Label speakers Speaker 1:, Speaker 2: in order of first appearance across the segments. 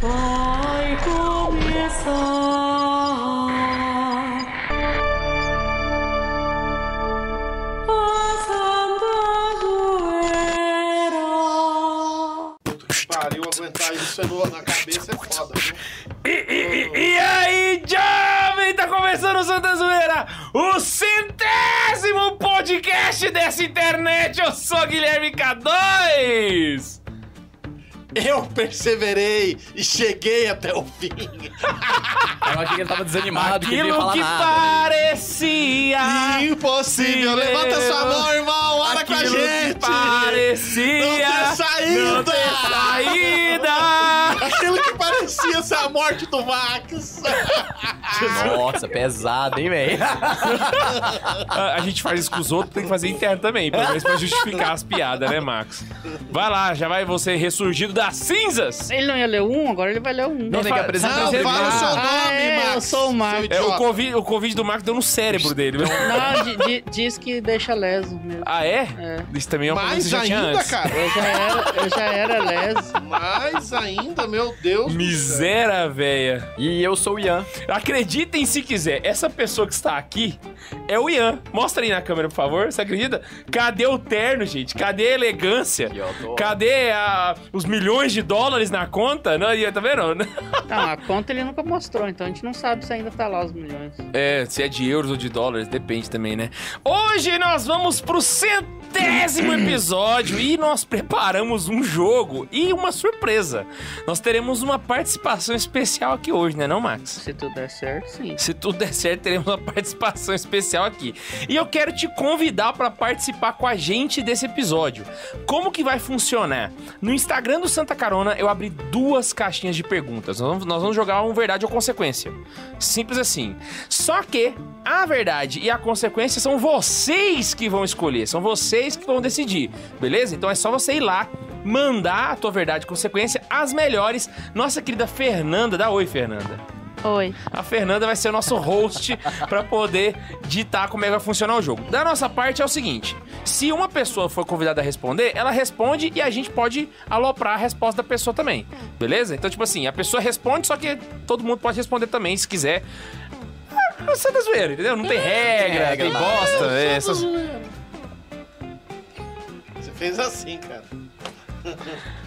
Speaker 1: Vai começar a Santazoeira.
Speaker 2: Pariu, é aguentar isso é no- na cabeça é foda, viu?
Speaker 3: E aí, jovem, tá começando o Santa Zoeira, o centésimo podcast dessa internet, eu sou Guilherme K2!
Speaker 2: Eu perseverei e cheguei até o fim.
Speaker 4: Eu achei que ele tava desanimado, que tá- ele não ia
Speaker 3: Aquilo
Speaker 4: falar
Speaker 3: que
Speaker 4: nada. né?
Speaker 3: parecia,
Speaker 2: Impossível!
Speaker 3: Sim,
Speaker 2: Levanta sua mão, irmão! Ora com a
Speaker 3: aquilo que
Speaker 2: gente!
Speaker 3: parecia,
Speaker 2: Não tem saída!
Speaker 3: não tem saída.
Speaker 2: Aquilo que parecia ser a morte do Max!
Speaker 4: Nossa, pesado, hein, velho?
Speaker 3: A a gente faz isso com os outros, tem que fazer interno também, pelo menos pra justificar as piadas, né, Max? Vai lá, já vai você ressurgido das cinzas!
Speaker 5: Ele não ia ler um, agora ele vai ler um.
Speaker 4: Não, tem que apresentar.
Speaker 2: Não,
Speaker 3: Você
Speaker 2: fala o
Speaker 3: tá-
Speaker 2: seu nome,
Speaker 5: Ah, é,
Speaker 2: Max!
Speaker 5: eu sou o Max.
Speaker 2: seu
Speaker 3: É, o,
Speaker 2: idiota.
Speaker 3: COVID, o Covid do Marco deu no cérebro dele. viu?
Speaker 5: Não, di- di- diz que deixa leso mesmo.
Speaker 3: Ah, é?
Speaker 5: É.
Speaker 3: Isso também é uma coisa que
Speaker 2: Mais
Speaker 3: já tinha
Speaker 2: ainda,
Speaker 3: antes.
Speaker 2: cara!
Speaker 5: Eu já era, eu já era leso.
Speaker 2: Mais ainda, meu Deus! do céu.
Speaker 3: Miséria, véia.
Speaker 4: E eu sou o Ian.
Speaker 3: Acreditem se quiser, essa pessoa que está aqui é o Ian. Mostra aí na câmera, por favor. Você acredita? Cadê o terno, gente? Cadê a elegância?
Speaker 4: E eu tô-
Speaker 3: Cadê a- os milhões de dólares na conta? Não, Ian, tá vendo?
Speaker 5: Não, a conta ele nunca mostrou, então a gente não sabe se ainda tá lá os milhões.
Speaker 3: É, se é de euros ou de dólares, depende também, né? Hoje nós vamos pro centésimo episódio e nós preparamos um jogo e uma surpresa. Nós teremos uma participação especial aqui hoje, né, não, Max?
Speaker 5: Se tudo der certo, sim.
Speaker 3: Se tudo der certo, teremos uma participação especial aqui. E eu quero te convidar para participar com a gente desse episódio. Como que vai funcionar? No Instagram do Santa Carona, eu abri duas caixinhas de perguntas. Nós vamos, nós vamos jogar um verdade ou consequência. Simples assim. Só que a verdade e a consequência são vocês que vão escolher, são vocês que vão decidir, beleza? Então é só você ir lá, mandar a tua verdade e consequência, as melhores. Nossa querida Fernanda, dá oi, Fernanda.
Speaker 5: Oi.
Speaker 3: A Fernanda vai ser o nosso host pra poder ditar como é que vai funcionar o jogo. Da nossa parte é o seguinte: se uma pessoa for convidada a responder, ela responde e a gente pode aloprar a resposta da pessoa também. Beleza? Então, tipo assim, a pessoa responde, só que todo mundo pode responder também, se quiser. É Santa zoeira, entendeu? Não tem regra,
Speaker 4: regra
Speaker 3: tem
Speaker 4: lá.
Speaker 3: bosta, é, essas...
Speaker 2: Você fez assim, cara.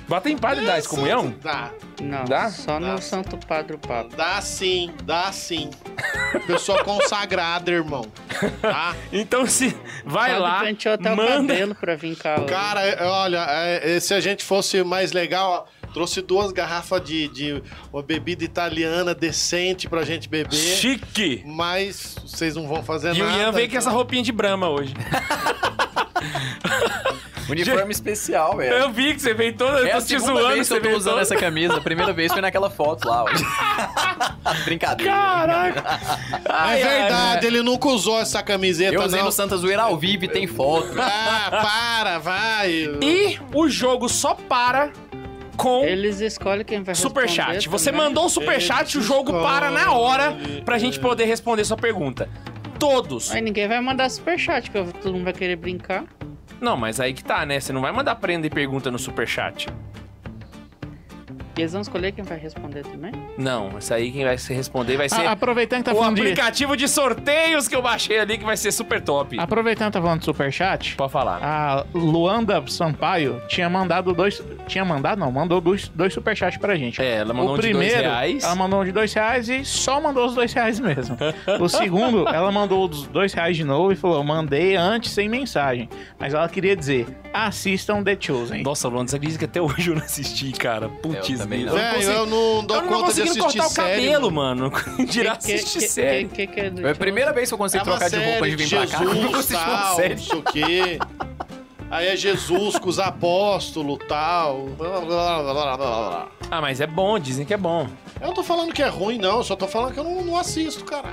Speaker 3: Bota em padre da excomunhão?
Speaker 2: Dá,
Speaker 5: Não,
Speaker 3: Dá?
Speaker 5: só
Speaker 2: Dá.
Speaker 5: no Santo Padre Papa.
Speaker 2: dá sim, dá sim. Pessoa consagrada, irmão. Tá?
Speaker 3: Então se vai
Speaker 5: Só
Speaker 3: lá,
Speaker 5: de penteou até o
Speaker 3: manda...
Speaker 5: cabelo pra vir cá. hoje.
Speaker 2: Cara, é, olha, é, é, se a gente fosse mais legal, ó, trouxe duas garrafas de, de uma bebida italiana decente pra gente beber.
Speaker 3: Chique!
Speaker 2: Mas vocês não vão fazer
Speaker 3: E o
Speaker 2: nada.
Speaker 3: Ian veio com essa roupinha de brama hoje.
Speaker 4: Uniforme especial, velho.
Speaker 3: Eu vi que você veio toda.
Speaker 4: É
Speaker 3: eu
Speaker 4: a
Speaker 3: tô te
Speaker 4: segunda
Speaker 3: zoando,
Speaker 4: vez que
Speaker 3: você
Speaker 4: eu tô
Speaker 3: veio
Speaker 4: usando
Speaker 3: toda-
Speaker 4: essa camisa. A primeira vez foi naquela foto lá, ó. Brincadeira.
Speaker 3: Caraca!
Speaker 2: É
Speaker 3: Ai, ai,
Speaker 2: verdade,
Speaker 3: ai.
Speaker 2: ele nunca usou essa camiseta,
Speaker 4: eu usei
Speaker 2: não.
Speaker 4: no Santa Zoeira ao vivo e tem foto.
Speaker 2: Ah, para, vai.
Speaker 3: E o jogo só para com
Speaker 5: Eles escolhem quem vai
Speaker 3: superchat.
Speaker 5: responder
Speaker 3: Você
Speaker 5: também.
Speaker 3: mandou o superchat, o jogo
Speaker 2: Escolhe.
Speaker 3: para na hora pra gente poder responder sua pergunta. Todos.
Speaker 5: Aí ninguém vai mandar superchat, porque todo mundo vai querer brincar.
Speaker 3: Não, mas aí que tá, né? Você não vai mandar prenda e pergunta no superchat.
Speaker 5: E eles vão escolher quem vai responder também.
Speaker 3: Não, isso aí quem vai se responder vai ser
Speaker 6: Ah, aproveitando que tá
Speaker 3: o
Speaker 6: falando de...
Speaker 3: aplicativo de sorteios que eu baixei ali que vai ser super top.
Speaker 6: Aproveitando que tá falando de superchat,
Speaker 3: Pode falar.
Speaker 6: a Luanda Sampaio tinha mandado dois... Tinha mandado, não, mandou dois, dois superchats pra gente.
Speaker 3: É, ela mandou
Speaker 6: o
Speaker 3: um de dois
Speaker 6: primeiro,
Speaker 3: reais.
Speaker 6: ela mandou um de dois reais e só mandou os dois reais mesmo. o segundo, ela mandou os dois reais de novo e falou, mandei antes sem mensagem. Mas ela queria dizer, assistam The Chosen.
Speaker 3: Nossa, Luan, você acredita que até hoje eu não assisti, cara?
Speaker 4: É, Eu
Speaker 3: Putz,
Speaker 4: também
Speaker 3: grila.
Speaker 4: não.
Speaker 3: Eu não
Speaker 2: Velho,
Speaker 3: consigo-
Speaker 2: eu não dou
Speaker 3: Eu não tô
Speaker 2: conta de
Speaker 3: conseguindo
Speaker 2: assistir
Speaker 3: cortar o
Speaker 2: série,
Speaker 3: cabelo, mano. Dirá
Speaker 5: Que- que-
Speaker 3: assiste
Speaker 5: que-
Speaker 3: série.
Speaker 5: que- que- que-
Speaker 4: Foi a primeira vez que eu
Speaker 2: É
Speaker 4: consegui
Speaker 2: uma
Speaker 4: trocar de
Speaker 2: série
Speaker 4: roupa antes de vir pra cá. Eu
Speaker 2: Jesus,
Speaker 4: assisti uma
Speaker 2: tal,
Speaker 4: série.
Speaker 2: não sei o quê. Aí é Jesus com os apóstolos, tal. Blá, blá, blá, blá, blá, blá.
Speaker 3: Ah, mas é bom, dizem que é bom.
Speaker 2: Eu não tô falando que é ruim, não. Eu só tô falando que eu não, não assisto, cara.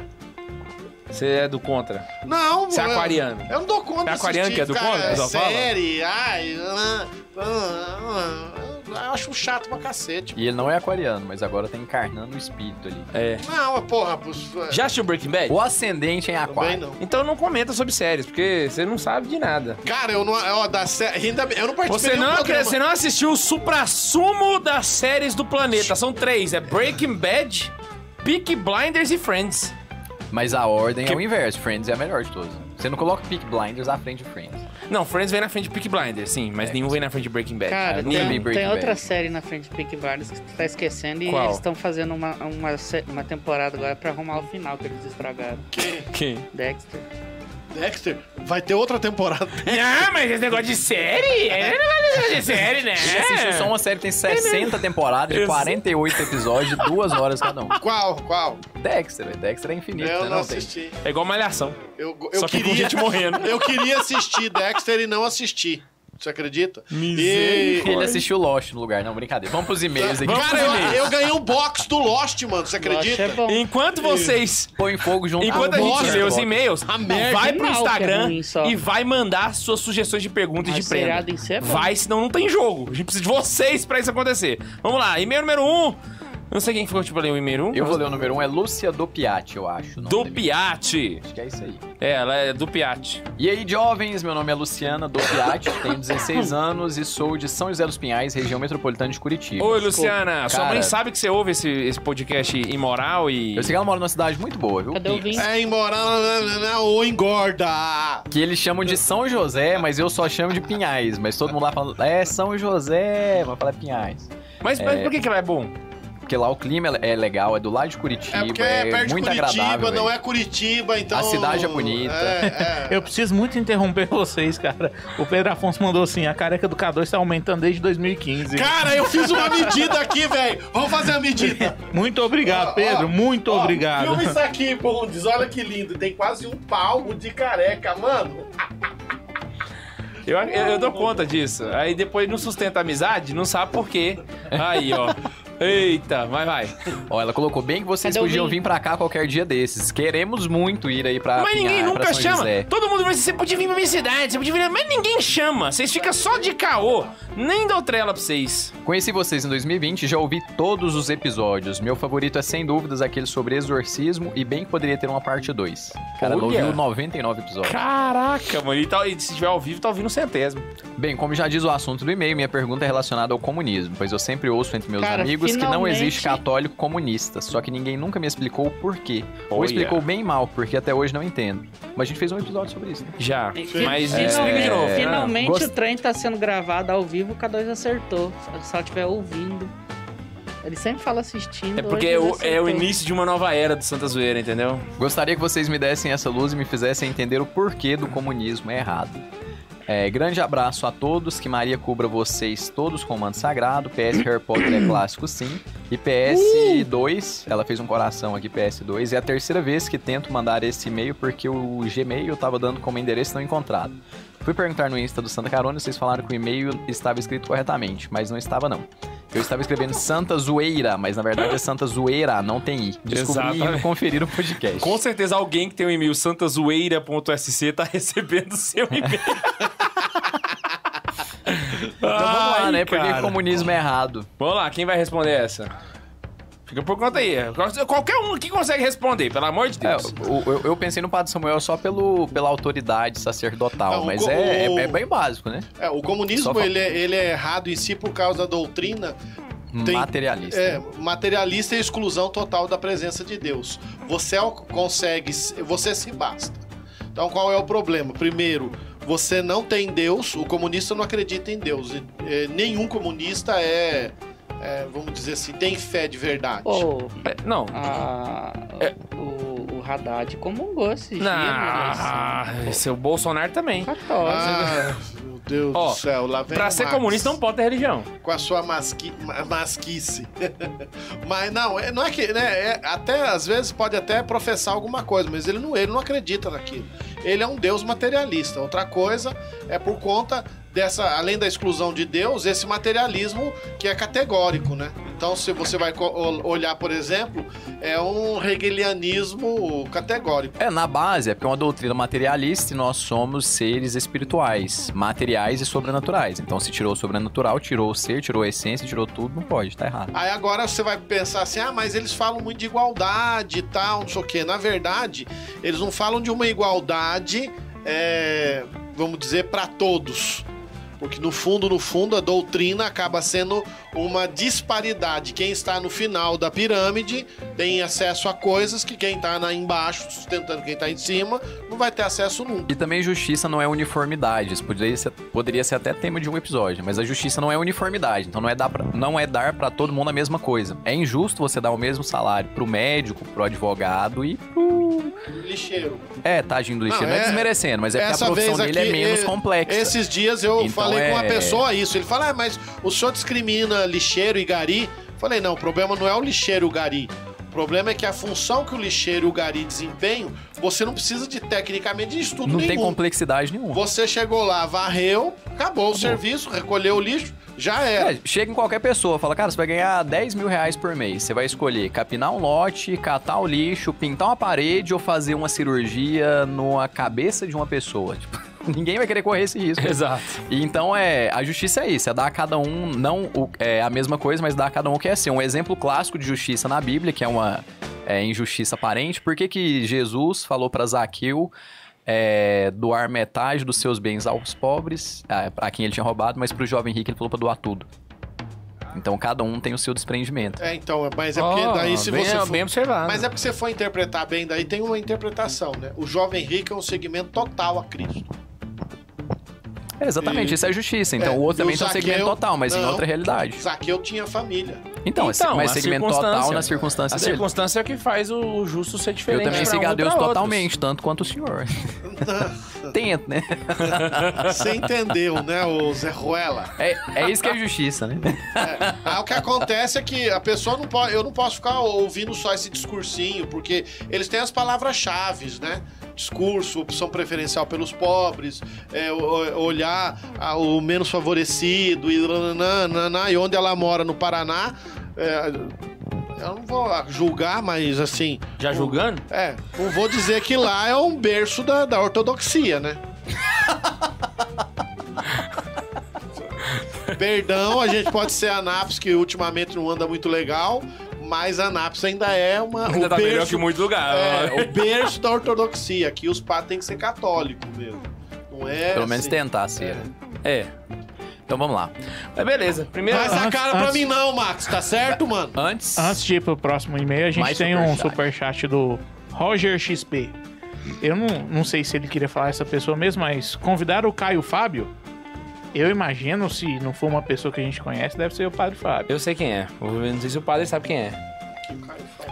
Speaker 3: Você é do contra.
Speaker 2: Não,
Speaker 3: Você é
Speaker 2: eu-
Speaker 3: aquariano.
Speaker 2: Eu não dou conta
Speaker 3: É aquariano
Speaker 2: de assistir,
Speaker 3: que é do
Speaker 2: cara,
Speaker 3: contra, só fala?
Speaker 2: série, ai... ah, ah, ah, ah, eu acho acho chato pra cacete.
Speaker 4: E ele não é aquariano, mas agora tá encarnando o espírito ali.
Speaker 3: É.
Speaker 2: Não, mas porra, pros- é,
Speaker 3: Já assistiu Breaking Bad?
Speaker 4: O ascendente é em
Speaker 2: também
Speaker 4: aquário.
Speaker 2: não.
Speaker 3: Então não comenta sobre séries, porque você não sabe de nada.
Speaker 2: Cara, eu não. Ó, da série. Ainda bem- eu não participei
Speaker 3: Você
Speaker 2: nenhum
Speaker 3: não,
Speaker 2: programa.
Speaker 3: você não assistiu o supra-sumo das séries do planeta. São três. É Breaking Bad, Peak Blinders e Friends.
Speaker 4: Mas a ordem
Speaker 3: Que-
Speaker 4: é o inverso. Friends é a melhor de todas. Você não coloca Peak Blinders à frente de Friends.
Speaker 3: Não, Friends vem na frente de Peak Blinders, sim. Mas
Speaker 4: É.
Speaker 3: nenhum vem na frente de Breaking Bad.
Speaker 5: Cara,
Speaker 4: nunca vi
Speaker 5: tem,
Speaker 4: Breaking
Speaker 5: tem outra
Speaker 4: Bad.
Speaker 5: série na frente de Peak Blinders que tu tá esquecendo e
Speaker 3: Qual?
Speaker 5: eles estão fazendo uma, uma, sé- uma temporada agora pra arrumar o final que eles estragaram.
Speaker 3: Quem?
Speaker 5: Dexter.
Speaker 2: Dexter, vai ter outra temporada.
Speaker 3: Ah, mas esse negócio de série? É negócio de série, né?
Speaker 4: Você assistiu só uma série que tem 60 temporadas, de
Speaker 3: Isso.
Speaker 4: 48 episódios, de duas horas cada um.
Speaker 2: Qual? Qual?
Speaker 4: Dexter, velho. Dexter é infinito,
Speaker 2: eu
Speaker 4: né?
Speaker 2: não,
Speaker 4: Não tem.
Speaker 2: assisti.
Speaker 3: É igual Malhação.
Speaker 2: Eu, eu
Speaker 3: Só que com
Speaker 2: queria.
Speaker 3: gente morrendo.
Speaker 2: Eu queria assistir Dexter e não assisti. Você acredita? E...
Speaker 3: Misericórdia.
Speaker 4: Ele assistiu Lost no lugar, não, brincadeira. Vamos pros e-mails aqui.
Speaker 2: Cara, eu, eu ganhei um box do Lost, mano. Você
Speaker 5: Lost
Speaker 2: acredita?
Speaker 5: é bom.
Speaker 3: Enquanto vocês...
Speaker 4: Põe fogo junto
Speaker 3: Enquanto a
Speaker 4: com o
Speaker 3: gente
Speaker 2: bosta,
Speaker 4: Lost,
Speaker 3: lê os
Speaker 4: coloca.
Speaker 3: e-mails,
Speaker 5: merda.
Speaker 3: vai pro
Speaker 5: Não, que é
Speaker 3: Instagram
Speaker 5: ruim só.
Speaker 3: e vai mandar suas sugestões de perguntas e
Speaker 5: Mas
Speaker 3: de prêmio.
Speaker 5: seriado em si é bom.
Speaker 3: Vai, senão não tem jogo. A gente precisa de vocês pra isso acontecer. Vamos lá, e-mail número 1. Um. Não sei quem ficou tipo ali o e-mail 1. Um,
Speaker 4: Eu vou ler o número um, é Lúcia Dopiati, eu acho. o nome
Speaker 3: Do
Speaker 4: dela.
Speaker 3: Piatti.
Speaker 4: Acho que é isso aí.
Speaker 3: É, ela é do Piatti.
Speaker 4: E aí, jovens, meu nome é Luciana Dopiati, tenho 16 anos e sou de São José dos Pinhais, região metropolitana de Curitiba.
Speaker 3: Oi, Luciana. Sua
Speaker 4: Cara.
Speaker 3: mãe sabe que você ouve esse, esse podcast imoral e.
Speaker 4: Eu sei que ela mora numa cidade muito boa, viu?
Speaker 5: Cadê o vinho?
Speaker 2: É imoral né, né, né, ou engorda.
Speaker 4: Que eles chamam de São José, mas eu só chamo de Pinhais. Mas todo mundo lá fala, é São José, mas fala Pinhais.
Speaker 3: Mas, mas por que, que ela é bom?
Speaker 4: Porque lá o clima é é legal, é do lado de Curitiba,
Speaker 2: É porque
Speaker 4: é,
Speaker 2: é perto
Speaker 4: muito
Speaker 2: de Curitiba,
Speaker 4: agradável.
Speaker 2: não
Speaker 4: velho.
Speaker 2: é Curitiba, então.
Speaker 4: A cidade é bonita.
Speaker 2: É, é.
Speaker 6: Eu preciso muito interromper vocês, cara. O Pedro Afonso mandou assim: a careca do K2 está aumentando desde 2015.
Speaker 2: Cara, eu fiz uma medida aqui, velho. Vamos fazer a medida.
Speaker 6: Muito obrigado,
Speaker 2: Ó,
Speaker 6: Pedro.
Speaker 2: ó,
Speaker 6: muito
Speaker 2: Ó,
Speaker 6: obrigado.
Speaker 2: Filma isso aqui, Bundes. Olha que lindo. Tem quase um palmo de careca, mano.
Speaker 3: Eu, eu, eu dou conta disso. Aí depois não sustenta a amizade, não sabe por quê. Aí, ó. Eita, vai, vai.
Speaker 4: Ó, ela colocou bem que vocês
Speaker 5: Cadê o
Speaker 4: podiam
Speaker 5: vinho?
Speaker 4: vir pra cá qualquer dia desses. Queremos muito ir aí pra
Speaker 3: mas
Speaker 4: Pinhais,
Speaker 3: ninguém
Speaker 4: pra
Speaker 3: nunca
Speaker 4: São
Speaker 3: chama.
Speaker 4: José.
Speaker 3: Todo mundo vai dizer, você podia vir pra minha cidade, você podia vir. Mas ninguém chama. Vocês ficam só de caô. Nem dou trela pra vocês.
Speaker 4: Conheci vocês em 2020 e já ouvi todos os episódios. Meu favorito é sem dúvidas aquele sobre exorcismo e bem que poderia ter uma parte 2. Cara, ela
Speaker 3: Olha.
Speaker 4: ouviu 99 episódios.
Speaker 3: Caraca, mano. E, tal- e se tiver ao vivo, tá ouvindo o centésimo.
Speaker 4: Bem, como já diz o assunto do e-mail, minha pergunta é relacionada ao comunismo, pois eu sempre ouço entre meus
Speaker 5: Cara,
Speaker 4: amigos que não
Speaker 5: finalmente-
Speaker 4: existe católico comunista, só que ninguém nunca me explicou o porquê. Ou
Speaker 3: Olha.
Speaker 4: explicou bem mal, porque até hoje não entendo. Mas a gente fez um episódio sobre isso, né?
Speaker 3: Já.
Speaker 5: Fi-
Speaker 3: Mas
Speaker 5: finalmente-
Speaker 3: explica de novo.
Speaker 5: é. Finalmente
Speaker 4: gost-
Speaker 5: o trem tá sendo gravado ao vivo, o K2 acertou. Se ela estiver ouvindo. Ele sempre fala assistindo.
Speaker 3: É porque
Speaker 5: hoje
Speaker 3: é
Speaker 5: ele
Speaker 3: o, é o
Speaker 5: acertou.
Speaker 3: início de uma nova era do Santa Zoeira, entendeu?
Speaker 4: Gostaria que vocês me dessem essa luz e me fizessem entender o porquê do comunismo é errado. É, grande abraço a todos, que Maria cubra vocês todos com o manto sagrado. PS Harry Potter é clássico sim. E PS2, ela fez um coração aqui, PS2. É a terceira vez que tento mandar esse e-mail porque o Gmail tava dando como endereço não encontrado. Fui perguntar no Insta do Santa Carona e vocês falaram que o e-mail estava escrito corretamente, mas não estava não. Eu estava escrevendo Santa Zoeira, mas na verdade é Santa Zoeira, não tem I. Descobri
Speaker 3: Exatamente.
Speaker 4: e conferir o podcast.
Speaker 3: Com certeza alguém que tem o e-mail santazoeira.sc tá recebendo seu e-mail.
Speaker 4: Então vamos lá,
Speaker 3: Ai,
Speaker 4: né? Por que
Speaker 3: cara.
Speaker 4: que comunismo é errado?
Speaker 3: Vamos lá, quem vai responder essa? Fica por conta aí. Qualquer um que consegue responder, pelo amor de
Speaker 4: É,
Speaker 3: Deus.
Speaker 4: o- eu, eu pensei no Padre Samuel só pelo, pela autoridade sacerdotal,
Speaker 2: Não,
Speaker 4: mas
Speaker 2: o-
Speaker 4: é,
Speaker 2: o-
Speaker 4: é- é bem básico, né?
Speaker 2: É, o
Speaker 4: Só
Speaker 2: comunismo,
Speaker 4: fa-
Speaker 2: ele é, ele é errado em si por causa da doutrina Tem-
Speaker 4: Materialista.
Speaker 2: é, materialista e exclusão total da presença de Deus. Você é o- consegue, você se basta. Então qual é o problema? Primeiro, você não tem Deus, o comunista não acredita em Deus. E, é, nenhum comunista é, é, vamos dizer assim, tem fé de verdade.
Speaker 5: Pô,
Speaker 3: É, Não.
Speaker 5: a-
Speaker 3: É.
Speaker 5: o, o Haddad comungou esse dia.
Speaker 3: Ah, esse é o Bolsonaro também.
Speaker 2: Ah, meu Deus
Speaker 3: Ó,
Speaker 2: do céu, lá vem
Speaker 3: Pra
Speaker 2: o
Speaker 3: ser
Speaker 2: Marx
Speaker 3: comunista não pode ter religião.
Speaker 2: com a sua masqui, ma- masquice. mas não, é- não é que, né, é- até às vezes pode até professar alguma coisa, mas ele não, ele não acredita naquilo. Ele é um deus materialista. Outra coisa é por conta dessa, além da exclusão de Deus, esse materialismo que é categórico, né? Então, se você vai co- ol- olhar, por exemplo, é um hegelianismo categórico.
Speaker 4: É, na base, é porque é uma doutrina materialista e nós somos seres espirituais, materiais e sobrenaturais. Então, se tirou o sobrenatural, tirou o ser, tirou a essência, tirou tudo, não pode, tá errado.
Speaker 2: Aí agora você vai pensar assim: ah, mas eles falam muito de igualdade e tal, não sei o quê. Na verdade, eles não falam de uma igualdade, é, vamos dizer, para todos. Porque no fundo, no fundo, a doutrina acaba sendo uma disparidade. Quem está no final da pirâmide tem acesso a coisas que quem está na embaixo, sustentando quem está em cima, não vai ter acesso nunca.
Speaker 4: E também justiça não é uniformidade. Isso poderia ser, poderia ser até tema de um episódio, mas a justiça não é uniformidade. Então não é dar pra, não é dar para todo mundo a mesma coisa. É injusto você dar o mesmo salário pro médico, pro advogado e pro
Speaker 2: Lixeiro.
Speaker 4: É, tá agindo lixeiro, não,
Speaker 2: Não,
Speaker 4: é
Speaker 2: é-
Speaker 4: desmerecendo, mas é porque
Speaker 2: essa
Speaker 4: a profissão
Speaker 2: vez
Speaker 4: dele é
Speaker 2: aqui,
Speaker 4: menos
Speaker 2: é-
Speaker 4: complexa.
Speaker 2: Esses dias eu
Speaker 4: Então
Speaker 2: falei com uma
Speaker 4: é-
Speaker 2: pessoa isso. Ele fala, ah, mas o senhor discrimina lixeiro e gari? Eu Falei, não, o problema não é o lixeiro e o gari. O problema é que a função que o lixeiro e o gari desempenham, você não precisa de tecnicamente de estudo
Speaker 4: Não
Speaker 2: nenhum.
Speaker 4: tem complexidade nenhuma.
Speaker 2: Você chegou lá, varreu, acabou o serviço, recolheu o lixo, já era.
Speaker 4: É, chega em qualquer pessoa, fala, cara, você vai ganhar 10 mil reais por mês. Você vai escolher capinar um lote, catar o lixo, pintar uma parede ou fazer uma cirurgia numa cabeça de uma pessoa. Tipo, ninguém vai querer correr esse risco.
Speaker 3: Exato.
Speaker 4: E Então é, a justiça é isso, é dar a cada um não o- é a mesma coisa, mas dar a cada um o que é ser. Um exemplo clássico de justiça na Bíblia, que é uma é, injustiça aparente, por que, que Jesus falou para Zaqueu é, doar metade dos seus bens aos pobres, ah, a quem ele tinha roubado, mas pro jovem rico ele falou para doar tudo. Então cada um tem o seu desprendimento.
Speaker 2: É, então, mas é porque
Speaker 3: Ó,
Speaker 2: daí se
Speaker 3: bem,
Speaker 2: você for...
Speaker 3: bem observado.
Speaker 2: Mas é porque você for interpretar bem, daí tem uma interpretação, né? O jovem rico é um segmento total a Cristo.
Speaker 4: É, exatamente,
Speaker 2: E-
Speaker 4: isso é justiça. Então
Speaker 2: é,
Speaker 4: o outro
Speaker 2: e o
Speaker 4: também tem um segmento
Speaker 2: Zaqueu-
Speaker 4: total, mas em
Speaker 2: não.
Speaker 4: outra realidade.
Speaker 2: Zaqueu tinha família.
Speaker 4: Então,
Speaker 3: Então,
Speaker 4: mas
Speaker 3: a
Speaker 4: segmento total
Speaker 3: circunstância-
Speaker 4: nas circunstâncias
Speaker 3: A
Speaker 4: dele.
Speaker 3: circunstância é que faz o justo ser diferente.
Speaker 4: Eu também
Speaker 3: pra
Speaker 4: sigo
Speaker 3: um
Speaker 4: a
Speaker 3: e
Speaker 4: Deus
Speaker 3: pra outros.
Speaker 4: totalmente, tanto quanto o senhor. Tento, né?
Speaker 2: Você entendeu, né, o Zé Ruela?
Speaker 4: É, é isso que é justiça, né?
Speaker 2: Ah, o que acontece é que a pessoa não pode. Eu não posso ficar ouvindo só esse discursinho, porque eles têm as palavras-chave, né? Discurso, opção preferencial pelos pobres, é, o- o- olhar a- o menos favorecido e, nananana, e onde ela mora no Paraná. é, eu não vou julgar, mas assim.
Speaker 3: Já julgando?
Speaker 2: É, não vou dizer que lá é um berço da, da ortodoxia, né? Perdão, a gente pode ser Anápolis, que ultimamente não anda muito legal, mas Anápolis ainda é uma.
Speaker 3: Ainda
Speaker 2: o
Speaker 3: tá melhor
Speaker 2: berço-
Speaker 3: que muito lugar.
Speaker 2: é, o berço da ortodoxia. Aqui os padres têm que ser católicos mesmo. Não é.
Speaker 4: Pelo menos
Speaker 2: assim.
Speaker 4: tentar ser. né?
Speaker 3: É.
Speaker 4: Então vamos lá.
Speaker 3: Mas beleza. Primeiro.
Speaker 2: Faz a
Speaker 6: Antes-
Speaker 2: cara pra
Speaker 6: antes-
Speaker 2: mim, não, Max, tá certo, mano?
Speaker 4: Antes.
Speaker 6: Antes de ir pro próximo e-mail, a gente
Speaker 4: Mais
Speaker 6: tem um
Speaker 4: superchat.
Speaker 6: superchat do Roger XP. Eu não, não sei se ele queria falar essa pessoa mesmo, mas convidar o Caio Fábio, eu imagino, se não for uma pessoa que a gente conhece, deve ser o Padre Fábio.
Speaker 3: Eu sei quem é. Eu Não sei se o padre sabe quem é.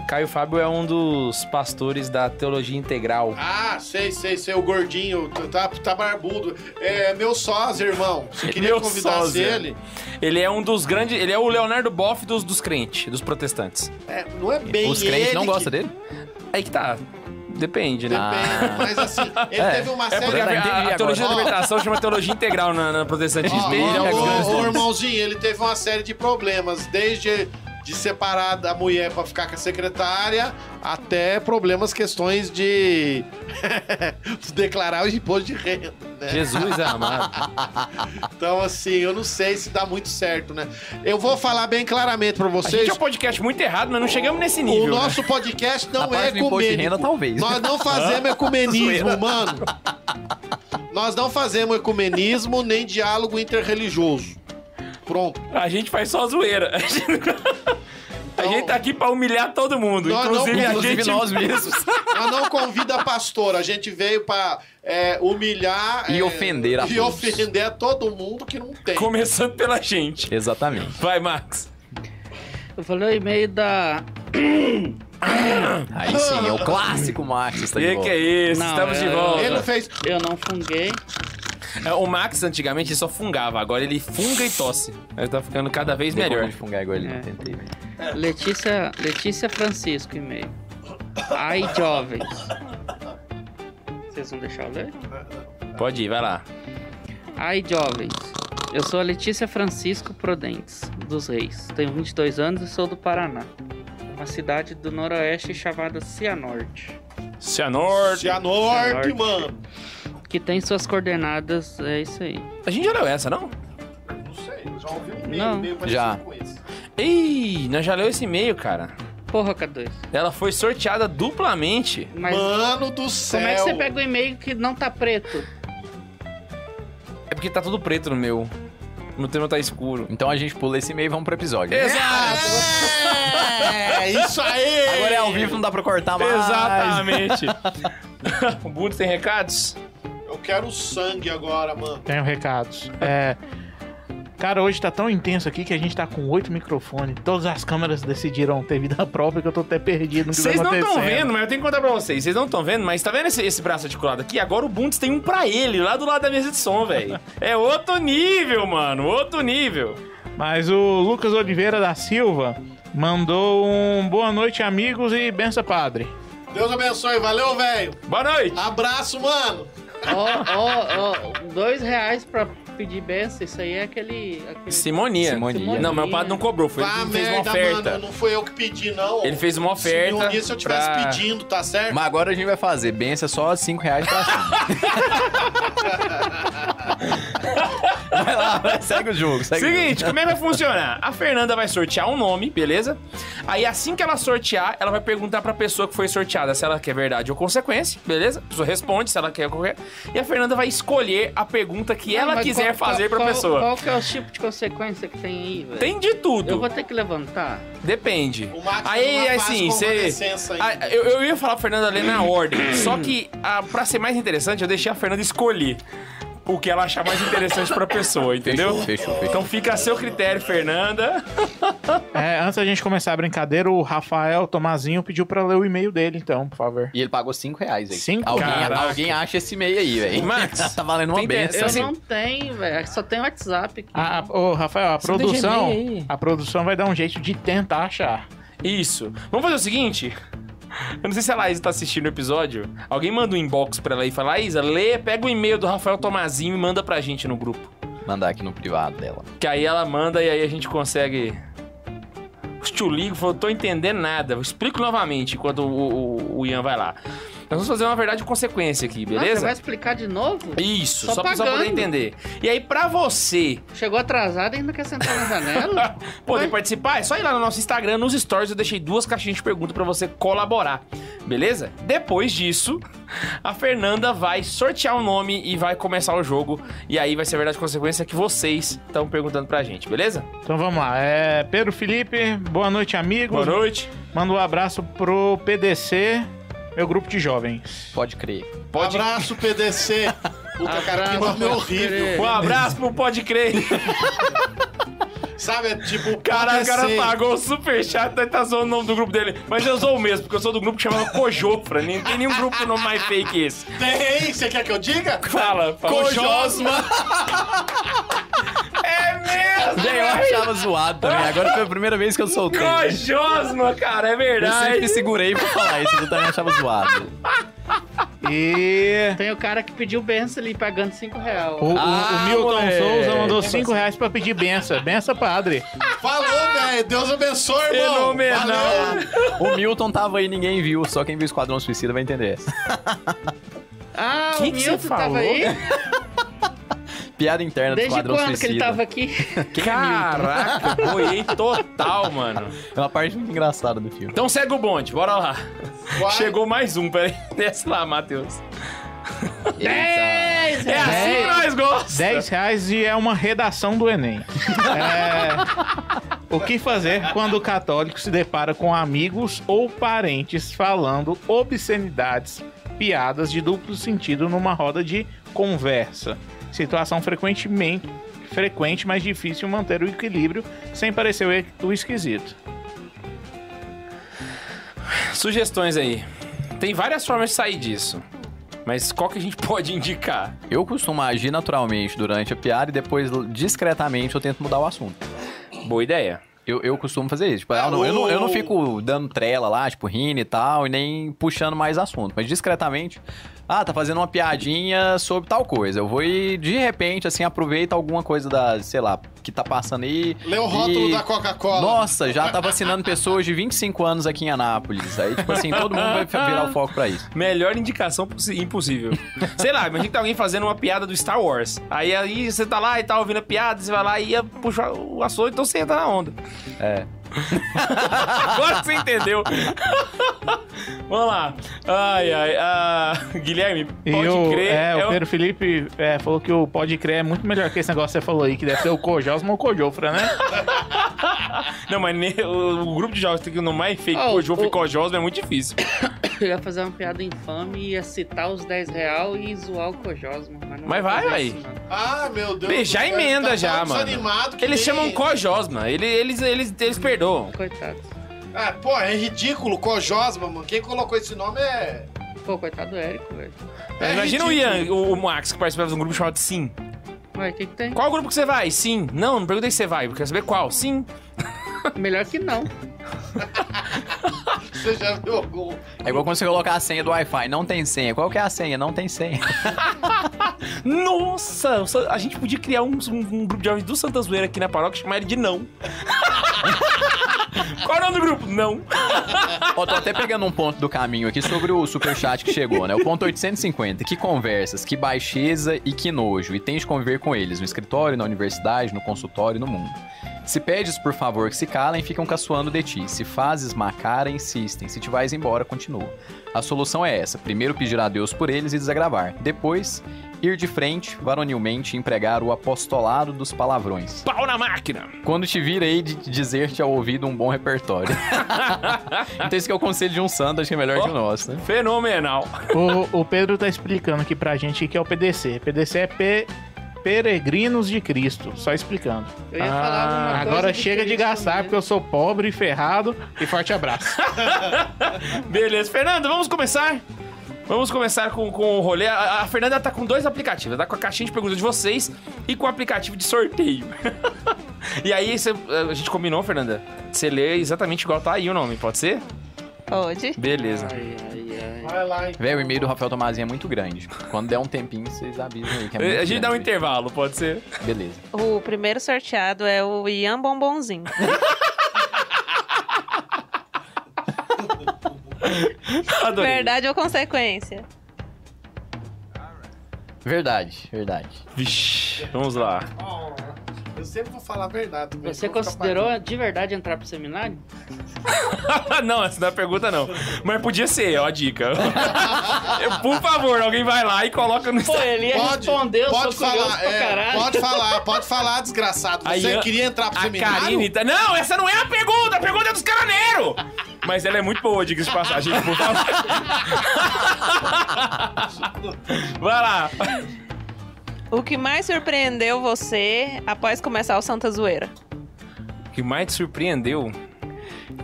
Speaker 3: Caio Fábio é um dos pastores da teologia integral.
Speaker 2: Ah, sei, sei, sei, o gordinho, tá, tá barbudo. É meu sósia, irmão. Se queria
Speaker 3: Meu
Speaker 2: convidasse
Speaker 3: sósia.
Speaker 2: ele.
Speaker 3: Ele é um dos grandes. Ele é o Leonardo Boff dos, dos crentes, dos protestantes.
Speaker 2: É, não é bem
Speaker 4: Os crentes
Speaker 2: ele
Speaker 4: não gostam
Speaker 2: que...
Speaker 4: dele?
Speaker 3: Aí que tá. Depende, né?
Speaker 4: Ah,
Speaker 2: Depende, mas assim, ele
Speaker 4: É,
Speaker 2: teve uma
Speaker 3: É porque
Speaker 4: por
Speaker 2: série...
Speaker 3: a,
Speaker 4: aí.
Speaker 2: Ó,
Speaker 4: entendi
Speaker 3: a, a
Speaker 4: agora.
Speaker 3: teologia da
Speaker 2: Ó.
Speaker 3: libertação chama teologia integral na, na
Speaker 2: ó,
Speaker 3: protestantismo. Ele é um dos grandes
Speaker 2: Ô, ô, ô,
Speaker 3: nomes.
Speaker 2: irmãozinho, ele teve uma série de problemas, desde de separar da mulher pra ficar com a secretária, até problemas, questões de declarar o imposto de renda, né?
Speaker 3: Jesus amado.
Speaker 2: Então, assim, eu não sei se dá muito certo, né? Eu vou falar bem claramente pra
Speaker 3: A gente
Speaker 2: vocês.
Speaker 3: é um podcast muito errado, mas não chegamos nesse nível.
Speaker 2: o
Speaker 3: né?
Speaker 2: nosso podcast
Speaker 4: Na
Speaker 2: não é
Speaker 4: parte do imposto de
Speaker 2: ecumênico.
Speaker 4: renda, talvez.
Speaker 2: Nós não fazemos ecumenismo, mano. Nós não fazemos ecumenismo nem diálogo interreligioso. Pronto.
Speaker 3: A gente faz só zoeira. A gente, a
Speaker 2: Então-
Speaker 3: gente tá aqui pra humilhar todo mundo.
Speaker 2: Não, não,
Speaker 3: inclusive a
Speaker 4: Inclusive
Speaker 3: gente.
Speaker 4: nós mesmos.
Speaker 2: Nós não convida pastor. A gente veio pra é, humilhar
Speaker 4: E
Speaker 2: é,
Speaker 4: ofender a
Speaker 2: e
Speaker 4: todos.
Speaker 2: ofender a todo mundo que não tem.
Speaker 3: Começando pela gente.
Speaker 4: Exatamente.
Speaker 3: Vai, Max.
Speaker 5: Eu falei o e-mail da.
Speaker 4: Aí sim, é o clássico marxista Tá de
Speaker 3: E que é
Speaker 4: volta.
Speaker 3: isso?
Speaker 5: Não,
Speaker 3: Estamos de
Speaker 5: é-
Speaker 3: volta.
Speaker 2: Ele fez.
Speaker 5: Eu não funguei.
Speaker 3: É, O Max antigamente ele só fungava, agora ele funga e tosse. Ele tá ficando cada vez melhor.
Speaker 4: De fungar igual ele,
Speaker 5: É.
Speaker 4: não tentei. velho.
Speaker 5: Letícia, Letícia Francisco, e-mail. Ai, jovens. Vocês vão deixar eu ler?
Speaker 3: Pode ir, vai lá.
Speaker 5: Ai, jovens. Eu sou a Letícia Francisco Prodentes, dos Reis. Tenho 22 anos e sou do Paraná. Uma cidade do noroeste chamada Cianorte,
Speaker 3: Cianor.
Speaker 2: Cianorte,
Speaker 5: Cianorte.
Speaker 2: mano.
Speaker 5: que tem suas coordenadas, é isso aí.
Speaker 3: A gente já leu essa, não?
Speaker 2: Não sei, eu já ouvi um
Speaker 5: Não.
Speaker 2: meio parecido
Speaker 4: Já.
Speaker 2: com esse.
Speaker 3: Ei, nós já leu esse e-mail, cara.
Speaker 5: Porra, K2.
Speaker 3: Ela foi sorteada duplamente.
Speaker 5: Mas
Speaker 2: Mano do céu.
Speaker 5: como é que você pega o e-mail que não tá preto?
Speaker 3: É porque tá tudo preto no meu. No tema tá escuro.
Speaker 4: Então a gente pula esse e-mail e vamos pro episódio.
Speaker 3: Exato!
Speaker 2: É, isso aí!
Speaker 4: Agora é ao vivo, não dá pra cortar mais.
Speaker 3: Exatamente. o Bruno tem recados?
Speaker 2: Eu quero sangue agora, mano.
Speaker 6: Tenho recados. É, Cara, hoje tá tão intenso aqui que a gente tá com oito microfones. Todas as câmeras decidiram ter vida própria que eu tô até perdido no que
Speaker 3: Vocês
Speaker 6: tá
Speaker 3: não estão
Speaker 6: acontecendo.
Speaker 3: vendo, mas eu tenho que contar pra vocês. Vocês não estão vendo, mas tá vendo esse, esse braço articulado aqui? Agora o Bundes tem um pra ele, lá do lado da mesa de som, velho. É outro nível, mano. Outro nível.
Speaker 6: Mas o Lucas Oliveira da Silva mandou um boa noite, amigos, e benção, padre.
Speaker 2: Deus abençoe, valeu, velho.
Speaker 3: Boa noite.
Speaker 2: Abraço, mano.
Speaker 5: Ó, ó, ó, dois reais pra pedir benção, isso aí é aquele. aquele...
Speaker 3: Simonia.
Speaker 4: Simonia.
Speaker 3: Não, mas o padre não cobrou. Foi
Speaker 2: Vá
Speaker 3: ele que fez uma
Speaker 2: merda,
Speaker 3: oferta.
Speaker 2: mano. Não foi eu que pedi, não.
Speaker 3: Ele fez uma
Speaker 2: Se me
Speaker 3: oferta.
Speaker 2: unisse, eu tivesse
Speaker 3: pra-
Speaker 2: pedindo, tá certo?
Speaker 4: Mas agora a gente vai fazer benção só 5 reais pra cima. vai lá, vai, segue o jogo. Segue
Speaker 3: Seguinte, como é que vai funcionar? A Fernanda vai sortear um nome, beleza? Aí assim que ela sortear, ela vai perguntar pra pessoa que foi sorteada se ela quer verdade ou consequência, beleza? A pessoa responde se ela quer qualquer. E a Fernanda vai escolher a pergunta que
Speaker 5: Ah,
Speaker 3: ela
Speaker 5: mas
Speaker 3: quiser
Speaker 5: qual-
Speaker 3: fazer pra
Speaker 5: qual-
Speaker 3: pessoa.
Speaker 5: Qual que é o tipo de consequência que tem aí, velho?
Speaker 3: Tem de
Speaker 5: Eu
Speaker 3: tudo.
Speaker 5: vou ter que levantar.
Speaker 3: Depende.
Speaker 2: O Max
Speaker 3: Aí,
Speaker 2: tá numa
Speaker 3: assim,
Speaker 2: fase
Speaker 3: você-
Speaker 2: convalescença aí.
Speaker 3: Ah, eu, eu ia falar pra Fernanda ler na ordem, só que a, pra ser mais interessante, eu deixei a Fernanda escolher o que ela achar mais interessante pra pessoa, entendeu?
Speaker 4: Fechou, fechou, fechou.
Speaker 3: Então fica a seu critério, Fernanda.
Speaker 6: É, antes da gente começar a brincadeira, o Rafael Tomazinho pediu pra ler o e-mail dele, então, por favor.
Speaker 4: E ele pagou 5 reais aí.
Speaker 6: Cinco?
Speaker 4: alguém,
Speaker 6: Caraca.
Speaker 4: alguém acha esse e-mail aí, velho.
Speaker 3: Max,
Speaker 4: tá valendo uma
Speaker 3: tem ideia-
Speaker 4: benção.
Speaker 5: Eu
Speaker 3: assim-
Speaker 5: não tenho, velho. Só tem WhatsApp aqui.
Speaker 6: Ah, ô, Rafael, a
Speaker 3: não tem
Speaker 6: produção.
Speaker 3: Gmail aí?
Speaker 6: A produção vai dar um jeito de tentar achar.
Speaker 3: Isso. Vamos fazer o seguinte? Eu não sei se a Laísa tá assistindo o episódio. Alguém manda um inbox pra ela e fala, Laísa, lê, pega o e-mail do Rafael Tomazinho e manda pra gente no grupo.
Speaker 4: Mandar aqui no privado dela.
Speaker 3: Que aí ela manda e aí a gente consegue. Os tchuligo falou, tô entendendo nada. Eu explico novamente enquanto o, o- o Ian vai lá. Nós vamos fazer uma verdade e consequência aqui,
Speaker 5: Nossa,
Speaker 3: beleza?
Speaker 5: vai explicar de novo?
Speaker 3: Isso,
Speaker 5: Só
Speaker 3: só, pra só
Speaker 5: pagando.
Speaker 3: poder entender. E aí, pra você
Speaker 5: Chegou atrasado e ainda quer sentar na janela?
Speaker 3: poder participar, é só ir lá no nosso Instagram, nos stories, eu deixei duas caixinhas de pergunta pra você colaborar, beleza? Depois disso, a Fernanda vai sortear o nome e vai começar o jogo. E aí vai ser a verdade e consequência que vocês estão perguntando pra gente, beleza?
Speaker 6: Então vamos lá. É, Pedro Felipe, boa noite, amigos.
Speaker 3: Boa noite.
Speaker 6: Manda um abraço pro PDC, meu grupo de jovens.
Speaker 4: Pode crer.
Speaker 3: Pode
Speaker 2: Abraço, PDC. Puta, cara, que
Speaker 5: Abraço,
Speaker 2: nome
Speaker 5: pode
Speaker 2: horrível.
Speaker 5: crer.
Speaker 3: Um abraço pro Pode Crer.
Speaker 2: Sabe, é tipo,
Speaker 3: Caralho, o cara tá-
Speaker 2: PDC.
Speaker 3: pagou o superchat, aí tá zoando o nome do grupo dele. Mas eu sou o mesmo, porque eu sou do grupo que chamava Cojofra. Nem tem nenhum grupo com nome mais fake que esse.
Speaker 2: Tem, você quer que eu diga?
Speaker 3: Fala, fala.
Speaker 2: Cojosma.
Speaker 3: É mesmo!
Speaker 4: Véi, eu achava zoado também. Agora foi a primeira vez que eu soltei.
Speaker 3: Cojosma, cara, é
Speaker 4: Eu sempre
Speaker 3: verdade.
Speaker 4: me segurei pra falar isso, eu também achava zoado.
Speaker 6: E
Speaker 5: tem o cara que pediu benção ali pagando 5 reais.
Speaker 6: o, o-
Speaker 4: Ah,
Speaker 6: o Milton
Speaker 4: moleque.
Speaker 6: Souza mandou 5 reais pra pedir benção. Benção, padre.
Speaker 2: Falou, velho. Deus abençoe, irmão.
Speaker 3: Fenomenal.
Speaker 2: Valeu.
Speaker 4: O Milton tava aí, e ninguém viu, só quem viu Esquadrão Suicida vai entender essa.
Speaker 5: Ah,
Speaker 3: Que
Speaker 5: o
Speaker 3: que você
Speaker 5: Milton
Speaker 3: falou?
Speaker 5: tava aí?
Speaker 4: Piada interna do
Speaker 5: Desde
Speaker 4: Esquadrão
Speaker 5: quando que
Speaker 4: Suicida.
Speaker 5: ele tava aqui?
Speaker 3: Caraca, boiei total, mano.
Speaker 4: É uma parte muito engraçada do filme.
Speaker 3: Então segue o bonde, bora lá.
Speaker 2: Vai.
Speaker 3: Chegou mais um, peraí. Desce lá, Matheus.
Speaker 5: É.
Speaker 4: Eita.
Speaker 3: É assim que nós gostamos.
Speaker 6: 10 reais e é uma redação do Enem. É, o que fazer quando o católico se depara com amigos ou parentes falando obscenidades, piadas de duplo sentido numa roda de conversa? Situação frequentemente frequente, mas difícil manter o equilíbrio sem parecer o e- o esquisito.
Speaker 3: Sugestões aí. Tem várias formas de sair disso. Mas qual que a gente pode indicar?
Speaker 4: Eu costumo agir naturalmente durante a piada e depois, discretamente, eu tento mudar o assunto.
Speaker 3: Boa ideia.
Speaker 4: Eu, eu costumo fazer isso. Tipo,
Speaker 2: É
Speaker 4: ah, não, eu, não, eu não fico dando trela lá, tipo, rindo e tal, e nem puxando mais assunto. Mas discretamente, Ah, tá fazendo uma piadinha sobre tal coisa. Eu vou e, de repente, assim, aproveita alguma coisa da, sei lá, que tá passando aí.
Speaker 2: Lê o rótulo
Speaker 4: E-
Speaker 2: da Coca-Cola.
Speaker 4: Nossa, já tá vacinando pessoas de 25 anos aqui em Anápolis. Aí, tipo assim, todo mundo vai virar o foco pra isso.
Speaker 3: Melhor indicação possi- impossível. Sei lá, imagina que tá alguém fazendo uma piada do Star Wars. Aí, aí você tá lá e tá ouvindo a piada, você vai lá e ia puxar o assunto, então você entra na onda.
Speaker 4: É.
Speaker 3: Agora você entendeu. Vamos lá. Ai, ai. ah, Guilherme,
Speaker 6: E
Speaker 3: pode
Speaker 6: o,
Speaker 3: crer.
Speaker 6: é, o
Speaker 3: é o-
Speaker 6: Pedro Felipe é, falou que o Pode Crer é muito melhor que esse negócio que você falou aí, que deve ser o Cojosmo ou Cojofra, né?
Speaker 3: Não, mas ne- o, o grupo de jogos tem que o nome mais feio,
Speaker 5: Ah, o-
Speaker 3: Cojofo e
Speaker 5: o-
Speaker 3: Cojosmo, é muito difícil.
Speaker 5: Eu ia fazer uma piada infame, ia citar os 10 real e zoar o Cojosmo. Mas, não
Speaker 3: Mas
Speaker 5: vou
Speaker 3: vai,
Speaker 5: fazer
Speaker 3: vai.
Speaker 5: isso, não.
Speaker 2: Ah, meu Deus.
Speaker 3: Beijar
Speaker 2: do céu,
Speaker 3: emenda
Speaker 2: tá
Speaker 3: já,
Speaker 2: tão
Speaker 3: mano.
Speaker 2: desanimado que
Speaker 3: Eles
Speaker 2: nem-
Speaker 3: chamam Cojosma, ele- eles, eles, eles perdoam.
Speaker 5: Coitado.
Speaker 2: Ah, pô, é ridículo. Cojosma, mano. Quem colocou esse nome é.
Speaker 5: Pô, coitado do Érico, velho.
Speaker 2: é
Speaker 3: Imagina o
Speaker 2: ridículo.
Speaker 3: Ian, o, o Max, que participava de um grupo chamado Sim.
Speaker 5: Ué, o que, que tem?
Speaker 3: Qual grupo que você vai? Sim. Não, não perguntei se você vai, eu quero saber qual. Sim.
Speaker 5: Melhor que não.
Speaker 2: Você já viu algum?
Speaker 4: É igual quando você colocar a senha do Wi-Fi. Não tem senha. Qual que é a senha? Não tem senha.
Speaker 3: Nossa, o Sa- a gente podia criar um, um- um grupo de jovens do Santa Zoeira aqui na paróquia e chamar ele de Não. Qual é o nome do grupo? Não.
Speaker 4: Ó, tô até pegando um ponto do caminho aqui sobre o superchat que chegou, né? O ponto 850. Que conversas, que baixeza e que nojo. E tens de conviver com eles no escritório, na universidade, no consultório, no mundo. Se pedes, por favor, que se calem, ficam caçoando de ti. Se fazes má cara, insistem. Se te vais embora, continua. A solução é essa. Primeiro pedir a Deus por eles e desagravar. Depois, ir de frente, varonilmente, e empregar o apostolado dos palavrões.
Speaker 3: Pau na máquina.
Speaker 4: Quando te virei de dizer-te ao ouvido um bom repertório. então esse que é o conselho de um santo, acho que é melhor que o nosso, né?
Speaker 3: Fenomenal.
Speaker 6: O, o Pedro tá explicando aqui pra gente o que é o PDC. PDC é Pe- Peregrinos de Cristo, só explicando.
Speaker 5: Eu ia falar alguma
Speaker 6: Ah,
Speaker 5: coisa
Speaker 6: agora
Speaker 5: do
Speaker 6: chega de
Speaker 5: Cristo né?
Speaker 6: gastar,
Speaker 5: mesmo.
Speaker 6: porque eu sou pobre, ferrado e forte abraço.
Speaker 3: Beleza, Fernanda, vamos começar? Vamos começar com, com o rolê. A, a Fernanda tá com dois aplicativos. Ela tá com a caixinha de perguntas de vocês e com o aplicativo de sorteio. e aí, você- a gente combinou, Fernanda? Você lê exatamente igual tá aí o nome, pode ser?
Speaker 7: Pode?
Speaker 3: Beleza.
Speaker 5: Ai, ai, ai.
Speaker 2: Vai lá, então.
Speaker 4: Velho, o e-mail do Rafael Tomazinho é muito grande. Quando der um tempinho, vocês avisam aí que é muito
Speaker 3: A gente dá um
Speaker 4: grande.
Speaker 3: intervalo, pode ser?
Speaker 4: Beleza.
Speaker 7: O primeiro sorteado é o Ian Bombonzinho.
Speaker 3: Adorei.
Speaker 7: Verdade ou consequência?
Speaker 4: Verdade, verdade.
Speaker 3: Vixe, vamos lá.
Speaker 2: Oh, Eu sempre vou falar a verdade. também,
Speaker 5: Você
Speaker 2: não vou ficar
Speaker 5: considerou de verdade entrar pro seminário?
Speaker 3: não, essa não é a pergunta, não. Mas podia ser, ó, a dica. Eu- Por favor, alguém vai lá e coloca no Instagram.
Speaker 5: ele ia
Speaker 2: Pode,
Speaker 5: responder, eu
Speaker 2: pode
Speaker 5: sou curioso
Speaker 2: falar,
Speaker 5: pra
Speaker 2: é,
Speaker 5: caralho.
Speaker 2: pode falar, pode falar, desgraçado. Você
Speaker 3: Aí, ó,
Speaker 2: queria entrar pro
Speaker 3: A
Speaker 2: seminário?
Speaker 3: Karine tá... Não, essa não é a pergunta, a pergunta é dos caraneiros! Mas ela é muito boa, diga de passagem, por favor. Vai lá.
Speaker 7: O que mais surpreendeu você após começar o Santa Zoeira?
Speaker 3: O que mais te surpreendeu?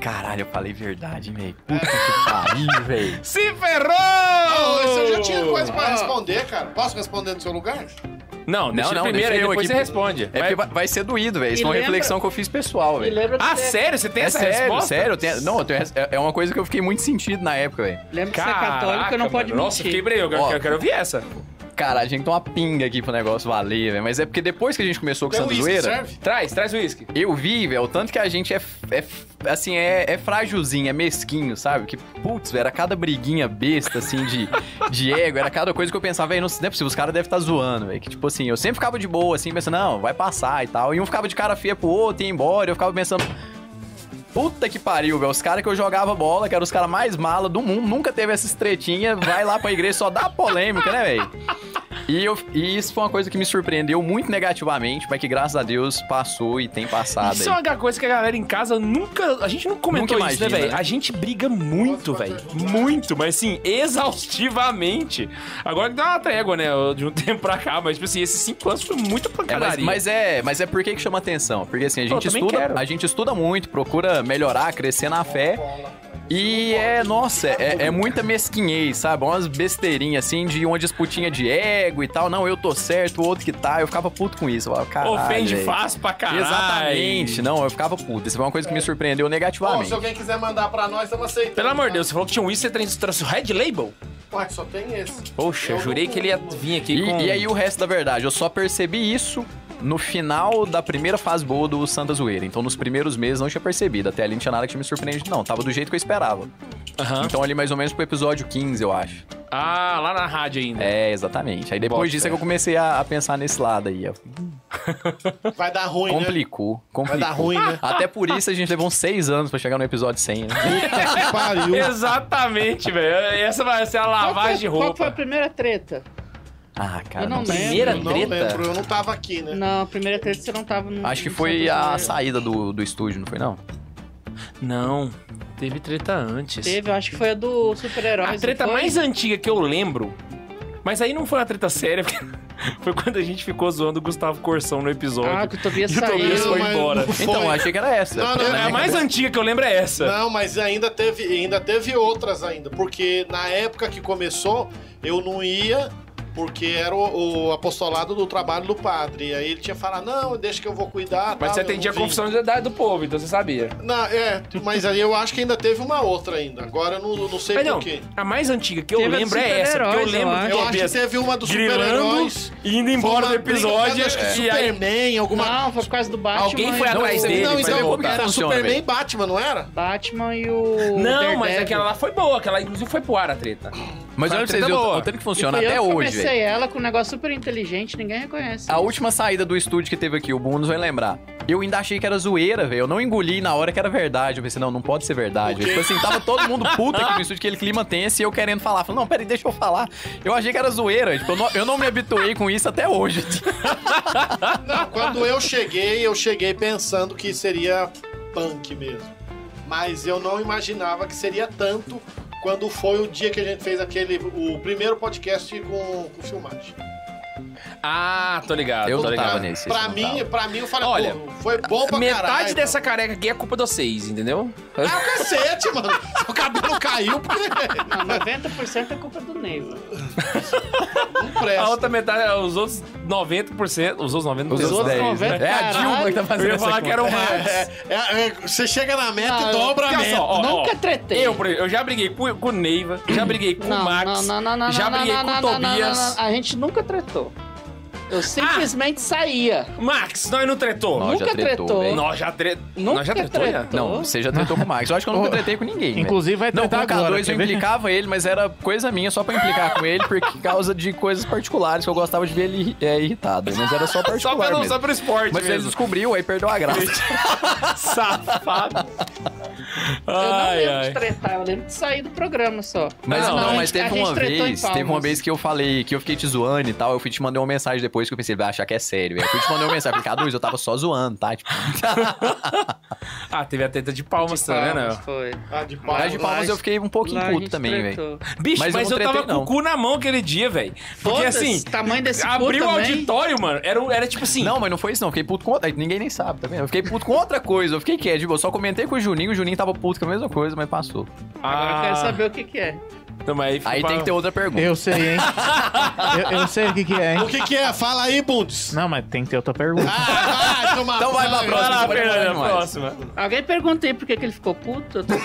Speaker 4: Caralho, eu falei verdade, velho. Puta que pariu, velho.
Speaker 3: Se ferrou! Oh,
Speaker 2: Não, esse eu já tinha coisa pra responder, cara. Posso responder no seu lugar?
Speaker 3: Não, deixa
Speaker 4: Não, não,
Speaker 3: primeiro,
Speaker 4: deixa
Speaker 3: aí
Speaker 4: eu
Speaker 3: depois
Speaker 4: aqui,
Speaker 3: você
Speaker 4: pô.
Speaker 3: responde.
Speaker 4: É porque vai, vai ser doído, velho. Isso
Speaker 5: E
Speaker 4: é uma
Speaker 5: lembra-
Speaker 4: reflexão que eu fiz pessoal,
Speaker 5: E
Speaker 4: velho.
Speaker 5: lembra que
Speaker 3: Ah,
Speaker 5: você-
Speaker 3: sério? Você tem
Speaker 4: É
Speaker 3: essa
Speaker 4: sério,
Speaker 3: resposta?
Speaker 4: sério. eu tenho- Não, eu tenho res- é é uma coisa que eu fiquei muito sentido na época, velho.
Speaker 5: Lembra que você é
Speaker 3: Caraca,
Speaker 5: católico, não pode
Speaker 3: mano. Nossa,
Speaker 5: mentir.
Speaker 3: quebrei, eu quero,
Speaker 4: Ó.
Speaker 3: eu quero ouvir essa.
Speaker 4: Cara, a gente tem uma pinga aqui pro negócio valer, velho. Mas é porque depois que a gente começou com
Speaker 2: Tem um
Speaker 4: Santa
Speaker 2: uísque,
Speaker 4: Zoeira...
Speaker 2: serve?
Speaker 3: Traz, traz o uísque.
Speaker 4: Eu vi, velho, o tanto que a gente é, f- é f- assim, é, é frágilzinho, é mesquinho, sabe? Que, putz, velho, era cada briguinha besta, assim, de, de ego, era cada coisa que eu pensava, velho, não sei, não é possível, os caras devem estar zoando, velho. Que, tipo assim, eu sempre ficava de boa, assim, pensando, não, vai passar e tal. E um ficava de cara feia pro outro, ia embora, eu ficava pensando... Puta que pariu, velho. Os caras que eu jogava bola, que eram os caras mais mala do mundo, nunca teve essas tretinhas, vai lá pra igreja, só dá polêmica, né, velho? E, eu- e isso foi uma coisa que me surpreendeu muito negativamente, mas que graças a Deus passou e tem passado
Speaker 3: Isso é
Speaker 4: aí.
Speaker 3: uma coisa que a galera em casa nunca. A gente não comentou
Speaker 4: Ah, Nunca
Speaker 3: isso, né,
Speaker 4: imagina,
Speaker 3: velho?
Speaker 4: né?
Speaker 3: A gente briga muito, velho. Muito, mas assim, exaustivamente. Agora que dá uma trégua, né? De um tempo pra cá, mas tipo assim, esses cinco anos foi muita
Speaker 4: É, mas,
Speaker 3: pancadaria.
Speaker 4: mas é, mas é por que que chama atenção? Porque assim, a
Speaker 3: Pô,
Speaker 4: gente
Speaker 3: eu também
Speaker 4: estuda,
Speaker 3: quero.
Speaker 4: a gente estuda muito, procura melhorar, crescer na fé. E é, nossa, é, é muita mesquinhez, sabe? Umas besteirinhas assim de uma disputinha de ego e tal. Não, eu tô certo, o outro que tá. Eu ficava puto com isso. Eu falava, caralho.
Speaker 3: Ofende
Speaker 4: velho."
Speaker 3: fácil pra caralho.
Speaker 4: Exatamente. né? Não, eu ficava puto. Isso foi uma coisa que me surpreendeu
Speaker 2: Bom,
Speaker 4: negativamente.
Speaker 2: se alguém quiser mandar pra nós, estamos aceitando.
Speaker 3: Pelo amor de
Speaker 2: tá?
Speaker 3: Deus, você falou que tinha um uísque, você trouxe- trouxe o Red Label?
Speaker 2: Ué, só tem esse.
Speaker 3: Poxa,
Speaker 2: Eu
Speaker 3: jurei
Speaker 2: não-
Speaker 3: que ele ia vir aqui
Speaker 4: E,
Speaker 3: com...
Speaker 4: e aí o resto da verdade, eu só percebi isso no final da primeira fase boa do Santa Zoeira. Então nos primeiros meses não tinha percebido. Até ali não tinha nada que tinha me surpreendido, não. Tava do jeito que eu esperava.
Speaker 3: Aham.
Speaker 4: Então ali mais ou menos pro episódio 15, eu acho.
Speaker 3: Ah, lá na rádio ainda.
Speaker 4: É, exatamente. Aí depois
Speaker 3: Bota
Speaker 4: disso
Speaker 3: fé.
Speaker 4: é que eu comecei a, a pensar nesse lado aí. ó.
Speaker 2: Vai dar ruim, né?
Speaker 4: Complicou, complicou.
Speaker 2: Vai dar ruim, né?
Speaker 4: Até por isso a gente levou uns seis anos pra chegar no episódio 100, né?
Speaker 2: Puta que pariu.
Speaker 3: Exatamente, velho. Essa vai ser a lavagem de
Speaker 5: qual, foi, qual foi a
Speaker 3: roupa.
Speaker 5: primeira treta?
Speaker 4: Ah, cara.
Speaker 5: Eu não
Speaker 4: sei.
Speaker 5: lembro.
Speaker 3: Primeira
Speaker 2: Eu não
Speaker 3: treta?
Speaker 2: lembro, eu não tava aqui, né?
Speaker 5: Não, a primeira treta você não tava no.
Speaker 4: Acho que
Speaker 5: no
Speaker 4: foi
Speaker 5: Santos
Speaker 4: a
Speaker 5: Zoeira.
Speaker 4: saída do, do estúdio, não foi não?
Speaker 3: Não, teve treta antes.
Speaker 5: Teve, eu acho que foi a do super-herói.
Speaker 3: A treta
Speaker 5: Ah,
Speaker 3: mais antiga que eu lembro. Mas aí não foi uma treta séria, porque foi quando a gente ficou zoando o Gustavo Corsão no episódio.
Speaker 5: Ah, que o Tobias
Speaker 3: E o Tobias
Speaker 5: saiu.
Speaker 3: foi
Speaker 2: mas
Speaker 3: embora.
Speaker 2: não foi.
Speaker 4: Então, eu achei que era essa.
Speaker 2: Não, não,
Speaker 4: Porque,
Speaker 3: É
Speaker 4: né,
Speaker 3: a mais
Speaker 4: cara?
Speaker 3: antiga que eu lembro é essa.
Speaker 2: Não, mas ainda teve, ainda teve outras ainda, porque na época que começou, eu não ia porque era o, o apostolado do trabalho do padre. E Aí ele tinha falado: "Não, deixa que eu vou cuidar". tal,
Speaker 3: Mas você
Speaker 2: eu não
Speaker 3: atendia a
Speaker 2: vim.
Speaker 3: confissão de idade do povo, então você sabia.
Speaker 2: Não, é, mas aí eu acho que ainda teve uma outra ainda. Agora eu não, não sei
Speaker 3: Mas não,
Speaker 2: por quê.
Speaker 3: a mais antiga que eu
Speaker 5: Teve a dos
Speaker 3: lembro é essa. Porque eu
Speaker 5: super-heróis,
Speaker 3: lembro
Speaker 5: eu
Speaker 2: Eu
Speaker 3: que eu
Speaker 2: acho que
Speaker 3: vi
Speaker 2: teve uma dos
Speaker 3: grilando,
Speaker 2: super-heróis.
Speaker 3: indo embora do episódio. é.
Speaker 2: acho que
Speaker 3: E aí,
Speaker 2: Superman, alguma
Speaker 5: Não, foi por causa do Batman.
Speaker 3: Alguém foi
Speaker 5: e do-
Speaker 3: atrás
Speaker 4: Não,
Speaker 3: dele.
Speaker 2: Não,
Speaker 4: mas
Speaker 3: pra
Speaker 4: eu
Speaker 2: então
Speaker 3: ele
Speaker 4: vou
Speaker 3: voltar.
Speaker 4: pegar
Speaker 2: era
Speaker 4: funciona,
Speaker 2: Superman e
Speaker 4: velho.
Speaker 2: Batman, não era?
Speaker 5: Batman e o.
Speaker 3: Não,
Speaker 5: Daredevil.
Speaker 3: mas aquela lá foi boa, aquela inclusive foi pro ar a treta.
Speaker 4: Mas
Speaker 3: Foi
Speaker 4: olha pra
Speaker 3: uma
Speaker 4: vocês
Speaker 3: treta
Speaker 4: verem
Speaker 3: boa.
Speaker 4: o tanto que funciona
Speaker 5: E foi eu
Speaker 4: até
Speaker 5: que
Speaker 4: hoje, velho. Tá.
Speaker 5: comecei ela com um negócio super inteligente, ninguém reconhece.
Speaker 4: A última saída do estúdio que teve aqui, o Bundes vai lembrar. Eu ainda achei que era zoeira, velho. Eu não engoli na hora que era verdade. Eu pensei, não, não pode ser verdade.
Speaker 2: Por quê?
Speaker 4: Tipo assim, tava todo mundo puto aqui no estúdio, aquele clima tenso, e eu querendo falar. Falei, não, peraí, deixa eu falar. Eu achei que era zoeira. Tipo, eu não, eu não me habituei com isso até hoje.
Speaker 2: Não, quando eu cheguei, eu cheguei pensando que seria punk mesmo. Mas eu não imaginava que seria tanto quando foi o dia que a gente fez aquele o primeiro podcast com, com filmagem.
Speaker 3: Ah, tô ligado.
Speaker 4: Eu
Speaker 3: tô
Speaker 4: não
Speaker 3: ligado.
Speaker 4: tava nesse.
Speaker 2: Pra
Speaker 4: não
Speaker 2: mim,
Speaker 4: tava.
Speaker 2: para mim eu falei,
Speaker 3: Olha,
Speaker 2: pô, foi bom pra
Speaker 3: Metade
Speaker 2: caralho.
Speaker 3: dessa careca aqui é culpa de vocês, entendeu?
Speaker 2: Ah, o cacete, mano. O cabelo caiu porque
Speaker 5: Não, 90% é culpa do Neiva.
Speaker 2: não
Speaker 3: A
Speaker 2: presta.
Speaker 3: outra metade, os outros 90%, os outros 90%.
Speaker 4: Os outros 10,
Speaker 5: outros
Speaker 4: né?
Speaker 5: 90,
Speaker 4: É a Dilma que tá
Speaker 3: eu
Speaker 4: fazendo
Speaker 3: ia
Speaker 4: essa
Speaker 3: falar que era um o Marx.
Speaker 2: É, é, é, você chega na meta
Speaker 5: Não,
Speaker 2: e
Speaker 5: eu-
Speaker 2: dobra a
Speaker 3: Olha
Speaker 2: meta.
Speaker 3: só, ó, ó.
Speaker 5: Nunca tretei.
Speaker 3: Eu, por exemplo, eu já briguei com, com o Neiva, já briguei com o Max, já briguei com o Tobias. Ah!
Speaker 5: não, não. A gente nunca tretou. Eu simplesmente saía.
Speaker 3: Max, nós não tretou?
Speaker 4: Nós já
Speaker 5: nunca
Speaker 4: tretou,
Speaker 5: tretou.
Speaker 4: velho.
Speaker 3: Nós já tretou.
Speaker 5: Nunca
Speaker 3: Nós já tretou, já?
Speaker 5: tretou.
Speaker 4: Não, você já tretou com o Max. Eu acho que eu nunca tretei com ninguém, velho.
Speaker 6: Inclusive vai
Speaker 4: né? Não, é com
Speaker 6: tentar
Speaker 4: o
Speaker 6: agora.
Speaker 4: K2 eu
Speaker 6: quer ver?
Speaker 4: implicava ele, mas era coisa minha só pra implicar com ele, por causa de coisas particulares que eu gostava de ver ele é, irritado. Mas era só
Speaker 3: Só,
Speaker 4: particular
Speaker 3: pra, não,
Speaker 4: mesmo.
Speaker 3: só pro esporte
Speaker 4: Mas ele
Speaker 3: mesmo.
Speaker 4: descobriu, aí perdeu a graça.
Speaker 3: Safado.
Speaker 5: Eu não
Speaker 3: Ai,
Speaker 5: lembro
Speaker 3: ai.
Speaker 5: de tretar, eu lembro de sair do programa só.
Speaker 4: Mas
Speaker 3: Não,
Speaker 4: não,
Speaker 5: a
Speaker 4: mas
Speaker 5: gente- a
Speaker 4: teve
Speaker 5: gente
Speaker 4: uma
Speaker 5: tretou em
Speaker 4: vez,
Speaker 5: palmas.
Speaker 4: teve uma
Speaker 2: Tipo,
Speaker 4: vez que eu falei, que eu fiquei te zoando e tal, eu fui te mandar uma mensagem depois que eu pensei, ele vai achar que é sério. velho. Eu fui te mandar uma mensagem, falei, K2, eu tava só zoando, tá? Tipo,
Speaker 3: Ah, teve a treta de palmas,
Speaker 5: De
Speaker 3: tá
Speaker 5: palmas,
Speaker 3: vendo?
Speaker 5: foi.
Speaker 2: Ah, de pau,
Speaker 4: mas de palmas eu fiquei um pouquinho
Speaker 5: Lá a
Speaker 4: puto
Speaker 5: gente
Speaker 4: também, velho.
Speaker 5: tretou.
Speaker 3: Bicho, mas,
Speaker 4: Mas eu não
Speaker 3: eu, tava
Speaker 4: tretei,
Speaker 3: com
Speaker 4: não.
Speaker 3: o cu na mão aquele dia, velho. Porque
Speaker 5: Foda-se,
Speaker 3: assim,
Speaker 5: tamanho desse cu
Speaker 3: abriu o
Speaker 5: também.
Speaker 3: auditório, mano, era, um- era tipo assim...
Speaker 4: Não, mas não foi isso não, eu fiquei puto com outra, ninguém nem sabe, tá vendo? Eu fiquei puto com outra coisa, eu fiquei quieto, tipo, eu só comentei com o Juninho, o Juninho tava puto com a mesma coisa, mas passou.
Speaker 5: Agora
Speaker 3: Ah.
Speaker 5: eu quero saber o que, que é.
Speaker 3: Não, mas aí, fica
Speaker 4: Aí
Speaker 3: pra-
Speaker 4: tem que ter outra pergunta.
Speaker 6: Eu sei, hein? eu, eu sei o que, que é,
Speaker 2: O
Speaker 6: hein?
Speaker 2: que que é? Fala aí, Bundes.
Speaker 6: Não, mas tem que ter outra pergunta.
Speaker 2: Ah, vai, tomar
Speaker 4: Então vai pra
Speaker 2: banho.
Speaker 3: Vai
Speaker 4: próxima.
Speaker 3: lá,
Speaker 4: Pode falar
Speaker 3: Fernanda,
Speaker 4: demais.
Speaker 3: próxima.
Speaker 5: Alguém pergunta aí por que, que ele ficou puto? Eu tô sem.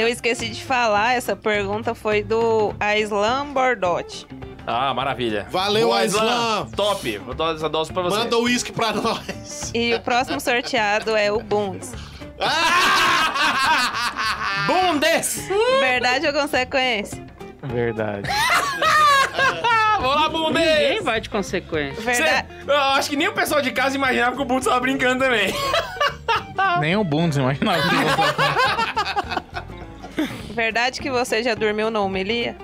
Speaker 7: Eu esqueci de falar, essa pergunta foi do Aislan Bordotti.
Speaker 3: Ah, maravilha.
Speaker 2: Valeu,
Speaker 3: Boa,
Speaker 2: Aislan.
Speaker 3: Top. Vou dar essa dose pra você.
Speaker 2: Manda o uísque pra nós.
Speaker 7: E o próximo sorteado é o Bundes.
Speaker 3: Bundes!
Speaker 7: Verdade ou consequência?
Speaker 6: Verdade.
Speaker 3: Ah, vamos lá,
Speaker 5: Ninguém
Speaker 3: Bundes!
Speaker 5: vai de consequência.
Speaker 3: Cê-
Speaker 7: Verdade.
Speaker 3: Eu acho que nem o pessoal de casa imaginava que o Bundes tava brincando também.
Speaker 6: Nem o Bundes imaginava. que eu fosse.
Speaker 7: Verdade que você já dormiu na homilia?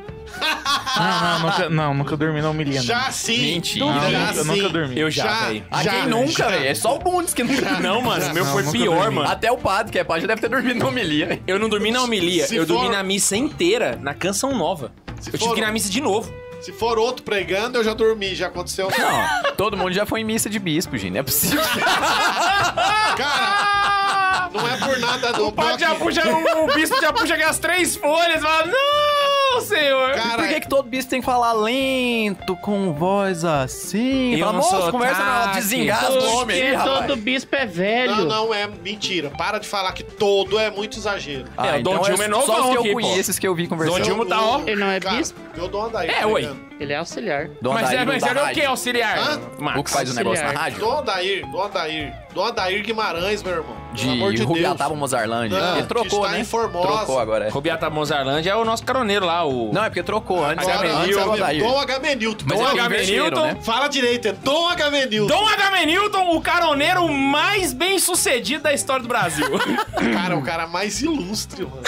Speaker 6: Não, não, nunca, não, nunca dormi na humilha. não.
Speaker 2: Já sim.
Speaker 4: Mentira.
Speaker 6: Não,
Speaker 2: Já
Speaker 6: nunca-
Speaker 2: sim.
Speaker 6: nunca dormi.
Speaker 3: Eu já, velho.
Speaker 4: Ah, quem nunca, velho? É só o Bundes que nunca.
Speaker 3: Não, mano, o meu
Speaker 6: Não,
Speaker 3: foi
Speaker 6: nunca
Speaker 3: pior,
Speaker 6: dormi.
Speaker 3: mano.
Speaker 4: Até o padre, que é padre, já deve ter dormido no homilia, velho.
Speaker 3: Eu não dormi na homilia,
Speaker 2: Se
Speaker 3: eu dormi
Speaker 2: for-
Speaker 3: na missa inteira, na canção nova.
Speaker 2: Se
Speaker 3: eu tive
Speaker 2: for-
Speaker 3: que ir na missa de novo.
Speaker 2: Se for outro pregando, eu já dormi, já aconteceu.
Speaker 4: Não, todo mundo já foi em missa de bispo, gente. Não é possível.
Speaker 2: Ah, Cara, não é por nada do
Speaker 3: O padre já puxa, o bispo já puxa aquelas três folhas e fala, não, senhor.
Speaker 2: Cara,
Speaker 4: Por que, que todo bicho tem que falar lento, com voz assim?
Speaker 3: Eu
Speaker 4: Fala,
Speaker 3: não
Speaker 4: moço,
Speaker 3: sou
Speaker 4: conversa na
Speaker 3: otaku.
Speaker 4: desengasga o homem aí,
Speaker 5: Porque
Speaker 4: rapaz.
Speaker 5: todo bispo é velho.
Speaker 2: não, não, é mentira. Para de falar que todo é muito exagero.
Speaker 3: É, o Dom Dilma é novão
Speaker 4: Ah, então só os que eu
Speaker 3: aqui, pô.
Speaker 4: conheço, os que eu vi
Speaker 3: Dom
Speaker 4: conversando.
Speaker 3: Dilma- tá, ó.
Speaker 5: Ele não é
Speaker 2: cara,
Speaker 5: bispo?
Speaker 2: Eu dou uma daí.
Speaker 3: É,
Speaker 2: tá
Speaker 3: oi.
Speaker 2: ligando?
Speaker 5: Ele é auxiliar.
Speaker 4: Dom
Speaker 3: mas
Speaker 4: Adair
Speaker 3: é,
Speaker 4: não
Speaker 3: mas
Speaker 4: dá
Speaker 3: era o
Speaker 4: rádio.
Speaker 3: que, auxiliar?
Speaker 2: Hã?
Speaker 4: O que
Speaker 3: Max. é.
Speaker 4: faz o negócio na
Speaker 5: Auxiliar.
Speaker 4: rádio?
Speaker 2: Dom Adair, Dom Adair. Dom Adair Guimarães, meu irmão. Pelo amor
Speaker 4: De
Speaker 2: de Deus.
Speaker 4: Rubiataba, Mozarlândia.
Speaker 2: Não,
Speaker 4: Ele
Speaker 2: que
Speaker 4: trocou,
Speaker 2: está
Speaker 4: né?
Speaker 2: em Formosa.
Speaker 4: Trocou agora. é.
Speaker 3: Robiata Mozarlândia é o nosso caroneiro lá, o...
Speaker 4: Não, é porque trocou. Antes
Speaker 2: Agora,
Speaker 4: era
Speaker 3: é
Speaker 4: antes era o Adair.
Speaker 2: Dom Agamenilton.
Speaker 4: Mas
Speaker 2: Dom
Speaker 4: é
Speaker 3: H.
Speaker 4: que invertiram,
Speaker 3: Benilton.
Speaker 4: né?
Speaker 2: Fala direito, é Dom Agamenilton.
Speaker 3: Dom Agamenilton, o caroneiro mais bem sucedido da história do Brasil.
Speaker 4: Então,
Speaker 2: Cara, o cara mais ilustre, mano.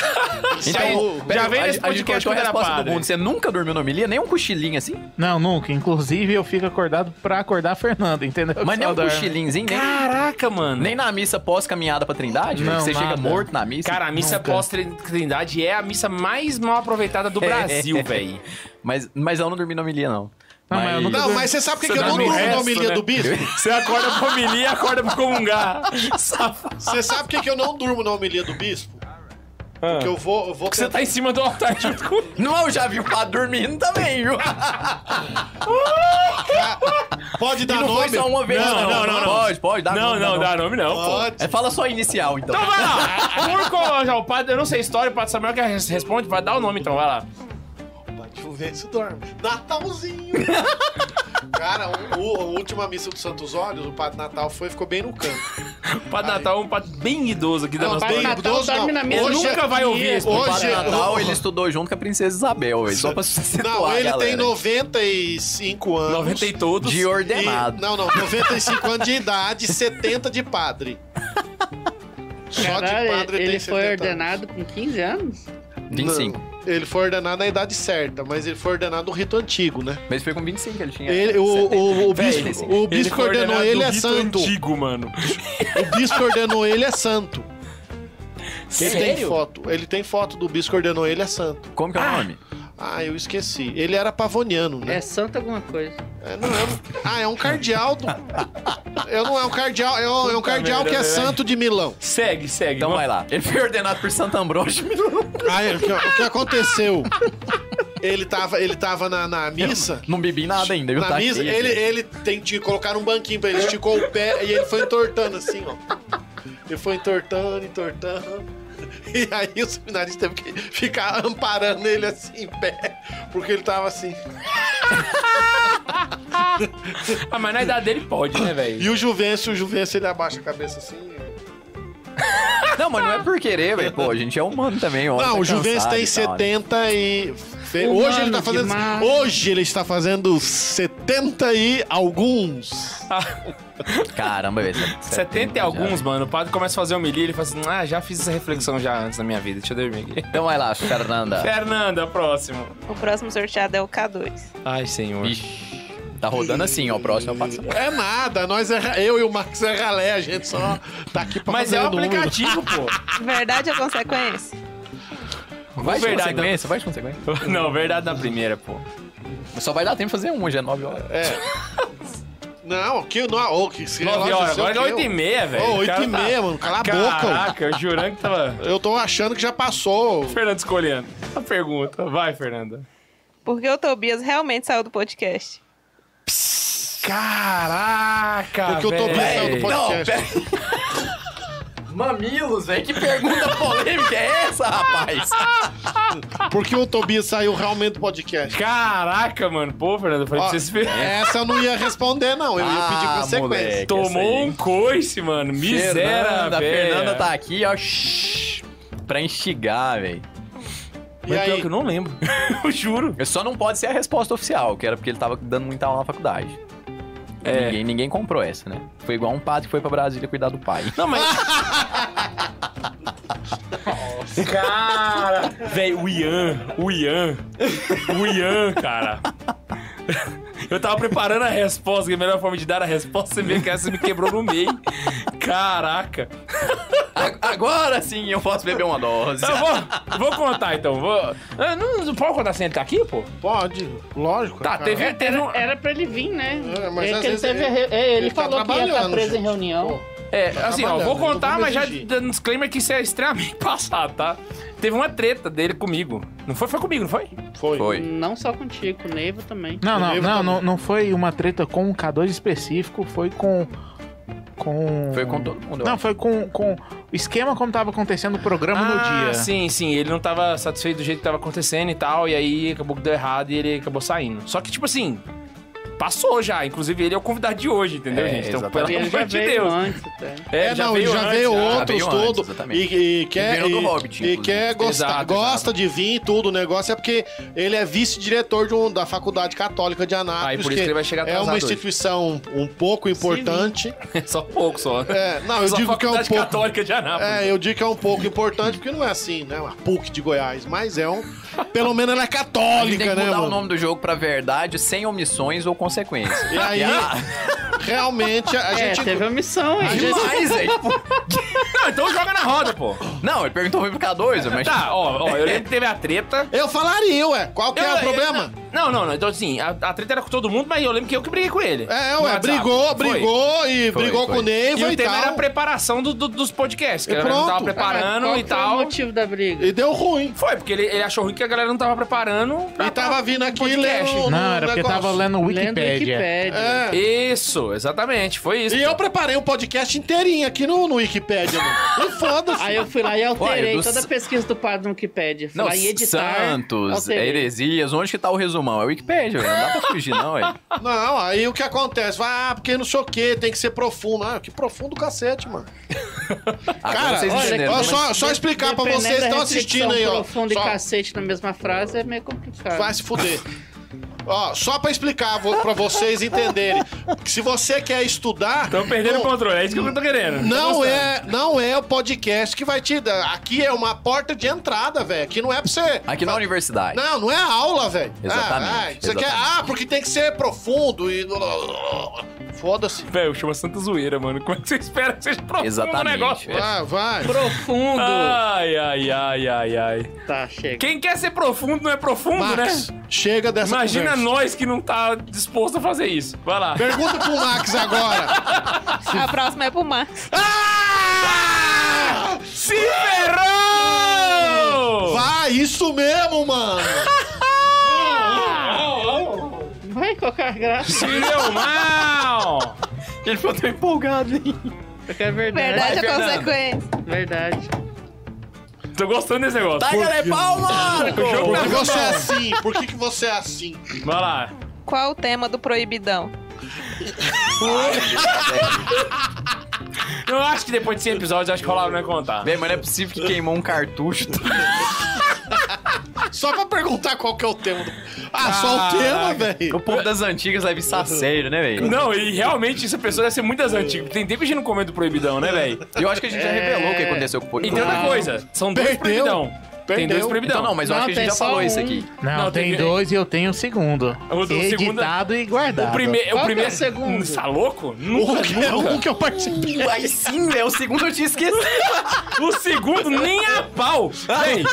Speaker 2: Isso é o-
Speaker 4: Então, pera,
Speaker 3: um- já vem
Speaker 4: a-
Speaker 3: nesse
Speaker 4: a gente
Speaker 3: podcast
Speaker 4: cortou a
Speaker 3: quando era
Speaker 4: resposta do
Speaker 3: padre.
Speaker 4: mundo. Você nunca dormiu na homilia? Nem um cochilinho assim?
Speaker 6: Não, nunca. Inclusive, eu fico acordado pra acordar a Fernanda, entendeu?
Speaker 4: Mas nem
Speaker 6: Só
Speaker 4: um
Speaker 6: dorme.
Speaker 4: cochilinhozinho, nem...
Speaker 3: Caraca, mano.
Speaker 4: Nem na missa pós-caminhada pra Trindade?
Speaker 6: Não,
Speaker 4: que você chega
Speaker 6: nada.
Speaker 4: morto na missa?
Speaker 3: Cara, a missa
Speaker 6: Nunca.
Speaker 3: pós-trindade é a missa mais mal aproveitada do Brasil, velho.
Speaker 4: É. Mas, mas eu não dormi na homilia, não.
Speaker 6: Não, mas eu nunca
Speaker 2: Não, mas você sabe por que
Speaker 3: Você
Speaker 2: que eu não
Speaker 3: dorme
Speaker 2: durmo
Speaker 3: resto,
Speaker 2: na homilia
Speaker 3: né?
Speaker 2: do bispo?
Speaker 3: Você acorda pra homilia e acorda pra comungar. Safado.
Speaker 2: Você sabe por que que eu não durmo na homilia do bispo? Porque eu vou... Eu vou
Speaker 3: Você tá em cima do altar junto com...
Speaker 4: Não, eu já vi o padre dormindo também, viu?
Speaker 2: tentar- Pode dar
Speaker 4: não foi
Speaker 2: nome?
Speaker 4: só um uma vez,
Speaker 3: Não,
Speaker 4: não.
Speaker 3: não, não, não.
Speaker 4: Pode, pode, dá
Speaker 3: Não,
Speaker 4: nome,
Speaker 3: não,
Speaker 4: dá.
Speaker 3: dá nome não, pô.
Speaker 2: Pode.
Speaker 4: É, fala só inicial, então.
Speaker 3: Então vai lá. Turco, já, o padre, eu não sei a história, o padre Samuel que res- responde, vai dar o nome então, vai lá.
Speaker 2: Deixa eu ver se dorme. Natalzinho! Cara, o, o- a última missa dos Santos Olhos, o Padre Natal foi e ficou bem no canto.
Speaker 3: O padre Natal é um padre bem idoso aqui da
Speaker 2: Não,
Speaker 3: nossa
Speaker 2: bem
Speaker 3: história.
Speaker 5: Natal
Speaker 2: idoso,
Speaker 5: dorme na mesa.
Speaker 3: Ele
Speaker 2: Hoje- é-
Speaker 3: nunca vai ouvir esse
Speaker 4: O Padre
Speaker 2: Hoje,
Speaker 4: Natal, ele estudou junto com a princesa Isabel, velho. Só pra se situar,
Speaker 2: Não, ele
Speaker 4: galera.
Speaker 2: tem 95 anos.
Speaker 3: 90 e todos.
Speaker 4: De
Speaker 2: E-
Speaker 4: ordenado.
Speaker 2: não, não, 95 anos de idade, 70 de padre. Só
Speaker 5: Caralho,
Speaker 2: de padre
Speaker 5: ele
Speaker 2: tem
Speaker 5: foi
Speaker 2: 70
Speaker 5: ordenado com 15 anos?
Speaker 4: 25.
Speaker 2: anos. Ele foi ordenado na idade certa, mas ele foi ordenado no rito antigo, né?
Speaker 4: Mas foi com 25 que ele
Speaker 5: É,
Speaker 4: tinha.
Speaker 2: Ele- o, o,
Speaker 4: 75.
Speaker 2: o bispo, o
Speaker 3: Ele
Speaker 2: bispo que
Speaker 3: foi
Speaker 2: ordenou
Speaker 3: ordenado
Speaker 2: ele
Speaker 3: do
Speaker 2: é
Speaker 3: rito
Speaker 2: santo.
Speaker 3: antigo, mano.
Speaker 2: O bispo que ordenou ele é santo. Ele tem
Speaker 3: Sério?
Speaker 2: foto. Ele tem foto do bispo que ordenou ele é santo.
Speaker 4: Como que é o nome?
Speaker 2: Ah, eu esqueci. Ele era pavoniano, né?
Speaker 5: É santo alguma coisa.
Speaker 2: É, não, é um- ah, é um cardeal. do- Eu não é um cardeal, é um, é um cardeal
Speaker 3: merda,
Speaker 2: que é
Speaker 3: velho.
Speaker 2: santo de Milão.
Speaker 3: Segue, segue.
Speaker 4: Então vai lá. Ele foi ordenado por Santo Ambrósio.
Speaker 2: Ah, é, o, que, o que aconteceu? Ele tava, ele tava na, na missa.
Speaker 4: Não bebi nada ainda, viu?
Speaker 2: Na
Speaker 4: Tá
Speaker 2: missa,
Speaker 4: aqui,
Speaker 2: ele,
Speaker 4: aqui.
Speaker 2: ele tem, tinha que colocar um banquinho pra ele, esticou o pé e ele foi entortando assim, ó. Ele foi entortando, entortando. E aí o seminarista teve que ficar amparando ele assim em pé, porque ele tava assim.
Speaker 3: Ah, mas na idade dele pode, né, velho?
Speaker 2: E o Juvencio, o Juvencio ele abaixa a cabeça assim.
Speaker 4: Não, mas não é por querer, velho. Pô, a gente é humano também, ó.
Speaker 2: Não,
Speaker 4: tá
Speaker 2: o Juvencio
Speaker 4: cansado
Speaker 2: tem
Speaker 4: e tal, né?
Speaker 2: 70 e. fe-
Speaker 5: Humano
Speaker 2: Hoje ele tá fazendo.
Speaker 5: demais.
Speaker 2: Hoje ele está fazendo 70 e alguns.
Speaker 4: Caramba, velho. 70,
Speaker 3: 70 e alguns, mano. O padre começa a fazer homilia, ele fala assim, ah, já fiz essa reflexão já antes na minha vida, deixa eu dormir aqui.
Speaker 4: Então vai lá, Fernanda.
Speaker 3: Fernanda, próximo.
Speaker 7: O próximo sorteado é o K2.
Speaker 3: Ai, senhor.
Speaker 4: Ixi, tá rodando assim, ó. O próximo eu passo.
Speaker 2: É nada, nós é, ra- eu e o Max é ralé, a gente só tá aqui pra
Speaker 3: Mas
Speaker 2: fazer
Speaker 3: é um
Speaker 2: número.
Speaker 3: aplicativo, pô.
Speaker 7: Verdade ou consequência?
Speaker 4: Vai de
Speaker 3: Verdade.
Speaker 4: consequência, vai de consequência.
Speaker 3: Não, verdade na primeira, pô.
Speaker 4: Só vai dar tempo de fazer um, já é 9 horas.
Speaker 2: Não, que não, ô, que esse
Speaker 3: 9
Speaker 2: relógio
Speaker 3: horas,
Speaker 2: seu,
Speaker 3: agora é
Speaker 2: que eu-
Speaker 3: 8 e meia, velho.
Speaker 2: Ô,
Speaker 3: O
Speaker 2: oito
Speaker 3: cara
Speaker 2: e
Speaker 3: tá-
Speaker 2: meia, mano, cala a boca.
Speaker 3: Caraca, eu jurando que tava...
Speaker 2: ô. Eu tô achando que já passou.
Speaker 3: Fernanda escolhendo. A pergunta. Vai, Fernanda.
Speaker 7: Porque o Tobias realmente saiu do podcast.
Speaker 3: Caraca,
Speaker 2: Porque eu tô
Speaker 3: velho.
Speaker 2: pensando do podcast.
Speaker 4: Mamilos, velho. Que pergunta polêmica é essa, rapaz?
Speaker 2: Porque o Tobias saiu realmente do podcast.
Speaker 3: Caraca, mano. Pô, Fernanda, eu falei
Speaker 2: Ó,
Speaker 3: pra você se ferrar.
Speaker 2: essa eu não ia responder, não. Eu ia pedir
Speaker 4: Ah,
Speaker 2: consequência.
Speaker 4: moleque.
Speaker 3: Tomou um coice, mano. Miséria,
Speaker 4: Fernanda,
Speaker 3: velho.
Speaker 4: Fernanda tá aqui, ó. shhh, Pra instigar, velho.
Speaker 2: E
Speaker 3: Mas pior
Speaker 2: aí?
Speaker 3: que eu não lembro. eu juro.
Speaker 4: Só não pode ser a resposta oficial, que era porque ele tava dando muita aula na faculdade.
Speaker 3: É.
Speaker 4: Ninguém, ninguém comprou essa, né? Foi igual um padre que foi pra Brasília cuidar do pai.
Speaker 3: Não, mas. cara! Velho, o Ian, o Ian, o Ian, cara. Eu tava preparando a resposta, que a melhor forma de dar a resposta, você vê que essa me quebrou no meio. Caraca!
Speaker 4: A- Agora sim eu posso beber uma dose.
Speaker 3: Eu vou, vou contar então. Vou... Ah, Não, não pode contar sem ele tá aqui, pô?
Speaker 2: Pode, lógico.
Speaker 3: Tá,
Speaker 2: cara.
Speaker 3: teve, teve um.
Speaker 5: Era pra ele vir, né?
Speaker 2: É, mas
Speaker 5: é
Speaker 2: às
Speaker 5: que ele
Speaker 2: vezes
Speaker 5: teve.
Speaker 2: ele-
Speaker 5: a re- é, ele
Speaker 2: ele tá
Speaker 5: falou que ia estar
Speaker 2: trabalhando,
Speaker 5: preso
Speaker 2: gente.
Speaker 5: em reunião.
Speaker 3: É, assim,
Speaker 2: trabalhando,
Speaker 3: ó, vou
Speaker 2: tá eu vou
Speaker 3: contar, mas já
Speaker 2: exigir.
Speaker 3: dando disclaimer que isso é extremamente passado, tá? Teve uma treta dele comigo. Não foi? Foi comigo, não foi?
Speaker 2: Foi.
Speaker 4: Foi.
Speaker 5: Não só contigo, com o Neiva também.
Speaker 6: Não,
Speaker 2: O
Speaker 6: não,
Speaker 2: Neiva
Speaker 6: não,
Speaker 2: também.
Speaker 6: não, não foi uma treta com um K2 específico, foi com. Com.
Speaker 4: Foi com todo mundo. eu
Speaker 6: Não,
Speaker 4: acho.
Speaker 6: foi com, com o esquema como tava acontecendo o programa
Speaker 3: ah,
Speaker 6: no dia.
Speaker 3: Sim, sim. Ele não tava satisfeito do jeito que tava acontecendo e tal. E aí acabou que deu errado e ele acabou saindo. Só que, tipo assim, passou já. Inclusive, ele é o convidado de hoje, entendeu,
Speaker 4: É,
Speaker 3: gente? Então,
Speaker 2: tá
Speaker 4: exatamente.
Speaker 3: pelo
Speaker 5: E ele já
Speaker 3: amor de
Speaker 5: veio né?
Speaker 3: Deus.
Speaker 5: antes tá? até.
Speaker 2: É, não, ele já
Speaker 3: antes,
Speaker 2: veio
Speaker 3: já.
Speaker 4: outro.
Speaker 2: outros,
Speaker 4: Já veio antes,
Speaker 2: tudo.
Speaker 4: exatamente.
Speaker 2: E, e quer,
Speaker 4: Ele veio do
Speaker 2: e-
Speaker 4: Hobbit,
Speaker 2: e
Speaker 4: inclusive.
Speaker 2: quer gostar,
Speaker 3: Exato,
Speaker 2: gosta de vir e tudo. O negócio é porque ele é vice-diretor de um- da Faculdade Católica de
Speaker 3: Aí
Speaker 2: Anápolis,
Speaker 3: Ah, por isso que ele vai chegar
Speaker 2: é
Speaker 3: atrasado
Speaker 2: uma
Speaker 3: hoje.
Speaker 2: instituição um pouco importante.
Speaker 3: Só pouco, só.
Speaker 2: É, não, eu
Speaker 3: só
Speaker 2: digo que é um
Speaker 3: Faculdade
Speaker 2: pouco.
Speaker 3: Católica de Anápolis.
Speaker 2: É, eu digo que é um pouco importante, porque não é assim, né? A PUC de Goiás, mas é um. Pelo menos ela é
Speaker 4: A gente tem
Speaker 2: católica,
Speaker 4: que
Speaker 2: né,
Speaker 4: mudar o
Speaker 2: mano?
Speaker 4: nome do jogo pra verdade, sem omissões ou consequências.
Speaker 2: E aí, realmente, a
Speaker 5: É,
Speaker 2: gente.
Speaker 5: teve a missão, hein?
Speaker 2: A gente-
Speaker 4: Demais, é, tipo,
Speaker 3: Não, então joga na roda, pô.
Speaker 4: Não, ele perguntou pra mim pro K2, mas...
Speaker 3: Tá, ó, ó, eu lembro que teve a treta.
Speaker 2: Eu falaria, ué. Qual que é
Speaker 3: Eu-
Speaker 2: o
Speaker 3: eu-
Speaker 2: problema?
Speaker 3: Não, não, não. Então, assim, a, a treta era com todo mundo, mas eu lembro que eu que briguei com ele.
Speaker 2: É,
Speaker 3: No
Speaker 2: ué,
Speaker 3: WhatsApp.
Speaker 2: brigou,
Speaker 3: Foi.
Speaker 2: brigou e
Speaker 4: Foi,
Speaker 2: brigou
Speaker 4: foi.
Speaker 2: com o
Speaker 3: E
Speaker 2: Neiva e,
Speaker 3: o tema era a
Speaker 2: tal.
Speaker 3: preparação do- do- dos podcasts, que
Speaker 2: E
Speaker 3: a galera não
Speaker 2: pronto. É,
Speaker 3: tava preparando
Speaker 5: Qual
Speaker 3: e
Speaker 5: que foi
Speaker 3: tal.
Speaker 5: o motivo da briga?
Speaker 2: E deu ruim.
Speaker 3: Foi, porque ele, ele achou ruim que a galera não tava preparando. pra-
Speaker 2: E tava vindo aqui
Speaker 3: podcast.
Speaker 2: lendo. um
Speaker 6: Não, era porque tava lendo
Speaker 5: Lendo
Speaker 6: Wikipédia.
Speaker 5: Wikipédia.
Speaker 2: É.
Speaker 3: Isso, exatamente, foi isso.
Speaker 2: E eu preparei um podcast inteirinho aqui no, no Wikipedia, mano. E foda-se.
Speaker 5: Aí eu fui lá e alterei
Speaker 4: Ué, do
Speaker 5: toda a
Speaker 4: s-
Speaker 5: pesquisa do padre no Wikipedia. Fui
Speaker 4: Não,
Speaker 5: lá e editar.
Speaker 4: Santos,
Speaker 5: alterei.
Speaker 4: heresias, onde que tá o resumão? É o Wikipedia, velho. Não dá pra fugir, não, velho.
Speaker 2: Não, aí o que acontece? Ah, porque não sei o que, tem que ser profundo. Ah, que profundo cacete, mano.
Speaker 4: Agora
Speaker 2: Cara,
Speaker 4: vocês
Speaker 2: olha,
Speaker 4: entenderam.
Speaker 2: olha
Speaker 4: né?
Speaker 2: só, só explicar pra
Speaker 5: Dependendo
Speaker 2: vocês que
Speaker 5: da
Speaker 2: estão
Speaker 5: restrição
Speaker 2: assistindo aí, ó.
Speaker 5: profunda e
Speaker 2: Só-
Speaker 5: cacete na mesma frase é meio complicado.
Speaker 2: Vai se fuder. Ó, só pra explicar, vo- pra vocês entenderem. que Se você quer estudar.
Speaker 3: Tão perdendo
Speaker 2: não-
Speaker 3: o controle, é isso que eu tô querendo.
Speaker 2: Não é, não é o podcast que vai te dar. Aqui é uma porta de entrada, velho. Aqui não é pra você.
Speaker 4: Aqui na universidade.
Speaker 2: Não, não é aula, velho.
Speaker 4: Exatamente,
Speaker 2: Ah, ah, isso aqui é,
Speaker 4: exatamente.
Speaker 2: ah, porque tem que ser profundo e. Foda-se.
Speaker 3: Velho, chama Santa Zoeira, mano. Como é que você espera que seja profundo o
Speaker 4: Exatamente,
Speaker 3: negócio?
Speaker 4: é.
Speaker 2: Vai, vai.
Speaker 5: Profundo.
Speaker 3: Ai, ai, ai, ai, ai.
Speaker 5: Tá, chega.
Speaker 3: Quem quer ser profundo não é profundo,
Speaker 2: Max,
Speaker 3: né?
Speaker 2: chega dessa
Speaker 3: Imagina
Speaker 2: conversa.
Speaker 3: nós que não tá disposto a fazer isso. Vai lá.
Speaker 2: Pergunta pro Max agora.
Speaker 7: A próxima é pro Max.
Speaker 3: Ah! Se ferrou!
Speaker 2: Vai, isso mesmo, mano.
Speaker 5: Vai, qualquer graça.
Speaker 3: Se deu mal!
Speaker 4: Ele ficou tão empolgado, hein?
Speaker 5: Porque é verdade.
Speaker 7: Verdade é
Speaker 4: Fernanda.
Speaker 7: consequência.
Speaker 5: Verdade.
Speaker 3: Tô gostando desse negócio.
Speaker 4: Tá, galera, é pau, Marco!
Speaker 3: O jogo
Speaker 2: Por
Speaker 3: tá
Speaker 2: que
Speaker 3: ficando
Speaker 2: você é
Speaker 3: bom.
Speaker 2: assim? Por que, que você é assim?
Speaker 3: Vai lá.
Speaker 7: Qual o tema do proibidão?
Speaker 3: Eu acho que depois de 100 episódios, acho que rolava não ia contar.
Speaker 4: Bem, mas não é possível que queimou um cartucho.
Speaker 2: Só pra perguntar qual que é o tema. do- Ah, só o
Speaker 3: Caraca.
Speaker 2: tema,
Speaker 4: O
Speaker 2: velho.
Speaker 4: povo das antigas vai vir saceiro, né, velho?
Speaker 3: Não, e realmente essa pessoa deve ser muitas antigas. Tem tempo que a gente não comenta o proibidão, né, velho?
Speaker 4: E eu acho que a gente já revelou o que aconteceu com o
Speaker 3: E tem outra
Speaker 4: Não.
Speaker 3: coisa, são dois
Speaker 2: Perdeu.
Speaker 3: proibidão. Tem dois
Speaker 2: Perdeu.
Speaker 3: proibidão.
Speaker 4: Então não, mas eu
Speaker 5: Não,
Speaker 4: acho que a
Speaker 5: tem
Speaker 4: gente já
Speaker 5: só
Speaker 4: falou isso
Speaker 5: um.
Speaker 4: aqui.
Speaker 6: Não,
Speaker 3: Não,
Speaker 6: tem
Speaker 3: teve-
Speaker 6: dois e eu tenho o segundo.
Speaker 3: O do segundo-
Speaker 6: editado e guardado.
Speaker 3: O, prime...
Speaker 5: Qual
Speaker 3: o
Speaker 5: que
Speaker 3: primeiro.
Speaker 5: é o segundo?
Speaker 3: Hum, Tá louco?
Speaker 2: Um
Speaker 3: Nunca,
Speaker 2: que, é um
Speaker 3: nunca.
Speaker 2: que eu participei.
Speaker 4: Aí sim, velho, o segundo eu tinha esquecido.
Speaker 3: O segundo, nem a pau. Véi.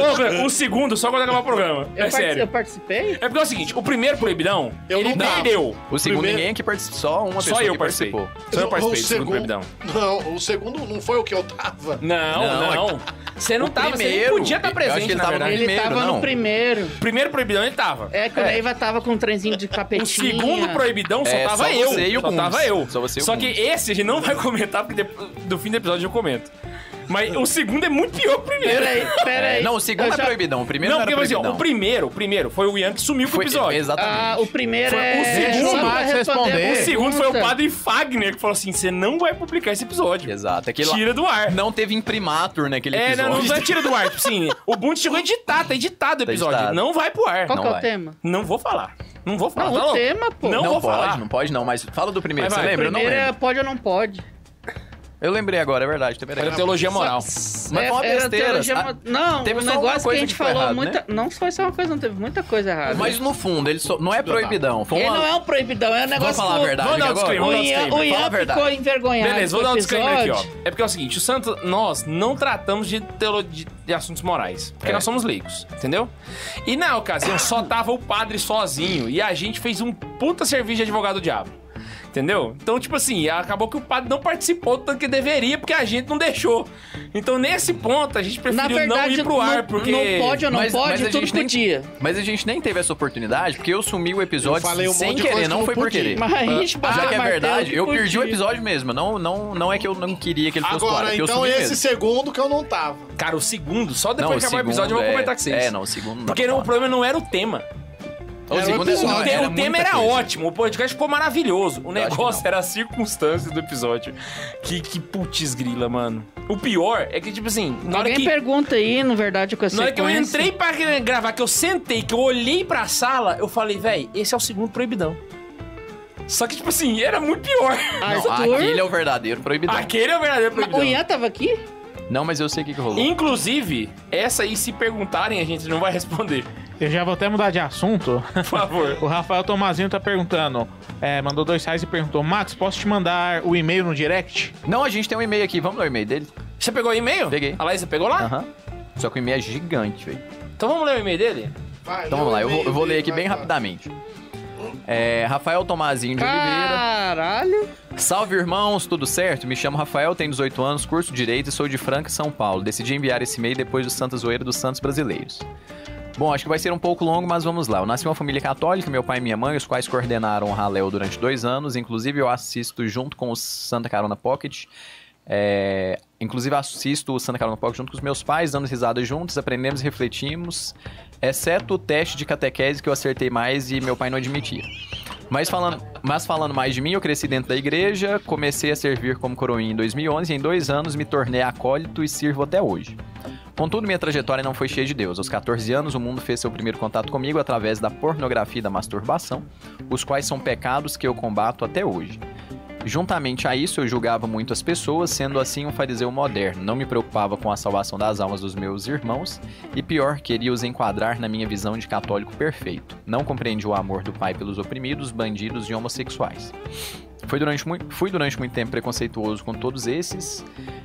Speaker 3: Ô, velho, o segundo, só quando acabar o programa.
Speaker 5: Eu,
Speaker 3: É
Speaker 5: parti-
Speaker 3: sério.
Speaker 5: eu participei?
Speaker 3: É porque é o seguinte, o primeiro proibidão,
Speaker 2: Eu
Speaker 3: ele
Speaker 2: não tava.
Speaker 3: perdeu.
Speaker 4: O segundo
Speaker 2: Primeiro-
Speaker 4: ninguém é que participou, só uma pessoa
Speaker 3: Só eu
Speaker 4: que
Speaker 3: participei.
Speaker 4: participou.
Speaker 3: Só eu participei
Speaker 2: é o
Speaker 3: do segundo proibidão.
Speaker 2: Não, o segundo não foi o que eu tava.
Speaker 3: Não,
Speaker 4: Não, é
Speaker 3: não. Você não tava, você
Speaker 4: primeiro,
Speaker 3: não podia estar
Speaker 4: eu acho que
Speaker 3: tá presente,
Speaker 4: ele
Speaker 3: na
Speaker 4: tava
Speaker 3: verdade.
Speaker 5: Ele
Speaker 4: primeiro,
Speaker 5: tava
Speaker 4: não.
Speaker 5: no primeiro.
Speaker 3: Primeiro proibidão ele tava.
Speaker 5: É, que o
Speaker 4: É.
Speaker 5: Neiva tava com um trenzinho de
Speaker 3: O
Speaker 5: capetinha.
Speaker 3: segundo proibidão só
Speaker 4: É,
Speaker 3: tava
Speaker 4: só
Speaker 3: eu.
Speaker 4: você e o
Speaker 3: só
Speaker 4: Guns.
Speaker 3: tava eu.
Speaker 4: Só você e o
Speaker 3: que
Speaker 4: Guns.
Speaker 3: esse a gente não vai comentar, porque depois do fim do episódio eu comento. Mas o segundo é muito pior que o primeiro.
Speaker 5: Peraí, peraí.
Speaker 4: É, não, o segundo
Speaker 5: Eu
Speaker 4: é
Speaker 5: já-
Speaker 4: proibidão, o primeiro
Speaker 3: Não,
Speaker 4: não,
Speaker 3: porque
Speaker 4: era
Speaker 3: mas, assim, ó,
Speaker 4: proibidão.
Speaker 3: o primeiro, o primeiro foi o Ian que sumiu com o
Speaker 4: Foi-
Speaker 3: episódio.
Speaker 4: Exatamente.
Speaker 5: Ah, o primeiro
Speaker 3: Foi-
Speaker 5: é...
Speaker 3: o segundo
Speaker 5: só pra responder
Speaker 6: Max
Speaker 5: a
Speaker 6: responder.
Speaker 3: O segundo foi o
Speaker 5: pergunta.
Speaker 3: padre Fagner que falou assim: você não vai publicar esse episódio.
Speaker 4: Exato. Aquele
Speaker 3: Tira
Speaker 4: lá...
Speaker 3: do ar.
Speaker 4: Não teve imprimatur naquele
Speaker 3: é, não,
Speaker 4: episódio.
Speaker 3: não, não é tira do ar. Tipo assim, o Bund chegou a editar, tá editado o
Speaker 4: Tá
Speaker 3: episódio.
Speaker 4: editado.
Speaker 3: Não vai pro ar.
Speaker 5: Qual
Speaker 4: Não
Speaker 5: que é o
Speaker 4: vai.
Speaker 5: tema?
Speaker 3: Não vou falar. Não vou falar.
Speaker 5: Não,
Speaker 3: tá
Speaker 5: o
Speaker 3: louco?
Speaker 5: tema, pô.
Speaker 3: Não,
Speaker 4: Não
Speaker 3: vou
Speaker 4: pode,
Speaker 3: falar.
Speaker 4: não pode não, mas fala do primeiro,
Speaker 3: Vai,
Speaker 4: você
Speaker 3: vai,
Speaker 4: lembra? Eu não
Speaker 5: Primeiro é
Speaker 4: lembro.
Speaker 5: pode ou não pode.
Speaker 4: Eu lembrei agora, é verdade. Teve
Speaker 3: Era teologia moral.
Speaker 4: Mas foi uma
Speaker 5: era
Speaker 4: besteira,
Speaker 5: teologia
Speaker 4: sabe?
Speaker 5: mo- Não,
Speaker 4: Teve
Speaker 5: o
Speaker 4: só uma
Speaker 5: negócio que a
Speaker 4: coisa
Speaker 5: gente
Speaker 4: que foi
Speaker 5: falou,
Speaker 4: errado,
Speaker 5: muita... não foi só uma coisa, não teve muita coisa
Speaker 3: né?
Speaker 5: errada.
Speaker 4: Mas no fundo, ele só... não é proibidão. Foi
Speaker 5: Ele
Speaker 4: uma...
Speaker 5: não é um proibidão, é um
Speaker 4: Vamos
Speaker 5: negócio...
Speaker 4: falar a
Speaker 5: que o-
Speaker 4: verdade
Speaker 3: Vamos dar um
Speaker 4: aqui agora?
Speaker 5: O
Speaker 3: Vamos dar um
Speaker 5: Ian, o
Speaker 3: disclaimer,
Speaker 5: Ian
Speaker 4: fala a verdade.
Speaker 5: ficou envergonhado.
Speaker 3: Beleza, vou
Speaker 5: com
Speaker 3: dar
Speaker 5: o
Speaker 3: um disclaimer aqui, ó.
Speaker 5: episódio.
Speaker 3: É porque é o seguinte, o Santos, nós não tratamos de, teolo- de- de assuntos morais, porque
Speaker 4: É.
Speaker 3: nós somos leigos, entendeu? E na ocasião só tava o padre sozinho e a gente fez um puta serviço de advogado do diabo. Entendeu? Então, tipo assim, acabou que o padre não participou do tanto que deveria, porque a gente não deixou. Então, nesse ponto, a gente
Speaker 5: Na
Speaker 3: preferiu
Speaker 5: verdade,
Speaker 3: não ir pro
Speaker 5: não,
Speaker 3: ar, porque.
Speaker 5: não pode ou não
Speaker 4: Mas-
Speaker 5: pode,
Speaker 4: mas a
Speaker 5: tudo
Speaker 4: gente nem-
Speaker 5: podia.
Speaker 4: Mas a gente nem teve essa oportunidade, porque eu sumi o episódio
Speaker 2: Eu falei um
Speaker 4: sem
Speaker 2: monte de
Speaker 4: querer,
Speaker 2: coisa que
Speaker 4: não
Speaker 2: não
Speaker 4: foi por
Speaker 2: podia.
Speaker 4: querer.
Speaker 5: Mas a gente
Speaker 4: Já
Speaker 5: bateu
Speaker 4: que é
Speaker 5: martelo
Speaker 4: verdade,
Speaker 5: que
Speaker 4: eu perdi o
Speaker 5: podia.
Speaker 4: episódio mesmo. Não, não, não é que eu não queria que ele fosse pro ar,
Speaker 2: Agora,
Speaker 4: é que eu
Speaker 2: então
Speaker 4: sumi
Speaker 2: esse
Speaker 4: mesmo.
Speaker 2: segundo que eu não tava.
Speaker 3: Cara, o segundo, só depois
Speaker 4: não,
Speaker 3: que acabar o
Speaker 4: segundo
Speaker 3: episódio, eu vou
Speaker 4: é-
Speaker 3: comentar com vocês.
Speaker 4: É, não, o segundo não.
Speaker 3: Porque não, o problema não era o tema.
Speaker 4: O
Speaker 2: era
Speaker 4: segundo
Speaker 2: o
Speaker 4: é- não,
Speaker 3: o
Speaker 2: episódio.
Speaker 3: te-
Speaker 4: era
Speaker 3: o
Speaker 4: muita
Speaker 3: tema era
Speaker 4: coisa.
Speaker 3: ótimo, o podcast ficou
Speaker 4: acho
Speaker 3: maravilhoso. O
Speaker 4: que
Speaker 3: negócio
Speaker 4: não.
Speaker 3: era a circunstância do episódio. Que, que putz grila, mano. O pior é que, tipo assim, na hora
Speaker 5: Alguém
Speaker 3: que,
Speaker 5: pergunta aí, na verdade, com a
Speaker 3: na hora que eu
Speaker 5: sequência.
Speaker 3: entrei pra gravar, que eu sentei, que eu olhei pra sala, eu falei, véi, esse é o segundo proibidão. Só que, tipo assim, era muito pior.
Speaker 4: Não,
Speaker 5: Arthur?
Speaker 4: aquele é o verdadeiro proibidão.
Speaker 3: Aquele é o verdadeiro
Speaker 5: Mas
Speaker 3: proibidão.
Speaker 5: O Ian tava aqui?
Speaker 4: Não, mas eu sei o que, que rolou.
Speaker 3: Inclusive, essa aí, se perguntarem, a gente não vai responder.
Speaker 6: Eu já vou até mudar de assunto.
Speaker 3: Por favor.
Speaker 6: O Rafael Tomazinho tá perguntando, é, mandou dois reais e perguntou, Max, posso te mandar o e-mail no direct?
Speaker 4: Não, a gente tem um e-mail aqui. Vamos ler o e-mail dele?
Speaker 3: Você pegou o e-mail?
Speaker 4: Peguei. Ah.
Speaker 3: A Laísa pegou lá?
Speaker 4: Aham. Só que o e-mail é gigante, velho.
Speaker 3: Então vamos ler o e-mail dele?
Speaker 2: Vai,
Speaker 4: Então
Speaker 2: lê
Speaker 4: vamos
Speaker 2: o
Speaker 4: lá, eu vou,
Speaker 2: e-mail
Speaker 4: eu vou
Speaker 2: dele,
Speaker 4: ler aqui
Speaker 2: vai,
Speaker 4: bem
Speaker 2: vai.
Speaker 4: rapidamente. É, Rafael Tomazinho
Speaker 5: Ah,
Speaker 4: de Oliveira.
Speaker 5: Caralho.
Speaker 4: Salve, irmãos, tudo certo? Me chamo Rafael, tenho 18 anos, curso Direito e sou de Franca, São Paulo. Decidi enviar esse e-mail depois do Santa Zoeira dos Santos Brasileiros. Bom, acho que vai ser um pouco longo, mas vamos lá. Eu nasci em uma família católica, meu pai e minha mãe, os quais coordenaram o Raleo durante dois anos. Inclusive, eu assisto junto com o Santa Carona Pocket. É, Inclusive, assisto o Santa Carona Pocket junto com os meus pais, dando risadas juntos, aprendemos e refletimos. Exceto o teste de catequese que eu acertei mais e meu pai não admitia. Mas falando, mas falando mais de mim, eu cresci dentro da igreja, comecei a servir como coroinha em 2011 e em dois anos me tornei acólito e sirvo até hoje. Contudo, minha trajetória não foi cheia de Deus. Aos 14 anos, o mundo fez seu primeiro contato comigo através da pornografia e da masturbação, os quais são pecados que eu combato até hoje. Juntamente a isso, eu julgava muito as pessoas, sendo assim um fariseu moderno. Não me preocupava com a salvação das almas dos meus irmãos e, pior, queria os enquadrar na minha visão de católico perfeito. Não compreendi o amor do Pai pelos oprimidos, bandidos e homossexuais. Foi durante mui- fui durante muito tempo preconceituoso com todos esses,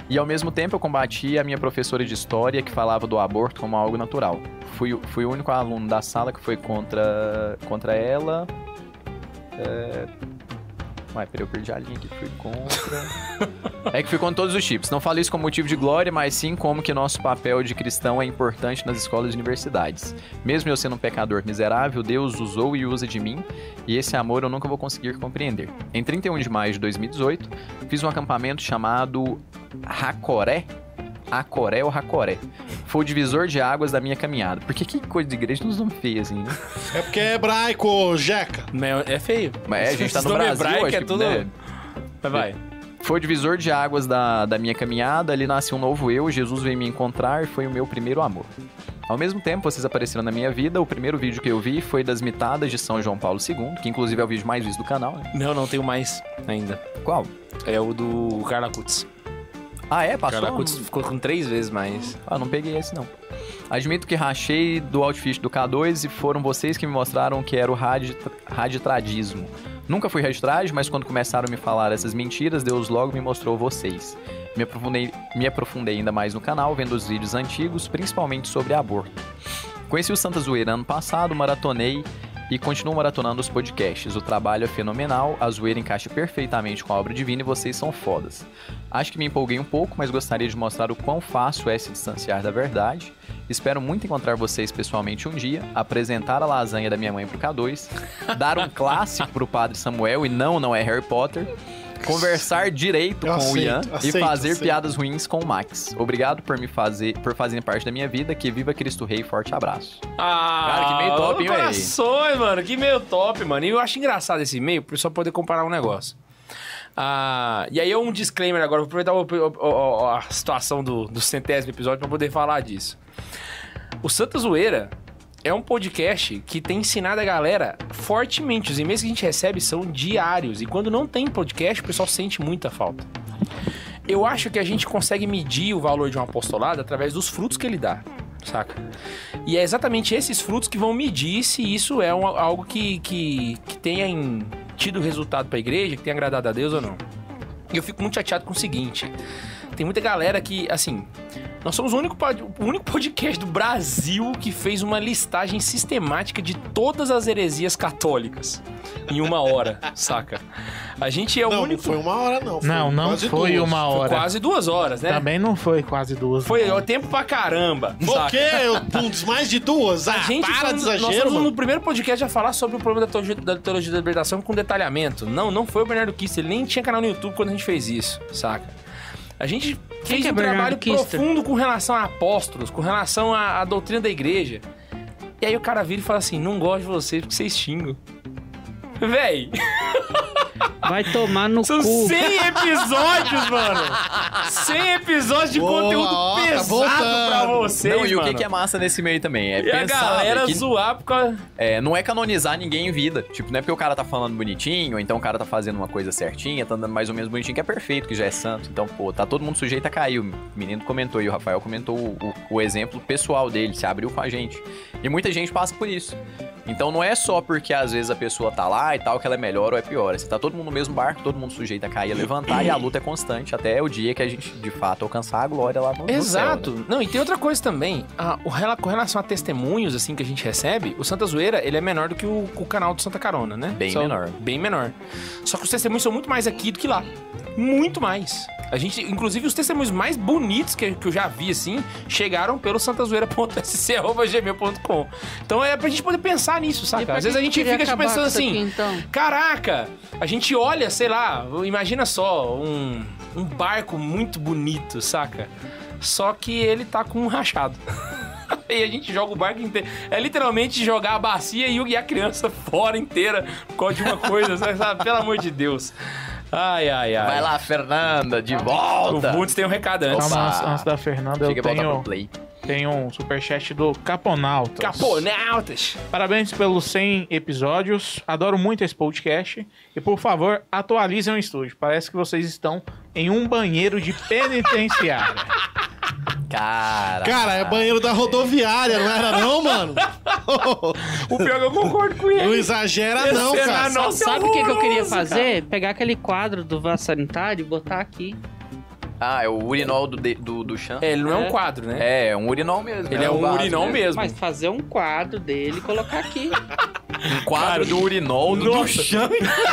Speaker 4: e ao mesmo tempo eu combati a minha professora de história que falava do aborto como algo natural. Fui, o- fui o único aluno da sala que foi contra, contra ela. É... Ué, peraí, eu perdi a linha aqui. Fui contra. é que fui contra todos os tipos. Não falo isso como motivo de glória, mas sim como que nosso papel de cristão é importante nas escolas e universidades. Mesmo eu sendo um pecador miserável, Deus usou e usa de mim, e esse amor eu nunca vou conseguir compreender. Em 31 de maio de 2018, fiz um acampamento chamado Racoré. Acoré ou Racoré. Foi o divisor de águas da minha caminhada. Porque que coisa de igreja nos nomes feios, assim, né?
Speaker 2: É porque é hebraico, Jeca.
Speaker 3: Não, é feio.
Speaker 4: Mas é, a gente tá
Speaker 3: Esse
Speaker 4: no
Speaker 3: nome
Speaker 4: Brasil,
Speaker 3: hebraico
Speaker 4: acho
Speaker 3: é
Speaker 4: que,
Speaker 3: tudo-
Speaker 4: né?
Speaker 3: Vai, vai.
Speaker 4: Foi o divisor de águas da, da minha caminhada, ali nasceu um novo eu, Jesus veio me encontrar e foi o meu primeiro amor. Ao mesmo tempo, vocês apareceram na minha vida, o primeiro vídeo que eu vi foi das mitadas de São João Paulo II, que inclusive é o vídeo mais visto do canal, né?
Speaker 3: Não, não tenho mais ainda.
Speaker 4: Qual?
Speaker 3: É o do Carla Kutz.
Speaker 4: Ah, é? Passou?
Speaker 3: Carla Kutz ficou com três vezes mais.
Speaker 4: Ah, não peguei esse não. Admito que rachei do outfit do K2 e foram vocês que me mostraram que era o radi- raditradismo. Nunca fui raditrad, mas quando começaram a me falar essas mentiras, Deus logo me mostrou vocês. Me aprofundei, me aprofundei ainda mais no canal, vendo os vídeos antigos, principalmente sobre aborto. Conheci o Santa Zoeira ano passado, maratonei e continuo maratonando os podcasts. O trabalho é fenomenal, a zoeira encaixa perfeitamente com a obra divina e vocês são fodas. Acho que me empolguei um pouco, mas gostaria de mostrar o quão fácil é se distanciar da verdade. Espero muito encontrar vocês pessoalmente um dia, apresentar a lasanha da minha mãe pro K2, dar um clássico pro Padre Samuel e não, não é Harry Potter, conversar direito
Speaker 2: Eu
Speaker 4: com o
Speaker 2: aceito,
Speaker 4: Ian e
Speaker 2: aceito,
Speaker 4: fazer
Speaker 2: aceito.
Speaker 4: piadas ruins com o Max. Obrigado por me fazer, por fazerem parte da minha vida, que viva Cristo Rei, forte abraço.
Speaker 3: Ah,
Speaker 4: Cara, que meio top, hein, véi?
Speaker 3: corações, mano. Que meio top, mano. E eu acho engraçado esse e-mail pra só poder comparar um negócio. Ah, e aí é um disclaimer agora. Vou aproveitar o- o- o- a situação do, do centésimo episódio pra poder falar disso. O Santa Zoeira é um podcast que tem ensinado a galera fortemente. Os e-mails que a gente recebe são diários. E quando não tem podcast, o pessoal sente muita falta. Eu acho que a gente consegue medir o valor de um apostolado através dos frutos que ele dá, saca? E é exatamente esses frutos que vão medir se isso é um- algo que, que, que tenha em- tido resultado pra igreja, que tenha agradado a Deus ou não. E eu fico muito chateado com o seguinte: tem muita galera que, assim, Nós somos o único, pod- o único podcast do Brasil que fez uma listagem sistemática de todas as heresias católicas em uma hora, saca? A gente é o
Speaker 2: não,
Speaker 3: único.
Speaker 2: não foi uma hora, não. Foi
Speaker 6: Não, não
Speaker 2: quase
Speaker 6: foi
Speaker 2: duas.
Speaker 6: uma
Speaker 3: Foi
Speaker 6: hora.
Speaker 3: quase duas horas, né?
Speaker 6: Também não foi quase duas.
Speaker 3: Foi
Speaker 6: não.
Speaker 3: ó, tempo pra caramba.
Speaker 2: Tá Por
Speaker 3: saca?
Speaker 2: quê? Eu- Putz, mais de duas? Ah,
Speaker 3: A gente
Speaker 2: para
Speaker 3: foi,
Speaker 2: de
Speaker 3: nós
Speaker 2: exagero,
Speaker 3: fomos
Speaker 2: mano.
Speaker 3: no primeiro podcast a falar sobre o problema da teologia da, teologia da libertação com detalhamento. Não, não foi o Bernardo Kister. Ele nem tinha canal no YouTube quando a gente fez isso, saca? A gente fez
Speaker 5: que é
Speaker 3: um
Speaker 5: Bernardo
Speaker 3: trabalho
Speaker 5: Kister?
Speaker 3: profundo com relação a apóstolos, com relação à, à doutrina da igreja. E aí o cara vira e fala assim, não gosto de vocês porque vocês xingam. Véi,
Speaker 5: Vai tomar no
Speaker 3: são 100
Speaker 5: cu.
Speaker 3: episódios, mano! 100 episódios de
Speaker 2: Boa,
Speaker 3: conteúdo
Speaker 2: ó, tá
Speaker 3: pesado pra
Speaker 2: voltando.
Speaker 3: vocês,
Speaker 4: não, e o
Speaker 3: mano.
Speaker 4: que que é massa nesse meio também? É
Speaker 3: E a
Speaker 4: pensar
Speaker 3: galera
Speaker 4: que
Speaker 3: zoar por causa...
Speaker 4: é, não é canonizar ninguém em vida. Tipo, não é porque o cara tá falando bonitinho, ou então o cara tá fazendo uma coisa certinha, tá andando mais ou menos bonitinho, que é perfeito, que já é santo. Então, pô, tá todo mundo sujeito a cair. O menino comentou e o Rafael comentou o, o- o exemplo pessoal dele, se abriu com a gente. E muita gente passa por isso. Então não é só porque às vezes a pessoa tá lá e tal que ela é melhor ou é pior. Você tá todo mundo no mesmo barco, todo mundo sujeito a cair e levantar, e a luta é constante até o dia que a gente de fato alcançar a glória lá no, no céu, né?
Speaker 3: Exato. Não, e tem outra coisa também. A, o, rela- com relação a testemunhos, assim, que a gente recebe, o Santa Zoeira, ele é menor do que o, o canal do Santa Carona, né?
Speaker 4: Bem
Speaker 3: Só-
Speaker 4: menor.
Speaker 3: Bem menor. Só que os testemunhos são muito mais aqui do que lá. Muito mais. A gente, inclusive, os testemunhos mais bonitos que, que eu já vi, assim, chegaram pelo santazoeira.sc.gmail.com. Então é pra gente poder pensar nisso,
Speaker 5: E
Speaker 3: saca?
Speaker 5: pra
Speaker 3: Às vezes
Speaker 5: que
Speaker 3: a gente
Speaker 5: queria
Speaker 3: fica tipo,
Speaker 5: acabar
Speaker 3: pensando
Speaker 5: com isso
Speaker 3: assim...
Speaker 5: aqui, então?
Speaker 3: Caraca, a gente olha, sei lá, imagina só, um, um barco muito bonito, saca? Só que ele tá com um rachado. e a gente joga o barco inteiro. É literalmente jogar a bacia e o- e a criança fora inteira por causa de uma coisa, sabe? Pelo amor de Deus. Ai, ai, ai.
Speaker 4: Vai lá, Fernanda, de
Speaker 3: O
Speaker 4: volta!
Speaker 3: Bundes tem um recado antes.
Speaker 4: Opa.
Speaker 6: Calma, antes, antes da Fernanda,
Speaker 4: Chega
Speaker 6: eu
Speaker 4: e volta pro
Speaker 6: tenho,
Speaker 4: play.
Speaker 6: tenho um superchat do Caponautas.
Speaker 3: Caponautas.
Speaker 6: Parabéns pelos 100 episódios. Adoro muito esse podcast. E, por favor, atualizem o estúdio. Parece que vocês estão em um banheiro de penitenciária.
Speaker 4: Cara.
Speaker 2: Cara, é banheiro da rodoviária, não era não, mano?
Speaker 3: O pior é que eu concordo com ele.
Speaker 2: Não exagera
Speaker 3: Esse
Speaker 2: não,
Speaker 3: é
Speaker 2: cara.
Speaker 3: na nossa
Speaker 5: Sabe o que, que eu queria
Speaker 3: horroroso, cara.
Speaker 5: fazer? Pegar aquele quadro do vaso sanitário e botar aqui.
Speaker 4: Ah, é o urinol do, de- do, do chão.
Speaker 3: É, ele não é um
Speaker 5: É.
Speaker 3: quadro, né?
Speaker 4: É, é um né? urinol mesmo.
Speaker 3: Ele é, um
Speaker 4: vaso
Speaker 3: urinol mesmo.
Speaker 5: Mas fazer um quadro dele e colocar aqui.
Speaker 4: Um quadro do urinol do, do
Speaker 3: Nossa.
Speaker 4: chão.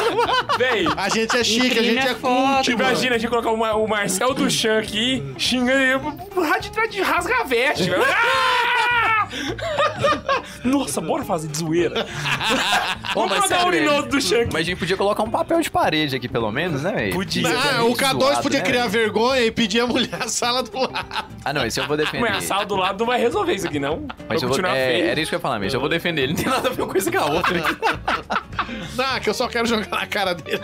Speaker 3: Véi,
Speaker 2: A gente é chique, a
Speaker 5: Imprime
Speaker 2: gente
Speaker 5: a
Speaker 2: é
Speaker 5: foto,
Speaker 2: cult, mano.
Speaker 3: Imagina a gente colocar uma- o Marcel Duchamp aqui, xingando ele, o rádio atrás de rasga a veste. velho. Ah! Nossa, bora fazer de zoeira.
Speaker 4: Ô,
Speaker 3: Vamos
Speaker 4: mas
Speaker 3: jogar o
Speaker 4: sério,
Speaker 3: urinol do Duchamp
Speaker 4: Mas a gente podia colocar um papel de parede aqui, pelo menos, né, velho?
Speaker 3: Podia.
Speaker 6: é
Speaker 2: Ah, o K2 podia
Speaker 6: né?
Speaker 2: criar vergonha e pedir a mulher a sala do lado.
Speaker 4: né, Ah, não, esse eu vou defender.
Speaker 3: aqui. sala do lado não vai resolver isso aqui, não. Vai
Speaker 4: Mas eu vou...
Speaker 3: continuar
Speaker 4: é,
Speaker 3: feio.
Speaker 4: era isso que eu ia falar mesmo. Eu vou defender. Ele não tem nada a ver uma coisa com a outra.
Speaker 2: Não, que eu só quero jogar na cara dele.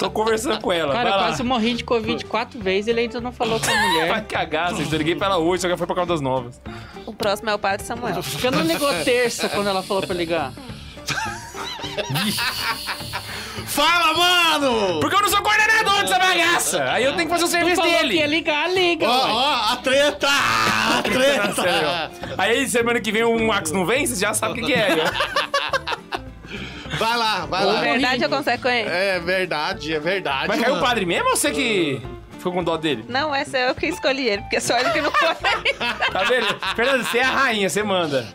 Speaker 3: Tô conversando com ela.
Speaker 5: Cara, eu
Speaker 3: vai lá.
Speaker 5: quase morri de Covid quatro vezes e ele ainda não falou com a
Speaker 3: Vai
Speaker 5: mulher.
Speaker 3: cagar, vocês eu liguei pra ela hoje, só que foi por causa das novas.
Speaker 7: O próximo é o Padre Samuel.
Speaker 5: Porque não ligou terça quando ela falou pra ligar.
Speaker 2: Fala, mano!
Speaker 3: Porque eu não sou coordenador dessa bagaça. É, Aí eu tenho que fazer o
Speaker 5: Não
Speaker 3: serviço
Speaker 5: falou que ia
Speaker 3: dele.
Speaker 5: ligar, liga.
Speaker 2: Ó,
Speaker 5: ué.
Speaker 2: ó, a treta!
Speaker 3: Tá
Speaker 2: A treta!
Speaker 3: Sério. Aí semana que vem o Max não vem, vocês já sabem o que que é.
Speaker 2: Vai lá, vai
Speaker 7: A
Speaker 2: lá.
Speaker 7: Verdade é consequência.
Speaker 2: É verdade, é verdade.
Speaker 3: Mas caiu o
Speaker 2: mano.
Speaker 3: padre mesmo ou você que ficou com dó dele?
Speaker 7: Não, essa é eu que escolhi ele, porque só ele que não foi.
Speaker 3: Tá vendo? Fernanda, você é a rainha, você manda.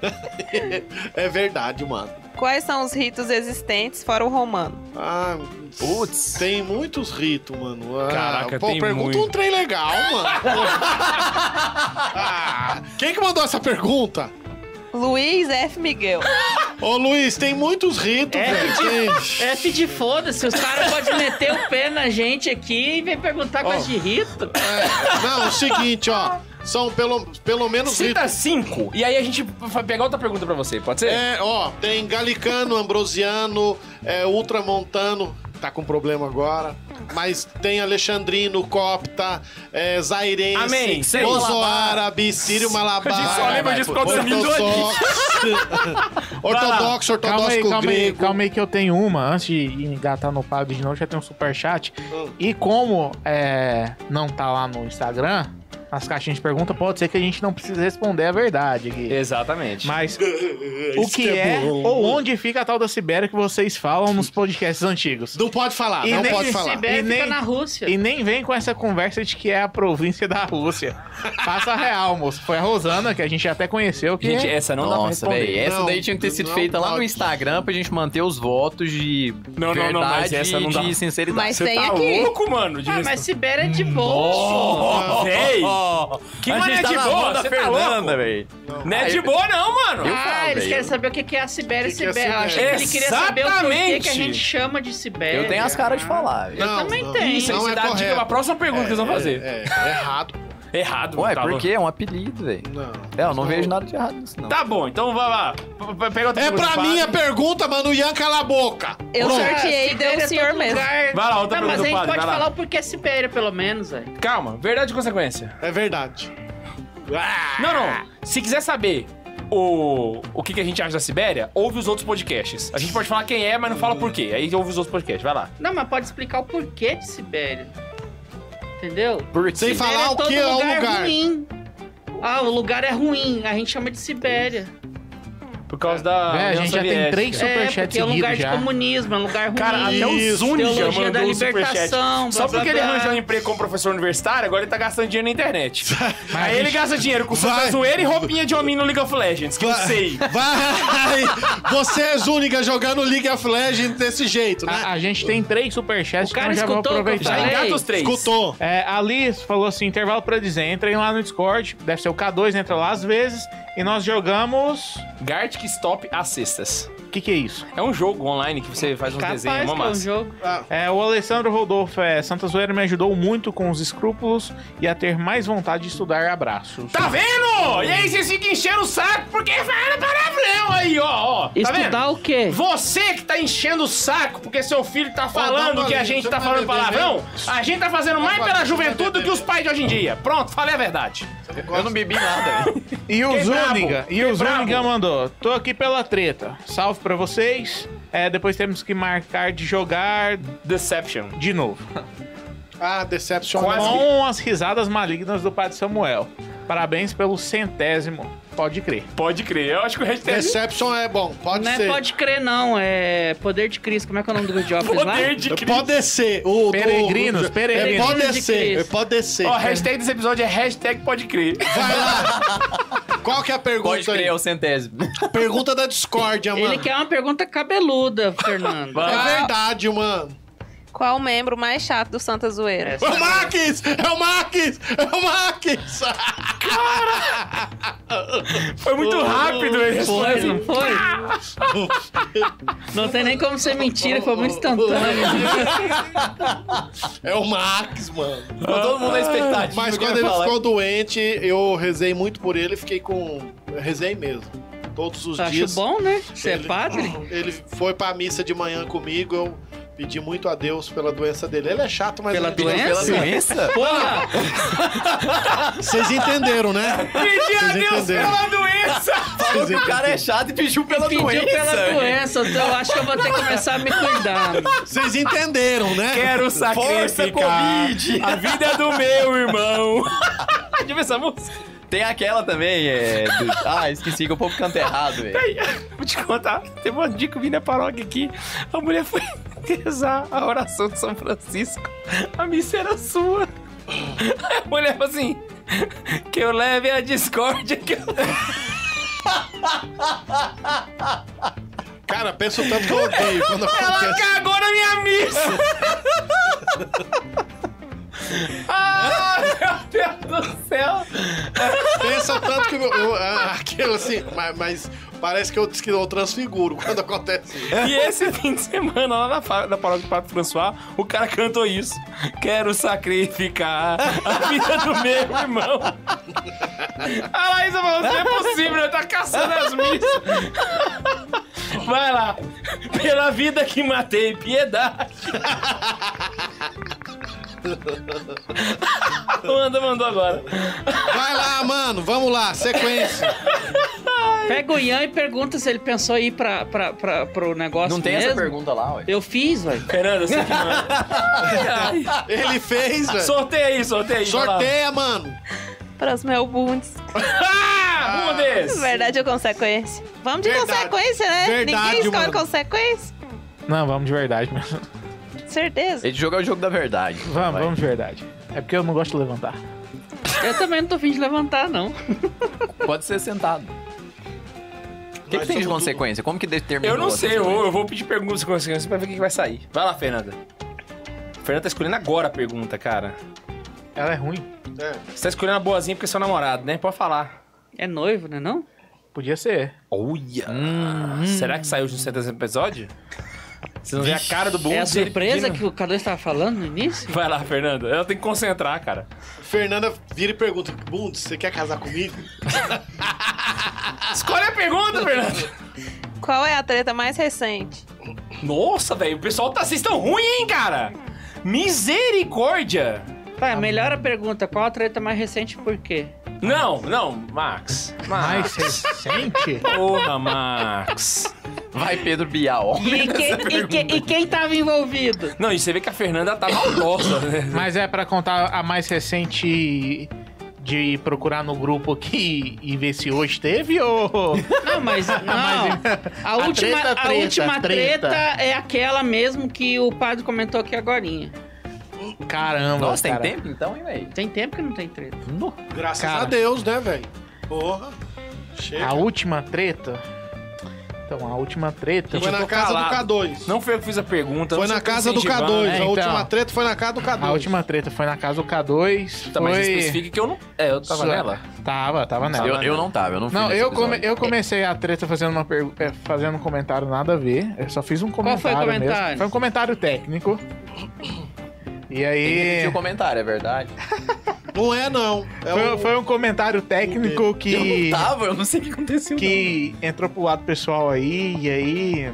Speaker 2: É verdade, mano.
Speaker 7: Quais são os ritos existentes fora o romano?
Speaker 2: Ah,
Speaker 4: Putz.
Speaker 2: Tem muitos ritos, mano. Ah,
Speaker 3: Caraca,
Speaker 2: pô,
Speaker 3: tem
Speaker 2: pergunta
Speaker 3: muito.
Speaker 2: um trem legal, mano. Ah, quem que mandou essa pergunta?
Speaker 7: Luiz F. Miguel.
Speaker 2: Ô, Luiz, tem muitos ritos,
Speaker 3: É.
Speaker 2: velho. Tem.
Speaker 5: F de foda-se, os caras podem meter o pé na gente aqui e vem perguntar coisa de rito.
Speaker 2: É, Não, é o seguinte, ó. São pelo, pelo menos ritos.
Speaker 3: Cita cinco. E aí a gente vai pegar outra pergunta pra você, pode ser?
Speaker 2: É, ó, tem galicano, ambrosiano, é, ultramontano, tá com problema agora. Mas tem alexandrino, copta, é, zairense,
Speaker 3: Amém. Sei.
Speaker 2: mozoárabe, sírio malabar.
Speaker 3: A gente só lembra disso por causa dos amigos do
Speaker 2: ortodoxo, ortodoxo,
Speaker 6: Calma aí,
Speaker 2: ortodoxo
Speaker 6: calma aí,
Speaker 2: grego.
Speaker 6: calma aí que eu tenho uma. Antes de engatar no padre de novo, já tem um superchat.
Speaker 2: Hum.
Speaker 6: E como é, não tá lá no Instagram, as caixinhas de pergunta, pode ser que a gente não precise responder a verdade aqui.
Speaker 3: Exatamente.
Speaker 6: Mas o que é ou onde fica a tal da Sibéria que vocês falam nos podcasts antigos?
Speaker 2: Não pode falar,
Speaker 6: E
Speaker 2: não
Speaker 6: nem
Speaker 2: pode
Speaker 6: se
Speaker 2: falar.
Speaker 5: Sibéria
Speaker 6: E
Speaker 5: fica
Speaker 6: nem-
Speaker 5: na Rússia.
Speaker 6: E nem vem com essa conversa de que é a província da Rússia. Faça real, moço. Foi a Rosana, que a gente até conheceu, que
Speaker 3: Gente, essa não
Speaker 4: é. Nossa,
Speaker 3: dá pra responder.
Speaker 4: velho, essa
Speaker 2: Não,
Speaker 4: daí tinha que ter sido
Speaker 2: não
Speaker 4: feita lá no
Speaker 2: pode.
Speaker 4: Instagram pra gente manter os votos de
Speaker 3: Não, não,
Speaker 4: verdade
Speaker 3: não, mas essa não
Speaker 4: e
Speaker 3: dá.
Speaker 4: de sinceridade.
Speaker 7: Mas
Speaker 3: Você
Speaker 7: tem
Speaker 3: tá
Speaker 7: aqui.
Speaker 3: louco, mano? de
Speaker 5: Ah, mas
Speaker 3: resposta.
Speaker 5: Sibéria é de boa.
Speaker 4: Oh,
Speaker 3: Véi, que
Speaker 4: a
Speaker 3: mané
Speaker 4: gente tá
Speaker 3: de
Speaker 4: na
Speaker 3: boa,
Speaker 4: mão da
Speaker 3: você tá
Speaker 4: Fernanda,
Speaker 3: louco?
Speaker 4: velho.
Speaker 3: Não é de boa não, mano.
Speaker 4: Eu
Speaker 5: Ah,
Speaker 4: falo,
Speaker 5: eles
Speaker 4: velho.
Speaker 5: querem saber o que que é a Sibéria.
Speaker 2: O que que é a
Speaker 5: Sibéria. Eu achei que ele queria saber o porquê que a
Speaker 3: Exatamente.
Speaker 5: gente chama de Sibéria.
Speaker 4: Eu tenho as caras de falar, velho.
Speaker 2: Não,
Speaker 5: também
Speaker 2: não,
Speaker 5: tenho.
Speaker 2: não
Speaker 3: Isso,
Speaker 2: é
Speaker 3: isso dá dica
Speaker 2: correto.
Speaker 3: pra próxima pergunta que eles vão fazer.
Speaker 2: É, é errado.
Speaker 3: Errado,
Speaker 4: Ué,
Speaker 3: tá
Speaker 4: por
Speaker 3: louco.
Speaker 4: quê? É um apelido, velho.
Speaker 2: Não.
Speaker 4: É, eu não vejo nada de errado nisso, não.
Speaker 3: Tá bom, então vai lá. P- p- Pega
Speaker 2: É
Speaker 3: outra pergunta
Speaker 2: pra
Speaker 3: fácil.
Speaker 2: mim a pergunta, mano. Ian, cala a boca.
Speaker 7: Eu
Speaker 2: Pronto.
Speaker 7: sorteei e
Speaker 5: Sibéria
Speaker 7: deu
Speaker 5: é
Speaker 7: o senhor
Speaker 5: todo
Speaker 7: mesmo.
Speaker 5: lugar.
Speaker 3: Vai lá, outra
Speaker 5: Não,
Speaker 3: pergunta
Speaker 5: mas a
Speaker 3: do
Speaker 5: gente
Speaker 3: padre,
Speaker 5: pode
Speaker 3: vai lá.
Speaker 5: falar o porquê é Sibéria, pelo menos, velho.
Speaker 3: Calma, verdade e consequência.
Speaker 2: É verdade.
Speaker 3: Não, não. Se quiser saber o, o que, que a gente acha da Sibéria, ouve os outros podcasts. A gente pode falar quem é, mas não fala por quê. Aí ouve os outros podcasts, vai lá.
Speaker 5: Não, mas pode explicar o porquê de Sibéria. Entendeu?
Speaker 4: Por
Speaker 2: Sem
Speaker 4: quê?
Speaker 2: falar
Speaker 5: Sibéria
Speaker 2: o que é
Speaker 5: todo
Speaker 2: um lugar.
Speaker 5: ruim. Ah, o lugar é ruim. A gente chama de Sibéria.
Speaker 3: Por causa da.
Speaker 6: Véi, a
Speaker 3: União
Speaker 6: gente já tem
Speaker 3: Soviética.
Speaker 6: três
Speaker 5: é,
Speaker 6: superchats
Speaker 5: porque é um
Speaker 6: seguidos
Speaker 5: lugar
Speaker 6: já.
Speaker 5: de comunismo, é um lugar ruim.
Speaker 3: Cara, até o
Speaker 2: Isso.
Speaker 3: Zuni já
Speaker 5: Teologia da
Speaker 3: mandou um superchat.
Speaker 5: libertação, blá,
Speaker 3: Só
Speaker 5: blá,
Speaker 3: porque ele
Speaker 5: blá.
Speaker 3: arranjou um emprego como professor universitário, agora ele tá gastando dinheiro na internet. Aí ele gasta dinheiro com
Speaker 2: Vai.
Speaker 3: Santa zoeira e roupinha de homem no League of Legends, que eu sei.
Speaker 2: Vai! Você é única jogando League of Legends desse jeito, né?
Speaker 3: Ah,
Speaker 6: a, a gente tem três superchats,
Speaker 5: é- O cara
Speaker 6: então já vou
Speaker 5: escutou o que eu
Speaker 6: aproveitar.
Speaker 5: falei?
Speaker 3: Já engata os três.
Speaker 2: Escutou.
Speaker 6: É, a Liz falou assim: intervalo pra dizer, entrem lá no Discord, deve ser o K2, entra lá às vezes, e nós jogamos.
Speaker 3: Gartic Stop às sextas.
Speaker 6: O que, que é isso?
Speaker 3: É um jogo online que você faz uns
Speaker 5: Capaz
Speaker 3: desenhos, uma
Speaker 5: que é um
Speaker 3: massa.
Speaker 2: Tá
Speaker 5: jogo.
Speaker 6: É, o Alessandro Rodolfo, é, Santa Zoeira me ajudou muito com os escrúpulos e a ter mais vontade de estudar abraços.
Speaker 3: Tá vendo? E aí vocês ficam enchendo o saco porque fala palavrão aí, ó, ó. Tá vendo?
Speaker 5: Estudar o quê?
Speaker 3: Você que tá enchendo o saco porque seu filho tá falando
Speaker 2: dá uma
Speaker 3: que a
Speaker 2: lida,
Speaker 3: gente
Speaker 2: você
Speaker 3: tá
Speaker 2: não
Speaker 3: falando
Speaker 2: vai beber,
Speaker 3: palavrão, a gente tá fazendo mais
Speaker 2: Não
Speaker 3: pela
Speaker 2: vai-
Speaker 3: juventude
Speaker 2: não vai
Speaker 3: do que os pais de hoje em dia. Pronto, falei a verdade.
Speaker 4: Eu não bebi nada, velho.
Speaker 6: E o
Speaker 3: Que
Speaker 6: Zúñiga,
Speaker 3: brabo,
Speaker 6: e o
Speaker 3: que brabo.
Speaker 6: Zúñiga mandou. Tô aqui pela treta. Salve pra vocês. É, depois temos que marcar de jogar
Speaker 3: Deception.
Speaker 6: de novo.
Speaker 2: Ah, Deception.
Speaker 3: Quase.
Speaker 2: não.
Speaker 6: Com as risadas malignas do Padre Samuel. Parabéns pelo centésimo. Pode crer.
Speaker 3: Pode crer. Eu acho que o hashtag
Speaker 2: Deception é bom, pode
Speaker 5: Não é
Speaker 2: ser.
Speaker 5: pode crer, não. É poder de Cristo. Como é que é o nome do Good Office lá?
Speaker 2: né?
Speaker 3: poder de Cristo.
Speaker 2: Pode ser. O,
Speaker 6: Peregrinos,
Speaker 2: o- É,
Speaker 6: peregrinos
Speaker 2: pode
Speaker 5: de
Speaker 2: ser,
Speaker 5: Cristo.
Speaker 2: pode ser.
Speaker 3: Ó, a hashtag desse episódio é hashtag pode crer.
Speaker 2: Vai lá. Qual que é a pergunta
Speaker 4: Pode crer,
Speaker 2: aí?
Speaker 4: é o centésimo.
Speaker 2: Pergunta da discórdia, mano.
Speaker 5: Ele quer uma pergunta cabeluda, Fernando.
Speaker 2: É verdade, mano.
Speaker 7: Qual o membro mais chato do Santa Zoeira?
Speaker 2: É o Marques! É o Marques! É o Marques!
Speaker 3: Foi muito rápido ele
Speaker 5: Foi,
Speaker 3: respondendo.
Speaker 5: não foi? Não tem nem como ser mentira, foi muito instantâneo.
Speaker 2: É o Max, mano.
Speaker 4: Ficou todo
Speaker 3: Ah,
Speaker 4: mundo na expectativa.
Speaker 2: Mas
Speaker 4: que
Speaker 2: quando
Speaker 4: ia
Speaker 2: ele
Speaker 4: falar.
Speaker 2: ficou doente, eu rezei muito por ele e fiquei com. eu rezei mesmo. Todos os
Speaker 5: Acho
Speaker 2: dias.
Speaker 5: bom, né? Você é padre?
Speaker 2: Ele foi pra missa de manhã comigo, eu pedi muito a Deus pela doença dele. Ele é chato, mas.
Speaker 5: Pela
Speaker 2: ele-
Speaker 4: Pela
Speaker 6: assim,
Speaker 5: doença?
Speaker 6: é
Speaker 4: doença?
Speaker 5: Porra!
Speaker 2: Vocês entenderam, né?
Speaker 3: Pedi a
Speaker 2: Vocês
Speaker 3: Deus
Speaker 2: entenderam.
Speaker 3: pela doença.
Speaker 4: Falou que o cara é chato e pediu pela
Speaker 5: Pediu
Speaker 4: doença.
Speaker 5: pela
Speaker 4: velho.
Speaker 5: doença, então eu acho que eu vou ter que começar a me cuidar.
Speaker 2: Vocês entenderam, né?
Speaker 3: Quero
Speaker 4: Força,
Speaker 3: sacrificar
Speaker 4: Covid!
Speaker 3: a vida é do meu irmão. Deixa eu ver essa música.
Speaker 4: Tem aquela também, é. do- Ah, esqueci que o povo canta errado, velho.
Speaker 3: Aí, vou te contar. Teve uma dia que eu vim na paróquia aqui. A mulher foi rezar a oração de São Francisco. A missa era sua. Aí A mulher falou assim: que eu leve a discórdia que eu.
Speaker 2: Cara, pensa o tanto que eu odeio quando
Speaker 3: Ela
Speaker 2: acontece.
Speaker 3: cagou na minha missa! ah, meu Deus do céu!
Speaker 2: Pensa o tanto que eu. eu- ah, aquilo assim, mas, mas parece que eu, que eu transfiguro quando acontece isso.
Speaker 3: E esse fim de semana, lá na, fa- na paróquia do Padre François, o cara cantou isso. Quero sacrificar a vida do meu irmão. A Laísa falou, não é possível, ele tá caçando as missas. Vai lá. Pela vida que matei, piedade. Amanda mandou agora.
Speaker 2: Vai lá, mano, vamos lá, sequência.
Speaker 5: Pega o Ian e pergunta se ele pensou em ir pra, pra, pra, pro negócio
Speaker 4: Não tem
Speaker 5: mesmo.
Speaker 4: essa pergunta lá, ué.
Speaker 5: Eu fiz, velho.
Speaker 3: Fernanda, você que manda.
Speaker 2: Ele fez, velho.
Speaker 3: Sorteia aí, sorteia aí. vai lá.
Speaker 2: Sorteia, mano.
Speaker 7: Próximo é o Bundes.
Speaker 3: Ah, um desses.
Speaker 7: Verdade ou consequência? Vamos de
Speaker 2: Verdade.
Speaker 7: consequência, né?
Speaker 8: Verdade,
Speaker 7: Ninguém escolhe
Speaker 8: mano.
Speaker 7: consequência.
Speaker 6: Não, vamos de verdade mesmo.
Speaker 7: Certeza.
Speaker 4: Esse jogo é o jogo da verdade.
Speaker 6: Vamos,
Speaker 4: Vai.
Speaker 6: vamos de verdade. É porque eu não gosto de levantar.
Speaker 5: Eu também não tô afim de levantar, não.
Speaker 4: Pode ser sentado. O que, que
Speaker 2: Mas
Speaker 4: tem de
Speaker 2: o do-
Speaker 4: consequência? Como que determina
Speaker 3: Eu não
Speaker 4: essa
Speaker 3: sei, eu,
Speaker 4: coisa?
Speaker 3: eu vou pedir perguntas com consequências pra ver o que que vai sair. Vai lá, Fernanda. Fernanda tá escolhendo agora a pergunta, cara.
Speaker 6: Ela é ruim.
Speaker 2: É.
Speaker 3: Você tá escolhendo a boazinha porque é seu namorado, né? Pode falar.
Speaker 5: É noivo, né não?
Speaker 6: Podia ser.
Speaker 3: Olha!
Speaker 4: Hum,
Speaker 3: Será que saiu junto com esse episódio? Você não vê a cara do Bundes?
Speaker 5: é a
Speaker 3: ele
Speaker 5: surpresa
Speaker 3: pedindo-
Speaker 5: que o K2 estava falando no início?
Speaker 3: Vai lá, Fernanda. Ela tem que concentrar, cara.
Speaker 2: Fernanda vira e pergunta: Bundes, você quer casar comigo?
Speaker 3: Escolhe a pergunta, Fernanda.
Speaker 7: Qual é a treta mais recente?
Speaker 3: Nossa, velho. O pessoal tá... Vocês tão ruim, hein, cara? Misericórdia!
Speaker 5: Tá, melhor a pergunta. Qual a treta mais recente e por quê?
Speaker 3: Não, não, Max.
Speaker 6: Mais recente?
Speaker 3: Porra, Max.
Speaker 4: Vai Pedro Bial.
Speaker 5: E, quem- e quem- e quem tava envolvido?
Speaker 3: Não, e você vê que a Fernanda tá maldosa, né?
Speaker 6: Mas é pra contar a mais recente de procurar no grupo aqui e ver se hoje teve ou.
Speaker 5: Não, mas não. A, última,
Speaker 6: treta,
Speaker 5: a
Speaker 6: treta,
Speaker 5: última
Speaker 6: treta.
Speaker 5: treta é aquela mesmo que o padre comentou aqui agorinha.
Speaker 6: Caramba.
Speaker 4: Nossa, tem
Speaker 6: cara.
Speaker 4: tempo então, hein, velho?
Speaker 5: Tem tempo que não tem treta.
Speaker 4: No-
Speaker 2: Graças
Speaker 6: Cara.
Speaker 2: a Deus, né, velho? Porra. Chega.
Speaker 6: A última treta? Então, a última treta.
Speaker 2: Foi
Speaker 3: eu
Speaker 2: na
Speaker 3: tô
Speaker 2: casa
Speaker 3: calado.
Speaker 2: do K2.
Speaker 3: Não foi eu que fiz a pergunta.
Speaker 2: foi
Speaker 3: não
Speaker 2: na
Speaker 3: sei o que eu
Speaker 2: casa
Speaker 3: tô
Speaker 2: do K2.
Speaker 3: incentivando.
Speaker 6: né?
Speaker 2: a
Speaker 6: Então.
Speaker 2: última treta foi na casa do K2.
Speaker 6: A última treta foi na casa do K2.
Speaker 3: Tá, mas
Speaker 6: foi...
Speaker 3: especifica que eu não... É, eu tava
Speaker 6: Sua-
Speaker 3: nela.
Speaker 6: Tava, tava nela.
Speaker 4: Eu, eu não tava, eu não fui
Speaker 6: Não,
Speaker 4: nesse
Speaker 6: eu, come-
Speaker 4: episódio.
Speaker 6: eu comecei a treta fazendo, uma pergu- eh, fazendo um comentário nada a ver. Eu só fiz um
Speaker 5: Qual
Speaker 6: comentário.
Speaker 5: foi o
Speaker 6: mesmo.
Speaker 5: comentário?
Speaker 6: Foi um comentário técnico. E
Speaker 4: Tem que
Speaker 6: aí.
Speaker 4: repetir o comentário, é verdade.
Speaker 2: Não é, não. É
Speaker 6: Foi,
Speaker 2: o-
Speaker 6: foi um comentário técnico que.
Speaker 4: Eu não tava, eu não sei o que aconteceu.
Speaker 6: que entrou pro lado pessoal aí, e aí.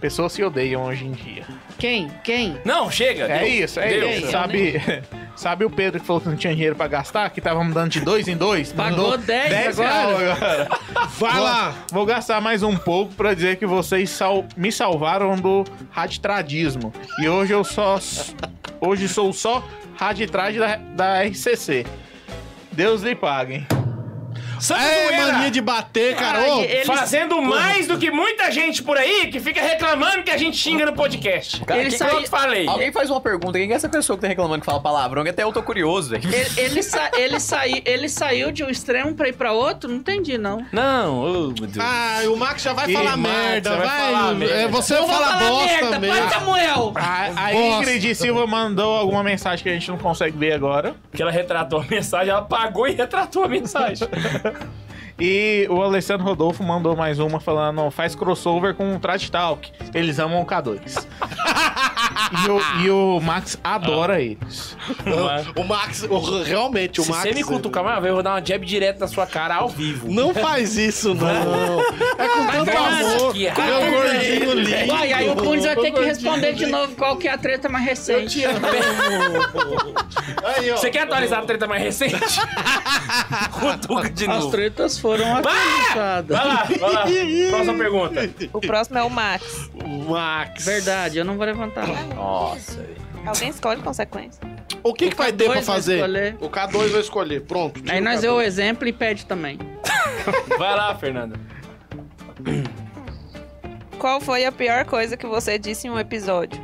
Speaker 6: Pessoas se odeiam hoje em dia.
Speaker 5: Quem? Quem?
Speaker 3: Não, chega.
Speaker 6: É
Speaker 3: deu.
Speaker 6: isso, é
Speaker 3: Deu.
Speaker 6: isso. Sabe, sabe o Pedro que falou que não tinha dinheiro pra gastar, que tava mudando de dois em dois?
Speaker 5: Pagou
Speaker 6: Mandou
Speaker 5: 10
Speaker 6: dez
Speaker 5: agora.
Speaker 6: real agora.
Speaker 2: Vai lá.
Speaker 6: Vou gastar mais um pouco pra dizer que vocês sal- me salvaram do raditradismo. E hoje eu só. Hoje sou só raditrad da, da RCC. Deus lhe pague.
Speaker 3: Santa
Speaker 2: É,
Speaker 3: zoeira! é-
Speaker 2: mania de bater, cara. Ô,
Speaker 5: Ele-
Speaker 3: Fazendo mais do que muita gente por aí que fica reclamando que a gente xinga no podcast.
Speaker 4: Cara,
Speaker 5: Ele
Speaker 4: quem-
Speaker 5: saiu-
Speaker 3: Eu que falei.
Speaker 4: Alguém faz uma pergunta, quem é essa pessoa que tá reclamando que fala palavrão? Que até eu tô curioso, velho.
Speaker 5: Ele, ele, sa- ele sai- ele saiu de um extremo pra ir pra outro? Não entendi, não.
Speaker 3: Não, ô, meu Deus.
Speaker 2: Ai, o Max já vai
Speaker 6: Ih,
Speaker 2: falar
Speaker 6: Max,
Speaker 2: merda.
Speaker 6: já vai
Speaker 2: Vai,
Speaker 6: falar
Speaker 2: é,
Speaker 6: merda.
Speaker 2: você fala bosta
Speaker 5: pai
Speaker 2: mesmo.
Speaker 5: Samuel!
Speaker 6: A, a
Speaker 2: Bosta.
Speaker 6: Ingrid Silva mandou alguma mensagem que a gente não consegue ver agora.
Speaker 3: Porque ela retratou a mensagem, ela apagou e retratou a mensagem.
Speaker 6: E o Alessandro Rodolfo mandou mais uma falando: faz crossover com o Trash Talk. Eles amam o K2. e, o, e o Max adora eles.
Speaker 3: Mas-
Speaker 2: O Max, o- realmente, o
Speaker 3: Se
Speaker 2: Max.
Speaker 3: você me cutucar mais uma vez, eu vou dar uma jab direto na sua cara ao vivo.
Speaker 2: Não faz isso, não. É com tanto
Speaker 5: assim
Speaker 3: Nossa,
Speaker 2: amor.
Speaker 5: é.
Speaker 3: que raiva.
Speaker 2: Meu gordinho lindo.
Speaker 5: Uai, aí o Bundes vai ter que responder de novo qual que é a treta mais
Speaker 2: Eu
Speaker 5: recente.
Speaker 2: te amo. Aí, ó.
Speaker 3: Você quer atualizar a treta mais recente? Cutuca de
Speaker 5: As
Speaker 3: novo.
Speaker 5: tretas foram atualizadas.
Speaker 3: Vai lá, vai lá. Próxima pergunta.
Speaker 7: O próximo é o Max.
Speaker 2: O Max.
Speaker 5: Verdade, eu não vou levantar.
Speaker 4: Nossa,
Speaker 7: Alguém escolhe consequência.
Speaker 2: O que, que vai
Speaker 5: K2
Speaker 2: ter pra
Speaker 5: vai
Speaker 2: fazer?
Speaker 5: escolher.
Speaker 2: O K2 vai escolher. Pronto. tira
Speaker 5: Aí
Speaker 2: o
Speaker 5: nós
Speaker 2: K2.
Speaker 5: vemos o exemplo e pede também.
Speaker 3: Vai lá, Fernanda.
Speaker 7: Qual foi a pior coisa que você disse em um episódio?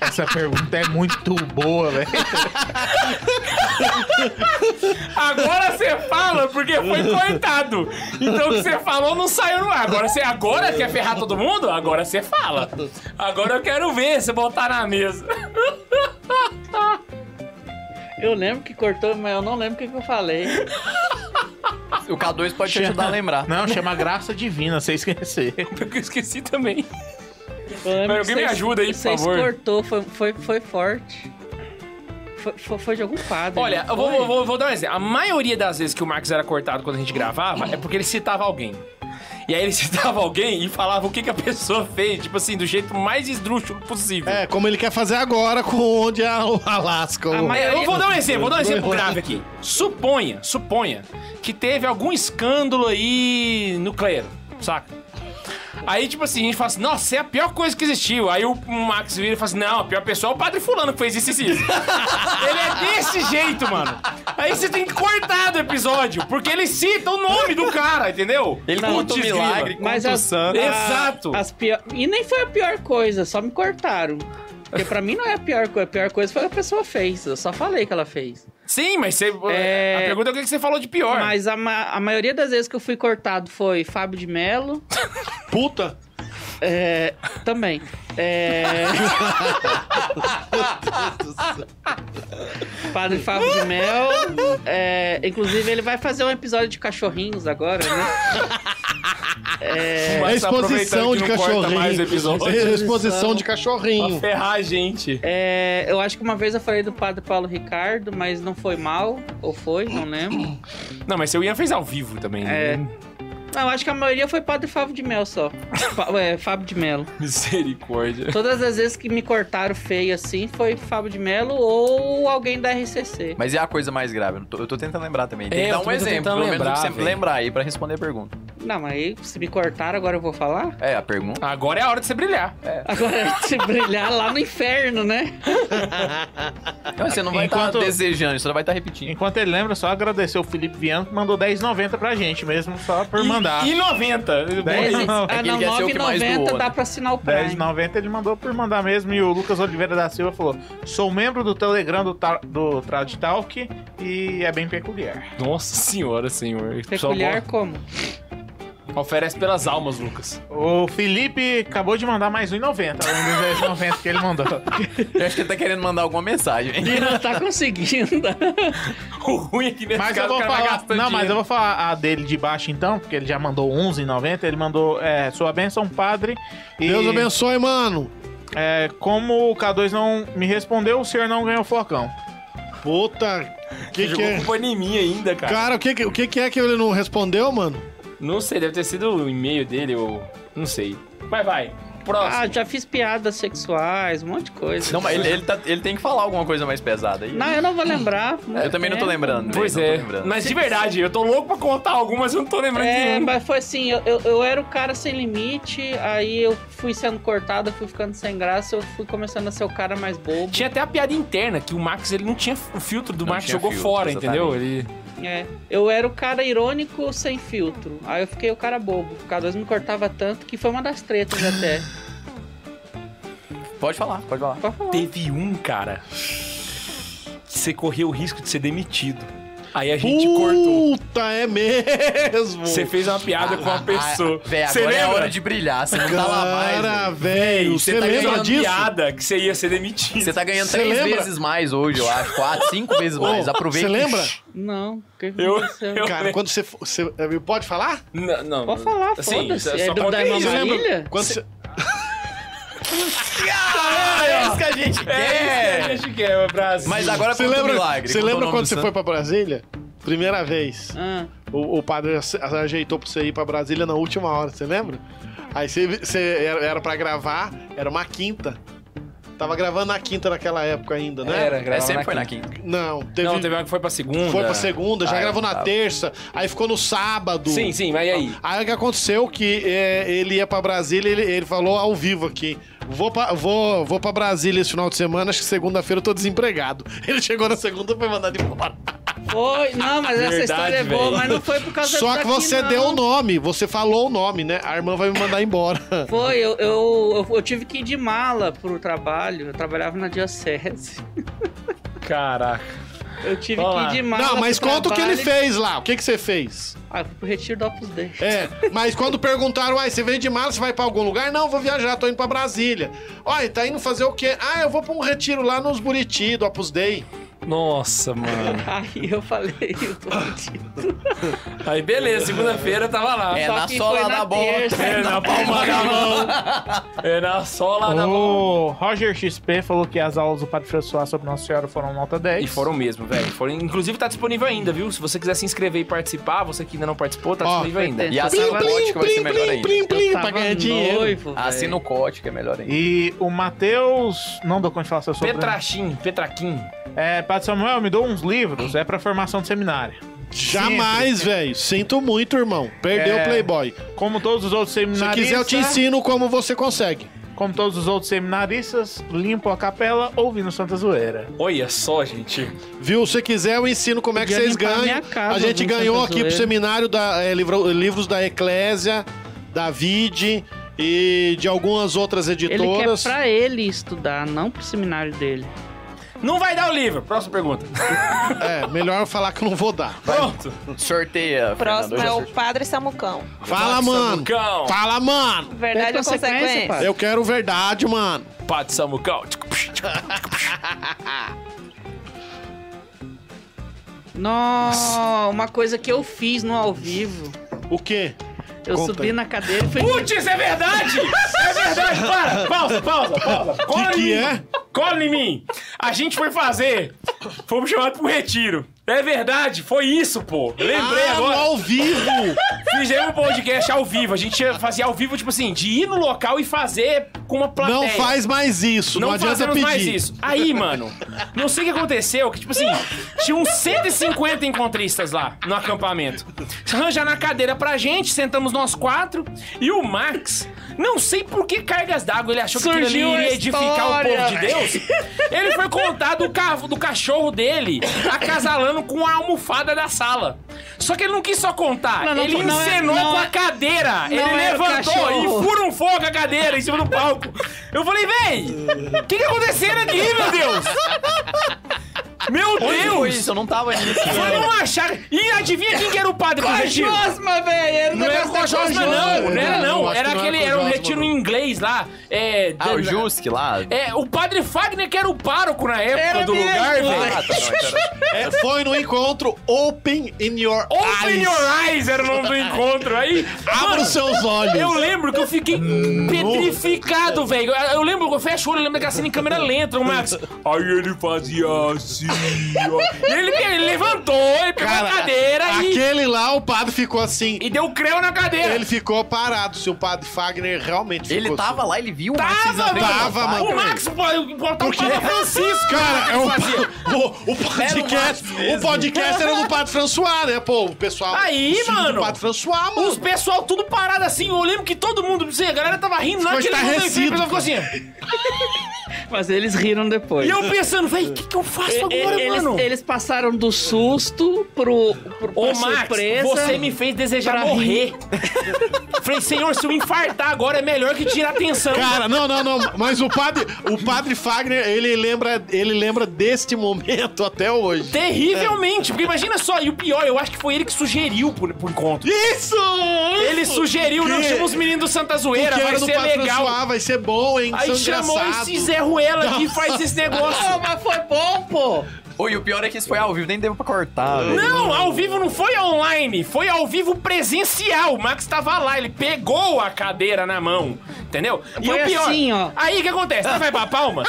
Speaker 6: Essa pergunta é muito boa, velho.
Speaker 3: Agora você fala porque foi cortado. Então o que você falou não saiu no ar. Agora você agora quer ferrar todo mundo? Agora você fala. Agora eu quero ver você botar na mesa.
Speaker 5: Eu lembro que cortou, mas eu não lembro o que, que eu falei.
Speaker 4: Ah, o K2 pode te ajudar a lembrar.
Speaker 6: Não, chama Graça Divina, sem esquecer.
Speaker 3: Porque eu esqueci também.
Speaker 5: Eu lembro
Speaker 3: Mas
Speaker 5: que
Speaker 3: alguém me
Speaker 5: vocês-
Speaker 3: ajuda aí, por
Speaker 5: vocês
Speaker 3: favor.
Speaker 5: cortou, foi, foi, foi forte. Foi, foi- foi de algum padre.
Speaker 3: Olha,
Speaker 5: não
Speaker 3: eu vou,
Speaker 5: foi?
Speaker 3: vou- vou- vou dar um exemplo. A maioria das vezes que o Max era cortado quando a gente gravava é porque ele citava alguém. E aí ele citava alguém e falava o que, que a pessoa fez, tipo assim, do jeito mais esdrúxulo possível.
Speaker 2: É, como ele quer fazer agora com onde é o Alasca.
Speaker 5: A
Speaker 2: o-
Speaker 5: ma-
Speaker 3: É, eu vou dar um exemplo, vou dar um exemplo grave aqui. Suponha, suponha que teve algum escândalo aí no clero, saca? Aí, tipo assim, a gente fala assim, nossa, é a pior coisa que existiu. Aí o Max vira e fala assim, não, a pior pessoa é o padre fulano que fez isso e isso. ele é desse jeito, mano. Aí você tem que cortar do episódio, porque ele cita o nome do cara, entendeu?
Speaker 4: Ele conta o
Speaker 3: Putz, grila.
Speaker 4: milagre,
Speaker 5: Mas
Speaker 4: conta o
Speaker 5: as-
Speaker 4: santo.
Speaker 3: É. Exato.
Speaker 5: As pior... E nem foi a pior coisa, só me cortaram. Porque pra mim não é a pior coisa, a pior coisa foi o que a pessoa fez. Eu só falei que ela fez.
Speaker 3: Sim, mas você.
Speaker 5: É.
Speaker 3: A pergunta é o que que você falou de pior.
Speaker 5: Mas a, ma- a maioria das vezes que eu fui cortado foi Fábio de Mello.
Speaker 2: Puta!
Speaker 5: É, também. É, Padre Fábio de Mel. É, inclusive, ele vai fazer um episódio de cachorrinhos agora, né?
Speaker 2: É
Speaker 3: Mas tá
Speaker 2: exposição
Speaker 3: aproveitando
Speaker 2: de
Speaker 3: que não corta
Speaker 2: cachorrinho.
Speaker 3: mais episódio. Tá
Speaker 2: É exposição de
Speaker 3: Pra
Speaker 2: cachorrinho.
Speaker 3: ferrar a gente.
Speaker 5: É, eu acho que uma vez eu falei do Padre Paulo Ricardo, mas não foi mal. Ou foi, não lembro.
Speaker 3: Não, mas seu Ian fez ao vivo também.
Speaker 5: É.
Speaker 3: né?
Speaker 5: Não, eu acho que a maioria foi Padre Fábio de Mel só. Fa- é, Fábio de Melo.
Speaker 3: Misericórdia.
Speaker 5: Todas as vezes que me cortaram feio assim, foi Fábio de Melo ou alguém da RCC.
Speaker 4: Mas e a coisa mais grave? Eu não tô- Eu tô tentando lembrar também. Tem
Speaker 3: É,
Speaker 4: que
Speaker 3: eu
Speaker 4: dar um
Speaker 3: também tô
Speaker 4: exemplo,
Speaker 3: tentando
Speaker 4: pelo menos
Speaker 3: lembrar,
Speaker 4: lembrar, sempre
Speaker 3: velho.
Speaker 4: lembrar aí pra responder a pergunta.
Speaker 5: Não, mas aí, se me cortaram, agora eu vou falar?
Speaker 4: É, a pergunta.
Speaker 3: Agora é a hora de você brilhar.
Speaker 5: Agora se brilhar lá no inferno, né?
Speaker 4: Não, você não vai estar
Speaker 6: Enquanto-
Speaker 4: desejando, você só vai estar repetindo.
Speaker 6: Enquanto ele lembra, só agradecer o Felipe Viano que mandou 10,90 pra gente mesmo, só por
Speaker 3: E-
Speaker 6: mandar. Né?
Speaker 3: E 90.
Speaker 6: Dez-
Speaker 3: Bom,
Speaker 6: não,
Speaker 5: ah,
Speaker 4: é que
Speaker 5: não,
Speaker 4: ele quer ser o que mais
Speaker 5: 9,90
Speaker 4: doou,
Speaker 5: dá
Speaker 4: né?
Speaker 5: pra assinar o Prime.
Speaker 6: 10,90 ele mandou por mandar mesmo. E o Lucas Oliveira da Silva falou: Sou membro do Telegram do, ta do Trad Talk e é bem peculiar.
Speaker 3: Nossa senhora, senhor.
Speaker 5: Peculiar como?
Speaker 3: Só Oferece pelas almas, Lucas.
Speaker 6: O Felipe acabou de mandar mais 1,90, além dos 10,90 que ele mandou.
Speaker 4: Eu acho que ele tá querendo mandar alguma mensagem, hein?
Speaker 5: E não tá conseguindo.
Speaker 3: O ruim é que nesse
Speaker 6: Mas eu
Speaker 3: caso
Speaker 6: vou
Speaker 3: o cara vai
Speaker 6: falar.
Speaker 3: gastando
Speaker 6: Não, mas eu
Speaker 3: dinheiro.
Speaker 6: vou falar a dele de baixo então, porque ele já mandou 11,90. Ele mandou é, Sua bênção, padre. E,
Speaker 2: Deus abençoe, mano.
Speaker 6: é, como o K2 não me respondeu, o senhor não ganhou o focão.
Speaker 2: Puta, que que
Speaker 3: Jogou
Speaker 2: é?
Speaker 3: culpa em mim ainda, cara.
Speaker 2: Cara, o que, que- o que que é que ele não respondeu, mano?
Speaker 3: Não sei, deve ter sido o e-mail dele ou... Não sei. Mas vai. Próximo.
Speaker 5: Ah, já fiz piadas sexuais, um monte de coisa.
Speaker 4: Não, mas ele, ele tá- ele tem que falar alguma coisa mais pesada aí. É,
Speaker 5: Não, eu não vou lembrar.
Speaker 4: Eu também não tô lembrando. né?
Speaker 3: pois
Speaker 4: Não tô
Speaker 3: é.
Speaker 4: lembrando.
Speaker 3: Mas de verdade, eu tô louco pra contar algumas, eu não tô lembrando de
Speaker 5: É,
Speaker 3: nenhuma.
Speaker 5: mas foi assim, eu, eu, eu era o cara sem limite, aí eu fui sendo cortado, eu fui ficando sem graça, eu fui começando a ser o cara mais bobo.
Speaker 3: Tinha até a piada interna, que o Max, ele não tinha... O filtro do
Speaker 4: Não
Speaker 3: Max
Speaker 4: tinha
Speaker 3: jogou
Speaker 4: filtro,
Speaker 3: fora, entendeu? Ele...
Speaker 5: É, eu era o cara irônico sem filtro. Aí eu fiquei o cara bobo. O K2 me cortava tanto que foi uma das tretas até.
Speaker 4: Pode falar, pode falar.
Speaker 5: Pode falar.
Speaker 3: Teve um, cara, que você correu o risco de ser demitido. Aí a gente
Speaker 2: Uh!
Speaker 3: cortou.
Speaker 2: Puta, é mesmo.
Speaker 3: Você fez uma piada com uma pessoa.
Speaker 4: Ah, Véi,
Speaker 3: Você
Speaker 4: agora é a
Speaker 3: lembra?
Speaker 4: hora de brilhar, você não tá lá mais.
Speaker 2: Cara,
Speaker 4: velho.
Speaker 2: velho,
Speaker 3: Você
Speaker 2: você
Speaker 3: tá
Speaker 2: lembra
Speaker 3: ganhando
Speaker 2: disso?
Speaker 3: piada que você ia ser demitido.
Speaker 4: Você tá ganhando
Speaker 2: Você
Speaker 4: três
Speaker 2: lembra?
Speaker 4: vezes mais hoje, eu acho. Quatro, cinco vezes
Speaker 2: Ô,
Speaker 4: mais. Aproveita.
Speaker 2: Você
Speaker 4: e-
Speaker 2: lembra?
Speaker 5: Não, o que
Speaker 3: Eu-
Speaker 5: aconteceu?
Speaker 3: eu-
Speaker 2: Cara, quando você, fo- você eh, pode falar?
Speaker 3: Não, não.
Speaker 5: Pode falar,
Speaker 3: Assim,
Speaker 5: foda-se.
Speaker 3: só-
Speaker 5: É
Speaker 3: só
Speaker 5: do-
Speaker 3: conta
Speaker 5: da irmã
Speaker 3: isso. né,
Speaker 2: Você lembra?
Speaker 5: Marília?
Speaker 2: Quando você-
Speaker 4: É isso que a gente
Speaker 3: É isso
Speaker 4: quer.
Speaker 3: que a gente quer, Brasil.
Speaker 4: Mas agora
Speaker 2: Você
Speaker 4: conta o
Speaker 2: lembra,
Speaker 4: milagre.
Speaker 2: você
Speaker 4: conta o
Speaker 2: lembra
Speaker 4: nome
Speaker 2: quando
Speaker 4: do
Speaker 2: você
Speaker 4: santo.
Speaker 2: foi pra Brasília? Primeira vez.
Speaker 5: Ah,
Speaker 2: O, o padre ace- ajeitou pra você ir pra Brasília na última hora, você lembra? Aí você, você era, era pra gravar, era uma quinta. Tava gravando na quinta naquela época ainda, né?
Speaker 3: Era,
Speaker 4: É,
Speaker 3: gravava
Speaker 4: sempre foi na
Speaker 3: quinta.
Speaker 4: quinta.
Speaker 2: Não, teve, um-
Speaker 3: Não, teve uma que foi pra segunda.
Speaker 2: foi pra segunda, já
Speaker 4: Ah,
Speaker 2: gravou
Speaker 4: eu
Speaker 2: na
Speaker 4: tava.
Speaker 2: terça, aí ficou no sábado.
Speaker 3: Sim, sim, mas e aí?
Speaker 2: Aí o que aconteceu que é, ele ia pra Brasília, ele, ele falou ao vivo aqui. Vou pra, vou, vou pra Brasília esse final de semana, acho que segunda-feira eu tô desempregado. Ele chegou na segunda e foi mandado embora.
Speaker 5: foi. Não, mas essa
Speaker 3: Verdade,
Speaker 5: história é boa,
Speaker 3: velho.
Speaker 5: mas não foi por causa
Speaker 2: Só que
Speaker 5: daqui,
Speaker 2: você
Speaker 5: não.
Speaker 2: deu um o nome, você falou o nome, né? A irmã vai me mandar embora.
Speaker 5: Foi, eu, eu, eu, eu tive que ir de mala pro trabalho. Eu trabalhava na diocese.
Speaker 3: Caraca.
Speaker 5: Eu tive
Speaker 3: Vamos
Speaker 5: que
Speaker 3: lá.
Speaker 5: ir de mala.
Speaker 2: Não, mas
Speaker 5: pro
Speaker 2: conta o que ele
Speaker 5: trabalho.
Speaker 2: fez lá. O que, que você fez?
Speaker 5: Ah, eu fui pro retiro do Opus Dei.
Speaker 2: É, mas quando perguntaram, ai, você veio de mala, você vai pra algum lugar? Não, vou viajar, tô indo pra Brasília. Olha, tá indo fazer o quê? Ah, eu vou pra um retiro lá nos Buriti, do Opus Dei.
Speaker 3: Nossa, mano.
Speaker 5: Aí eu falei, eu tô mentindo.
Speaker 3: Aí beleza, segunda-feira eu tava lá.
Speaker 4: É
Speaker 5: Só
Speaker 4: na
Speaker 5: que
Speaker 4: sola
Speaker 5: foi na
Speaker 4: da bota.
Speaker 5: terça.
Speaker 3: É na palma da mão. É na sola da mão.
Speaker 6: O Roger XP falou que as aulas do Padre François sobre Nossa Senhora foram nota
Speaker 2: É
Speaker 6: 10.
Speaker 3: E foram mesmo, velho. Foram... Inclusive tá disponível ainda, viu? Se você quiser se inscrever e participar, você que ainda não participou, tá
Speaker 2: Ó,
Speaker 3: disponível ainda.
Speaker 4: E assina o código é que vai ser melhor ainda.
Speaker 5: Eu
Speaker 2: pra
Speaker 5: tava
Speaker 2: ganhar dinheiro.
Speaker 5: noivo,
Speaker 4: Assina o código que é melhor ainda.
Speaker 6: E o Matheus. Não dou conta de falar seu sobrenome.
Speaker 3: Petrachim, Petraquim.
Speaker 6: É, Padre Samuel, me dou uns livros. É pra formação de seminário.
Speaker 2: Jamais, velho. Sinto muito, irmão. Perdeu
Speaker 6: É.
Speaker 2: o Playboy.
Speaker 6: Como todos os outros
Speaker 2: Se
Speaker 6: seminaristas.
Speaker 2: quiser, eu te ensino como você consegue.
Speaker 6: Como todos os outros seminaristas, limpo a capela ouvindo Santa Zoeira.
Speaker 3: Olha só, gente.
Speaker 2: Viu? Se quiser, eu ensino como é que
Speaker 5: Podia
Speaker 2: vocês
Speaker 5: limpar
Speaker 2: ganham.
Speaker 5: minha casa
Speaker 2: a gente
Speaker 5: ouvindo
Speaker 2: ganhou
Speaker 5: Santa
Speaker 2: aqui pro
Speaker 5: Zoeira.
Speaker 2: seminário da, eh, livro- livros da Eclésia, da Vide e de algumas outras
Speaker 5: Ele quer
Speaker 2: editoras.
Speaker 5: pra ele estudar, não pro seminário dele.
Speaker 3: Não vai dar o livro. Próxima pergunta.
Speaker 2: É, melhor eu falar que eu não vou dar.
Speaker 3: Pronto.
Speaker 4: Sorteia.
Speaker 7: Próximo
Speaker 4: Fernando,
Speaker 7: é
Speaker 4: já
Speaker 7: o
Speaker 4: sorteou.
Speaker 7: Padre Samucão.
Speaker 2: Fala, mano.
Speaker 3: Samucão.
Speaker 2: Fala, mano.
Speaker 7: Verdade
Speaker 5: É
Speaker 7: ou
Speaker 5: consequência,
Speaker 7: consequência?
Speaker 5: padre.
Speaker 2: Eu quero verdade, mano.
Speaker 3: Pato Samucão. Tipo,
Speaker 5: Nossa, uma coisa que eu fiz no ao vivo.
Speaker 2: O quê?
Speaker 5: Eu
Speaker 2: Conta
Speaker 5: subi
Speaker 2: aí.
Speaker 5: na cadeira e falei.
Speaker 3: Putz, é verdade! É verdade, para! Pausa, pausa, pausa! Cola
Speaker 2: Que
Speaker 3: em
Speaker 2: que
Speaker 3: mim!
Speaker 2: é?
Speaker 3: Cola em mim! A gente foi fazer, fomos chamados pro retiro. É verdade, foi isso, pô! Lembrei
Speaker 2: Ah,
Speaker 3: agora!
Speaker 2: no ao vivo.
Speaker 3: Fizemos um podcast ao vivo. A gente fazia ao vivo, tipo assim, de ir no local e fazer com uma plateia.
Speaker 2: Não faz mais isso. Não,
Speaker 3: Não
Speaker 2: adianta
Speaker 3: fazemos
Speaker 2: pedir.
Speaker 3: mais isso. Aí, mano, não sei o que aconteceu, que tipo assim, tinha uns 150 encontristas lá no acampamento. Arranjaram na cadeira pra gente, sentamos nós quatro, e o Max, não sei por que cargas d'água ele achou que
Speaker 5: Surgiu
Speaker 3: aquilo ali
Speaker 5: a
Speaker 3: iria edificar o
Speaker 5: história,
Speaker 3: povo de Deus. Ele foi contar do, carro, do cachorro dele acasalando com a almofada da sala. Só que ele não quis só contar,
Speaker 5: Não, não,
Speaker 3: ele
Speaker 5: não é-
Speaker 3: encenou
Speaker 5: não
Speaker 3: com a
Speaker 5: é-
Speaker 3: cadeira. Ele
Speaker 5: não era o
Speaker 3: levantou e
Speaker 5: cachorro.
Speaker 3: por um fogo a cadeira em cima do palco. Eu falei, véi, o que, que aconteceu aqui, meu Deus? Meu
Speaker 4: Onde foi
Speaker 3: Deus!
Speaker 4: isso? Eu não tava nisso.
Speaker 3: Foi numa chácara. E adivinha quem que era o padre do retiro?
Speaker 5: Cosma, velho!
Speaker 3: Não é? era o Cojosma, não. Não era,
Speaker 2: Não,
Speaker 3: não.
Speaker 2: acho
Speaker 3: Era
Speaker 2: que não era
Speaker 3: aquele, era um
Speaker 2: Cojosma,
Speaker 3: retiro
Speaker 2: não.
Speaker 3: em inglês lá. É,
Speaker 4: Ah, o
Speaker 3: de-
Speaker 4: Jusk lá.
Speaker 3: é, o padre Fagner que era o pároco na época
Speaker 5: Era
Speaker 3: do
Speaker 5: mesmo,
Speaker 3: lugar, velho.
Speaker 4: Ah, tá, não, então era-
Speaker 2: É, foi no encontro Open in Your
Speaker 3: Open
Speaker 2: Eyes.
Speaker 3: Your Eyes era o nome do encontro. Aí,
Speaker 2: Abra
Speaker 3: mano,
Speaker 2: os seus olhos.
Speaker 3: Eu lembro que eu fiquei petrificado, velho. Eu- Eu lembro, eu fecho o olho, eu lembro daquela cena em câmera lenta, o Max. Aí ele fazia assim, ó. E ele, ele levantou, ele pegou
Speaker 2: Cara,
Speaker 3: a cadeira e,
Speaker 2: Aquele lá, o padre ficou assim.
Speaker 3: e deu creu na cadeira.
Speaker 2: Ele ficou parado. Se o padre Fagner realmente ficou
Speaker 4: Ele tava
Speaker 2: assim.
Speaker 4: lá, ele viu o Max
Speaker 3: tava,
Speaker 4: entrando
Speaker 3: velho.
Speaker 4: na
Speaker 2: Tava,
Speaker 4: batalha.
Speaker 2: mano.
Speaker 3: O Max pode botar o
Speaker 2: Porque-
Speaker 3: Papa Francisco. um
Speaker 2: Cara, é o,
Speaker 3: Fazia.
Speaker 2: o, o podcast. O podcast era do Padre François, né, pô? O pessoal.
Speaker 3: Aí,
Speaker 2: os filhos
Speaker 3: mano.
Speaker 2: Do Padre François, mano.
Speaker 3: Os pessoal tudo parado assim. Eu lembro que todo mundo, assim, a galera tava rindo
Speaker 2: Ficou
Speaker 3: naquele momento. O
Speaker 2: estarrecido.
Speaker 3: pessoal ficou assim.
Speaker 5: Mas eles riram depois.
Speaker 3: E eu pensando, velho, o que, que eu faço
Speaker 5: E-
Speaker 3: agora,
Speaker 5: eles,
Speaker 3: mano?
Speaker 5: eles passaram do susto pro, pro
Speaker 3: Ô,
Speaker 5: pra
Speaker 3: Max,
Speaker 5: surpresa.
Speaker 3: você me fez desejar
Speaker 5: pra
Speaker 3: morrer. Falei, senhor, se eu infartar agora é melhor que tirar atenção.
Speaker 2: Cara, não, não, não. Mas o padre, o padre Fagner, ele lembra, ele lembra deste momento até hoje.
Speaker 3: Terrivelmente, porque imagina só, e o pior, eu acho que foi ele que sugeriu por, por encontro.
Speaker 2: Isso!
Speaker 3: Ele sugeriu, não,
Speaker 2: Que-
Speaker 3: chama os meninos do Santa Zoeira,
Speaker 2: Porque
Speaker 3: vai
Speaker 2: era do
Speaker 3: ser
Speaker 2: Padre
Speaker 3: legal.
Speaker 2: François, vai ser bom, hein?
Speaker 3: Aí
Speaker 2: são
Speaker 3: chamou
Speaker 2: engraçados.
Speaker 3: esse Zé Ruela aqui e faz esse negócio.
Speaker 5: Não, mas foi bom, pô!
Speaker 4: Ô, e o pior é que isso foi ao vivo, nem deu pra cortar, velho.
Speaker 3: Não, ao vivo não foi online, foi ao vivo presencial. O Max tava lá, ele pegou a cadeira na mão, entendeu? E
Speaker 5: Foi
Speaker 3: o pior,
Speaker 5: assim, ó.
Speaker 3: aí o que acontece? Você vai pra palmas?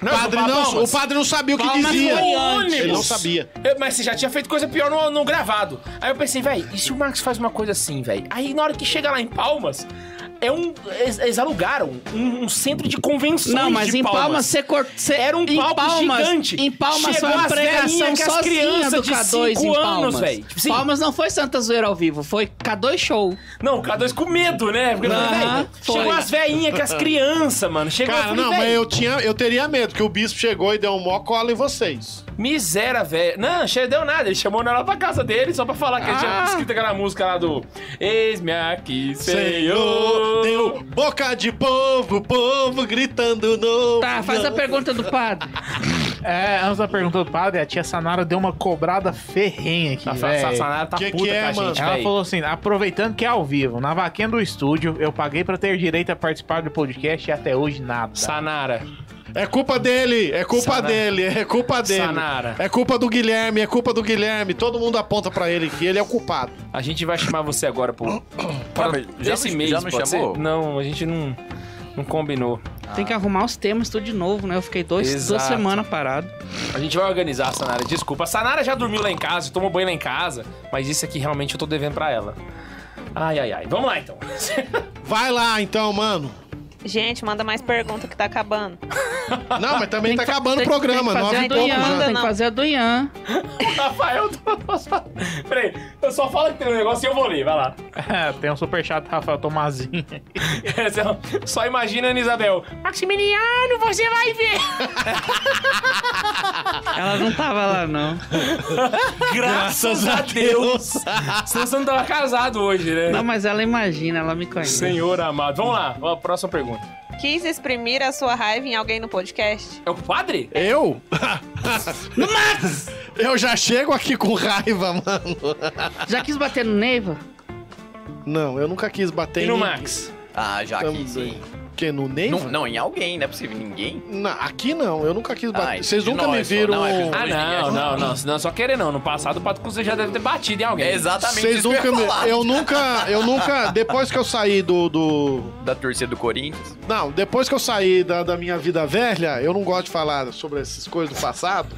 Speaker 3: Não,
Speaker 2: Padre não, o
Speaker 3: Palmas?
Speaker 2: padre não sabia o que
Speaker 5: Palmas
Speaker 2: dizia.
Speaker 5: foi
Speaker 3: ônibus.
Speaker 2: Ele não sabia.
Speaker 3: Eu- mas você já tinha feito coisa pior no, no gravado. Aí eu pensei, véi, e se o Max faz uma coisa assim, véi? Aí na hora que chega lá em Palmas, é um. Eles, eles alugaram um, um centro de convenções.
Speaker 5: Não, mas
Speaker 3: de
Speaker 5: em
Speaker 3: Palmas.
Speaker 5: Palmas você cortou.
Speaker 3: Era um
Speaker 5: em
Speaker 3: palco
Speaker 5: Palmas,
Speaker 3: gigante.
Speaker 5: Em Palmas
Speaker 3: Chegou
Speaker 5: foi uma
Speaker 3: as velhinhas
Speaker 5: pregação
Speaker 3: com as
Speaker 5: sozinha
Speaker 3: crianças
Speaker 5: do
Speaker 3: de
Speaker 5: K2 em
Speaker 3: cinco anos,
Speaker 5: Palmas.
Speaker 3: velho. Tipo assim-
Speaker 5: Palmas não foi Santa Zoeira ao vivo, foi K2 show.
Speaker 3: Não, o K2 com medo, né? Porque,
Speaker 5: Aham,
Speaker 3: véi,
Speaker 5: foi.
Speaker 3: chegou as velhinhas com as crianças, mano. Chegou
Speaker 2: Cara,
Speaker 3: falei,
Speaker 2: não,
Speaker 3: véi,
Speaker 2: mas eu, tinha, eu teria medo, que o bispo chegou e deu um mó cola em vocês.
Speaker 3: Misera, velho. Não, che- deu nada. Ele chamou ela pra casa dele só pra falar que ele tinha
Speaker 5: Ah.
Speaker 3: escrito aquela música lá do Eis-me aqui,
Speaker 2: Senhor,
Speaker 3: Senhor.
Speaker 2: tem o boca de povo, povo gritando no.
Speaker 5: Tá, faz a pergunta do padre.
Speaker 6: É, antes da pergunta do padre, a tia Sanara deu uma cobrada ferrenha aqui,
Speaker 3: Tá,
Speaker 6: velho.
Speaker 3: Sassanara tá
Speaker 2: Que que
Speaker 3: puta
Speaker 2: é,
Speaker 3: com a
Speaker 2: mano?
Speaker 3: gente,
Speaker 6: Ela
Speaker 3: véi.
Speaker 6: falou assim, aproveitando que é ao vivo, na vaquinha do estúdio, eu paguei pra ter direito a participar do podcast e até hoje nada.
Speaker 3: Sanara.
Speaker 2: É culpa dele, é culpa
Speaker 3: Sanara.
Speaker 2: dele, é culpa dele.
Speaker 3: Sanara.
Speaker 2: É culpa do Guilherme, é culpa do Guilherme. Todo mundo aponta pra ele que ele é o culpado.
Speaker 3: A gente vai chamar você agora pro. pra
Speaker 4: mas já
Speaker 3: esse
Speaker 4: me-
Speaker 3: mês,
Speaker 4: já me
Speaker 3: pode
Speaker 4: chamou?
Speaker 3: ser? Não, a gente não. Não combinou.
Speaker 5: Tem que arrumar os temas tudo de novo, né? Eu fiquei dois, duas
Speaker 3: Exato.
Speaker 5: semanas parado.
Speaker 3: A gente vai organizar a Sanara, desculpa. A Sanara já dormiu lá em casa, tomou banho lá em casa, mas isso aqui realmente eu tô devendo pra ela. Ai, ai, ai. Vamos lá então.
Speaker 2: Vai lá então, mano.
Speaker 7: Gente, manda mais pergunta que tá acabando.
Speaker 2: Não, mas também
Speaker 5: Tem
Speaker 2: tá
Speaker 5: que fa-
Speaker 2: acabando o
Speaker 5: tem-
Speaker 2: programa,
Speaker 5: tem que
Speaker 2: nove
Speaker 5: fazer
Speaker 2: e
Speaker 5: a do
Speaker 2: pouco
Speaker 5: Ian,
Speaker 2: já.
Speaker 5: Tem que
Speaker 7: Não.
Speaker 5: fazer a do Ian.
Speaker 3: Rafael, peraí, eu só falo que tem um negócio e eu vou ler, vai lá.
Speaker 6: Tem um superchat do Rafael Tomazinho.
Speaker 3: Só imagina, Ana Isabel. Maximiliano, você vai ver!
Speaker 5: Ela não tava lá, não.
Speaker 3: Graças a Deus! Senão você não tava casado hoje, né?
Speaker 5: Não, mas ela imagina, ela me conhece.
Speaker 3: Senhor amado. Vamos lá, a próxima pergunta.
Speaker 7: Quis exprimir a sua raiva em alguém no podcast?
Speaker 3: É o padre?
Speaker 2: Eu? Eu já chego aqui com raiva, mano.
Speaker 5: Já quis bater no Neiva?
Speaker 2: Não, eu nunca quis bater
Speaker 3: E
Speaker 2: em
Speaker 3: no
Speaker 2: ninguém.
Speaker 3: Max?
Speaker 4: Ah, já
Speaker 2: Também.
Speaker 4: que sim.
Speaker 2: Que no
Speaker 4: Não,
Speaker 2: Neiva?
Speaker 4: não, em alguém, não é possível. Ninguém?
Speaker 2: Na- aqui não, eu nunca quis
Speaker 4: Ah,
Speaker 2: bater.
Speaker 4: isso
Speaker 2: Vocês
Speaker 4: de
Speaker 2: nunca
Speaker 4: nós,
Speaker 2: me
Speaker 4: só.
Speaker 2: viram.
Speaker 4: Não, é
Speaker 3: Ah, não, não, não. Não, só querer não. No passado, o Pato Custa já deve ter batido em alguém.
Speaker 4: É exatamente
Speaker 2: Vocês
Speaker 4: isso que eu
Speaker 2: nunca
Speaker 4: ia
Speaker 2: me.
Speaker 4: falar.
Speaker 2: Eu nunca. Eu nunca. Depois que eu saí do. do
Speaker 4: Da torcida do Corinthians.
Speaker 2: não, depois que eu saí da, da minha vida velha, eu não gosto de falar sobre essas coisas do passado,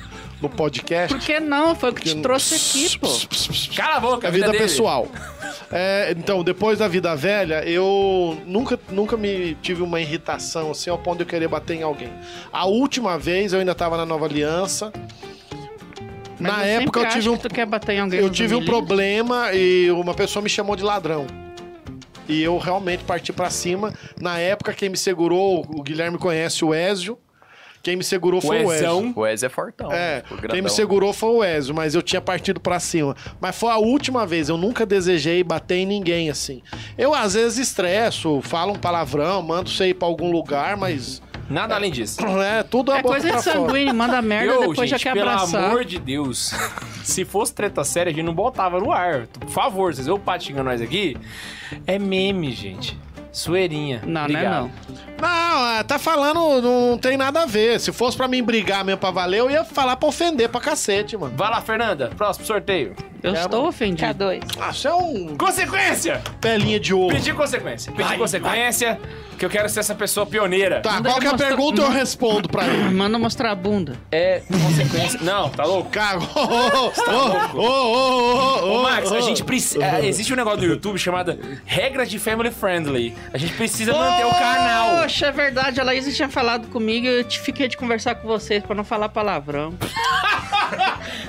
Speaker 2: no podcast.
Speaker 5: Por que não? Foi o que te
Speaker 2: Porque-
Speaker 5: trouxe aqui, pô.
Speaker 3: Cala a boca,
Speaker 2: A vida
Speaker 3: dele.
Speaker 2: pessoal. É, então, depois da vida velha, eu nunca, nunca me tive uma irritação assim ao ponto de eu querer bater em alguém. A última vez eu ainda tava na Nova Aliança.
Speaker 5: Mas
Speaker 2: na
Speaker 5: eu sempre
Speaker 2: época eu
Speaker 5: acho
Speaker 2: tive um
Speaker 5: que é tu quer bater em alguém
Speaker 2: eu
Speaker 5: nos
Speaker 2: tive um
Speaker 5: humilhos.
Speaker 2: problema e uma pessoa me chamou de ladrão. E eu realmente parti pra cima. Na época, quem me segurou, o Guilherme conhece o Ezio. Quem me segurou foi o Ezio.
Speaker 3: Coesão.
Speaker 4: O Ez é fortão.
Speaker 2: É,
Speaker 4: ficou grandão.
Speaker 2: quem me segurou foi o Ezio, mas eu tinha partido pra cima. Mas foi a última vez, eu nunca desejei bater em ninguém assim. Eu às vezes estresso, falo um palavrão, mando você ir pra algum lugar, mas
Speaker 3: Nada além disso.
Speaker 2: é tudo a
Speaker 5: É
Speaker 2: boca
Speaker 5: coisa
Speaker 2: pra
Speaker 5: de
Speaker 2: fora.
Speaker 5: sanguíneo, manda merda,
Speaker 3: Eu,
Speaker 5: depois já
Speaker 3: gente,
Speaker 5: quer
Speaker 3: pelo
Speaker 5: abraçar.
Speaker 3: amor de Deus. Se fosse treta séria, a gente não botava no ar. Por favor, vocês vão o Pato xingando nós aqui? É meme, gente. Sueirinha.
Speaker 5: Não, né?
Speaker 3: Obrigado.
Speaker 5: não.
Speaker 2: Não, é, tá falando, não tem nada a ver. Se fosse pra mim brigar mesmo pra valer, eu ia falar pra ofender pra cacete, mano.
Speaker 3: Vai lá, Fernanda. Próximo sorteio.
Speaker 5: Eu
Speaker 2: É,
Speaker 5: estou
Speaker 2: mano.
Speaker 5: ofendido.
Speaker 7: K2.
Speaker 2: Ah, você é um
Speaker 3: Consequência!
Speaker 2: pelinha de ouro.
Speaker 3: Pedir consequência. Pedir consequência, que eu quero ser essa pessoa pioneira.
Speaker 2: Tá,
Speaker 5: Manda
Speaker 2: qual
Speaker 5: ele
Speaker 2: que é a
Speaker 5: mostrar-
Speaker 2: pergunta eu
Speaker 5: Manda-
Speaker 2: respondo pra ele.
Speaker 5: Manda mostrar a bunda.
Speaker 3: É consequência. Não, tá louco?
Speaker 2: Cara, ô, ô, ô, ô, ô,
Speaker 3: Ô,
Speaker 2: ô,
Speaker 3: Max, a
Speaker 2: ô.
Speaker 3: gente precisa. é, Existe um negócio no YouTube chamado Regras de Family Friendly. A gente precisa manter o canal.
Speaker 5: Poxa, é verdade, a Laís tinha falado comigo e eu te fiquei de conversar com vocês pra não falar palavrão.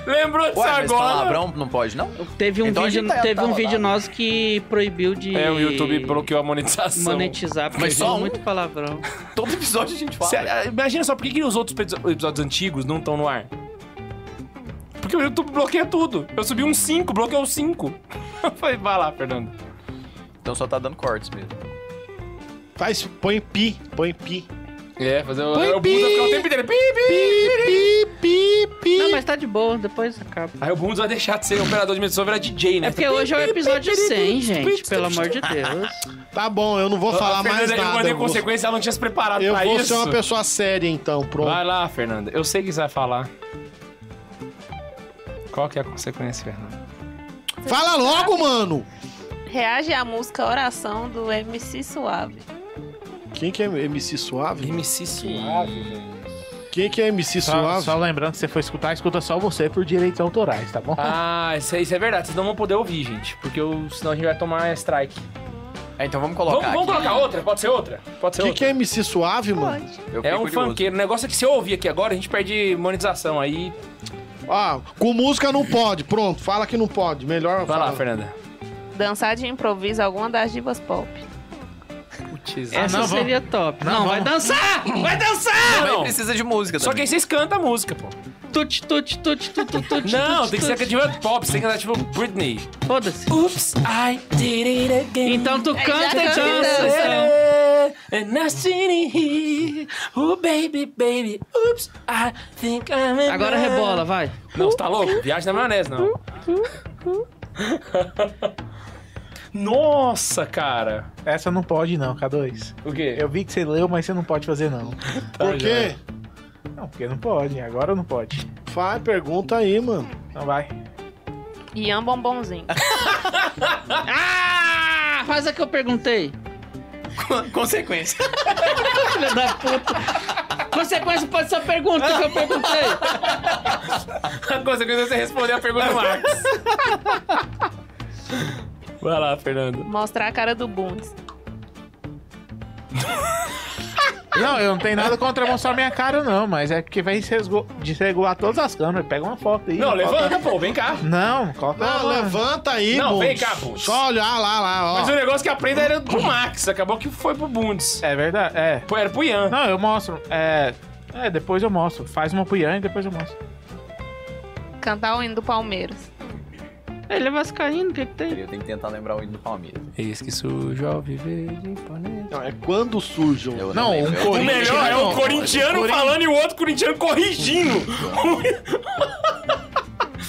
Speaker 3: Lembrou disso
Speaker 4: Ué, mas
Speaker 3: agora?
Speaker 4: palavrão não pode, não?
Speaker 5: Teve um
Speaker 4: Então a
Speaker 5: vídeo,
Speaker 4: gente tá-
Speaker 5: teve
Speaker 4: tá
Speaker 5: um
Speaker 4: rodado.
Speaker 5: vídeo nosso que proibiu de
Speaker 3: É, o YouTube bloqueou a monetização.
Speaker 5: monetizar, porque
Speaker 4: Mas
Speaker 5: tinha
Speaker 4: só um?
Speaker 5: muito palavrão.
Speaker 4: Todo episódio a gente fala.
Speaker 3: Cê- ah, imagina só, por que, que os outros episo- episódios antigos não estão no ar? Porque o YouTube bloqueia tudo. Eu subi um 5, bloqueou 5. Falei, vai lá, Fernando.
Speaker 4: Então só tá dando cortes mesmo.
Speaker 2: Faz, põe pi, põe pi.
Speaker 3: É, fazer o.
Speaker 2: Põe
Speaker 3: o Bundes vai ficar o
Speaker 2: pi.
Speaker 3: tempo inteiro. Pi, pi.
Speaker 2: Pi, pi, pi.
Speaker 5: Não, mas tá de boa, depois acaba.
Speaker 3: Aí o Bundes vai deixar de ser operador de medição e virar DJ, né?
Speaker 5: É porque hoje é o episódio 100, gente, pelo amor de Deus.
Speaker 2: Tá bom, eu não vou
Speaker 3: A
Speaker 2: falar mais
Speaker 3: Fernanda, Eu
Speaker 2: nada.
Speaker 3: mandei
Speaker 2: Eu vou,
Speaker 3: consequência, ela não tinha se preparado
Speaker 2: eu
Speaker 3: pra
Speaker 2: vou
Speaker 3: isso.
Speaker 2: ser uma pessoa séria então, pronto.
Speaker 3: Vai lá, Fernanda. Eu sei que você vai falar. Qual que é a consequência, Fernanda?
Speaker 2: Fala logo, mano.
Speaker 7: Reage à música Oração do MC Suave.
Speaker 2: Quem que é MC Suave?
Speaker 3: MC suave, velho.
Speaker 2: Quem que é MC
Speaker 6: Só,
Speaker 2: Suave?
Speaker 6: só lembrando que você for escutar, escuta só você por direitos autorais, tá bom?
Speaker 3: Ah, isso é, isso é verdade. Vocês não vão poder ouvir, gente. Porque eu- senão a gente vai tomar strike.
Speaker 4: É, então vamos
Speaker 3: Vamos,
Speaker 4: colocar
Speaker 3: vamos
Speaker 4: aqui.
Speaker 3: colocar outra? Pode ser outra? Pode ser
Speaker 2: Quem que
Speaker 3: outra.
Speaker 2: é MC Suave, mano?
Speaker 4: Eu
Speaker 3: é
Speaker 4: fiquei
Speaker 3: um
Speaker 4: curioso.
Speaker 3: funkeiro. O negócio é que se eu ouvir aqui agora, a gente perde monetização. Aí.
Speaker 2: Ah, com música não pode. Pronto, fala que não pode. Melhor
Speaker 3: Vai lá,
Speaker 2: falar.
Speaker 3: Fernanda.
Speaker 7: Dançar de improviso alguma das divas pop.
Speaker 3: Putz,
Speaker 5: Essa
Speaker 6: não,
Speaker 5: seria top.
Speaker 6: Não,
Speaker 5: Não, vai
Speaker 6: vamos.
Speaker 5: dançar!
Speaker 3: Ah,
Speaker 5: Vai dançar!
Speaker 4: Também
Speaker 3: assim, Não.
Speaker 4: precisa de música
Speaker 3: Só que aí vocês cantam a música, pô.
Speaker 5: Tut, tut, tut, tut, tut, tut.
Speaker 3: Não,
Speaker 5: tut,
Speaker 3: tem que ser
Speaker 5: tut.
Speaker 3: cativa pop, você tem que cantar tipo Britney.
Speaker 5: Foda-se.
Speaker 3: Oops, I did it again.
Speaker 5: Então tu
Speaker 7: já
Speaker 5: canta e
Speaker 7: canta e
Speaker 5: dança.
Speaker 7: dança.
Speaker 5: então.
Speaker 3: é And I'm sitting here. Oh, baby, baby. Oops, I think I'm in
Speaker 5: Agora
Speaker 3: love.
Speaker 5: rebola, vai.
Speaker 3: Não, você tá louco? Viagem na maionese, não. Nossa, cara.
Speaker 6: Essa não pode, não, K2.
Speaker 3: O quê?
Speaker 6: Eu vi que você leu, mas você não pode fazer, não.
Speaker 2: Por quê?
Speaker 6: Não, porque não pode, agora não pode.
Speaker 2: Faz, pergunta aí, mano.
Speaker 6: Então vai.
Speaker 7: Ian Bombonzinho.
Speaker 5: Ah, faz a que eu perguntei.
Speaker 4: Consequência.
Speaker 5: Filha da puta. Consequência pode ser a pergunta que eu perguntei.
Speaker 3: A consequência é você responder a pergunta do Max. Vai lá, Fernando.
Speaker 7: Mostrar a cara do Bundes.
Speaker 6: Não, eu não tenho nada contra mostrar minha cara, não, mas é porque vai se resgo- desregular todas as câmeras. Pega uma foto aí.
Speaker 3: Não,
Speaker 6: uma
Speaker 3: levanta, pô, vem cá.
Speaker 6: Foto... Não, coloca
Speaker 2: Não,
Speaker 6: uma-
Speaker 2: Ah, levanta aí,
Speaker 3: Não, vem
Speaker 2: Bundes.
Speaker 3: cá, Bundes.
Speaker 2: Só olhar lá, lá, ó.
Speaker 3: Mas o negócio que aprenda era do Max, acabou que foi pro Bundes.
Speaker 6: É verdade, é.
Speaker 3: Pô, era pro Ian.
Speaker 6: Não, eu mostro. É. É, depois eu mostro. Faz uma punhã e depois eu mostro.
Speaker 7: Cantar o hino do Palmeiras.
Speaker 5: Ele é vascaíno, o que que tem?
Speaker 4: Eu tenho que tentar lembrar o hino do Palmeiras.
Speaker 3: Eis que surge ao viver de planeta.
Speaker 2: Não, é quando surjam.
Speaker 4: Eu
Speaker 2: não,
Speaker 4: lembro.
Speaker 2: um
Speaker 4: Eu-
Speaker 3: O melhor é o
Speaker 2: corintiano.
Speaker 3: corintiano
Speaker 2: Corin-
Speaker 3: falando e o outro corintiano corrigindo.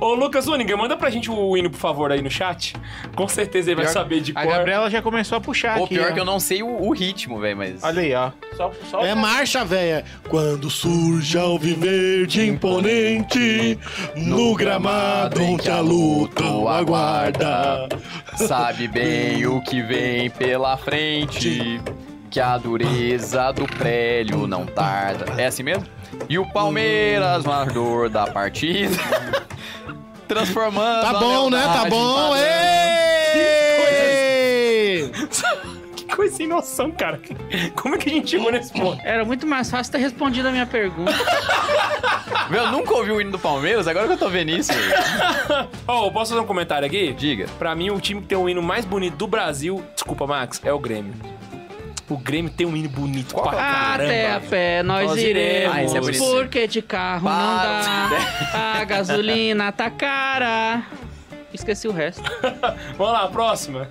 Speaker 3: Ô, Lucas Uniga, manda pra gente o hino, por favor, aí no chat. Com certeza ele vai
Speaker 6: Pior-
Speaker 3: saber de
Speaker 6: A
Speaker 3: cor.
Speaker 6: Gabriela já começou a puxar
Speaker 4: Ou
Speaker 6: aqui.
Speaker 4: pior
Speaker 6: ó.
Speaker 4: que eu não sei o, o ritmo, velho, mas.
Speaker 6: Olha aí, ó. Só, só
Speaker 2: É marcha, véia. Quando surja o viver de imponente, no gramado onde a luta o aguarda.
Speaker 4: Sabe bem o que vem pela frente. Que a dureza do prélio não tarda. É assim mesmo? E o Palmeiras no ardor da partida. Transformando.
Speaker 2: Tá
Speaker 4: a
Speaker 2: bom, né? Tá
Speaker 4: lealdade
Speaker 2: bom.
Speaker 4: em padrão.
Speaker 2: Ê!
Speaker 3: Que coisa sem noção, cara. Como é que a gente chegou nesse ponto?
Speaker 5: Era muito mais fácil ter respondido a minha pergunta.
Speaker 4: Meu, eu nunca ouvi o hino do Palmeiras, agora que eu tô vendo isso. velho.
Speaker 3: Ó, eu posso fazer um comentário aqui?
Speaker 4: Diga.
Speaker 3: Pra mim, o time que tem o hino mais bonito do Brasil, desculpa, Max, é o Grêmio. O Grêmio tem um hino bonito pra caramba.
Speaker 5: Até a
Speaker 3: velho.
Speaker 5: pé nós
Speaker 3: Nós iremos.
Speaker 5: iremos,
Speaker 4: Ah, esse é bonito.
Speaker 5: porque de carro
Speaker 4: Para.
Speaker 5: não dá. A gasolina tá cara. Esqueci o resto.
Speaker 3: Vamos lá, próxima.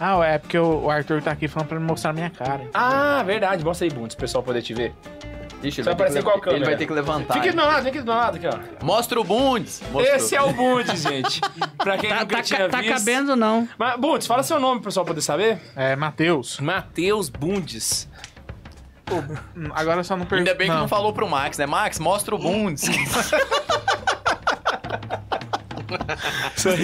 Speaker 6: Ah, é porque o o Arthur tá aqui falando pra me mostrar minha cara.
Speaker 3: Ah, verdade. Mostra aí, Bundes, pro pessoal poder te ver.
Speaker 4: Ixi,
Speaker 3: Vai
Speaker 4: ele, vai ter,
Speaker 3: aparecer
Speaker 4: que
Speaker 3: qual
Speaker 4: le- ele
Speaker 3: câmera?
Speaker 4: vai ter que levantar.
Speaker 3: Fica aqui do meu lado, fica aqui do meu lado, aqui, ó.
Speaker 4: Mostra o Bundes. Mostrou.
Speaker 3: Esse é o Bundes, gente. pra quem
Speaker 5: Tá,
Speaker 3: nunca
Speaker 5: tá,
Speaker 3: tinha
Speaker 5: ca- tá
Speaker 3: visto.
Speaker 5: cabendo não.
Speaker 3: Mas, Bundes, fala seu nome, pro pessoal, poder saber.
Speaker 6: É, Matheus.
Speaker 3: Matheus Bundes.
Speaker 6: Hum, Agora só não pergunta.
Speaker 4: Ainda bem que não falou pro Max, né? Max, mostra o Bundes.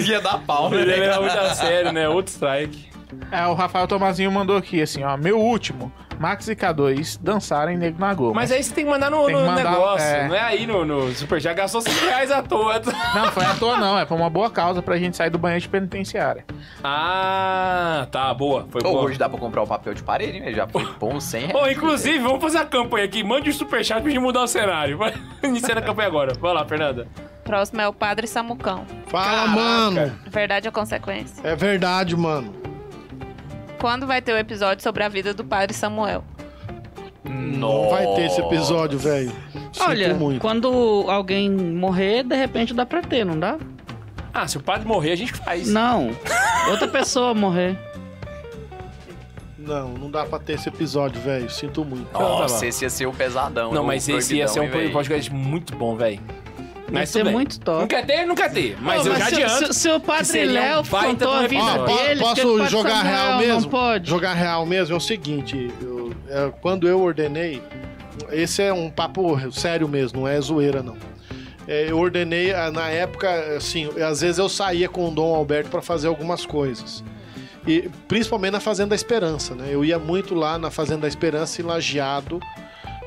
Speaker 4: Ia dar pau, né?
Speaker 3: Ele é muito a sério, né? Outro strike.
Speaker 6: É, o Rafael Tomazinho mandou aqui, assim, ó. Meu último. Max e K2 dançarem Nego na Goma.
Speaker 3: Mas aí você tem que mandar no,
Speaker 6: Tem que
Speaker 3: no
Speaker 6: mandar,
Speaker 3: negócio,
Speaker 6: é.
Speaker 3: não é aí no, no Super. Já gastou 100 reais à toa.
Speaker 6: Não, foi à toa não. É pra uma boa causa pra gente sair do banheiro de penitenciária.
Speaker 3: Ah, tá, boa. Foi
Speaker 4: Ô,
Speaker 3: boa.
Speaker 4: hoje dá pra comprar o papel de parede, né? Já foi bom 100 reais.
Speaker 3: Ô, inclusive, vamos fazer a campanha aqui. Mande um superchat pra gente mudar o cenário. Vai iniciar a campanha agora. Vai lá, Fernanda.
Speaker 7: Próximo é o Padre Samucão.
Speaker 2: Fala, mano.
Speaker 7: Verdade ou consequência?
Speaker 2: É verdade, mano.
Speaker 7: Quando vai ter o episódio sobre a vida do Padre Samuel?
Speaker 2: Não vai ter esse episódio, velho. Sinto
Speaker 5: Olha,
Speaker 2: muito.
Speaker 5: quando alguém morrer, de repente dá pra ter, não dá?
Speaker 3: Ah, se o padre morrer, a gente faz.
Speaker 5: Não. Outra pessoa morrer.
Speaker 2: Não, não dá pra ter esse episódio, velho. Sinto muito.
Speaker 4: Nossa, esse ia ser o pesadão.
Speaker 3: Não,
Speaker 4: o
Speaker 3: mas esse ia ser um
Speaker 4: proibidão, hein, velho?
Speaker 3: podcast muito bom, velho.
Speaker 5: Vai
Speaker 3: Mas
Speaker 5: ser
Speaker 3: tudo bem.
Speaker 5: muito
Speaker 3: Não
Speaker 5: top.
Speaker 3: quer ter, não quer ter. Mas
Speaker 5: Ô,
Speaker 3: eu já
Speaker 5: se,
Speaker 3: adianto.
Speaker 5: Se, se o Padre
Speaker 3: seria um
Speaker 5: Léo
Speaker 3: baita
Speaker 5: contou a
Speaker 3: do
Speaker 5: vida
Speaker 2: Ó,
Speaker 3: episódio.
Speaker 5: dele,
Speaker 2: po-
Speaker 5: porque ele
Speaker 2: posso
Speaker 5: pode
Speaker 2: jogar
Speaker 5: fazer,
Speaker 2: real
Speaker 5: não,
Speaker 2: mesmo?
Speaker 5: Não pode.
Speaker 2: Jogar real mesmo é o seguinte: eu- é, quando eu ordenei, esse é um papo sério mesmo, não é zoeira não. É, eu ordenei ah, na época, assim, às vezes eu saía com o Dom Alberto para fazer algumas coisas. E principalmente na Fazenda da Esperança, né? Eu ia muito lá na Fazenda da Esperança em Lajeado,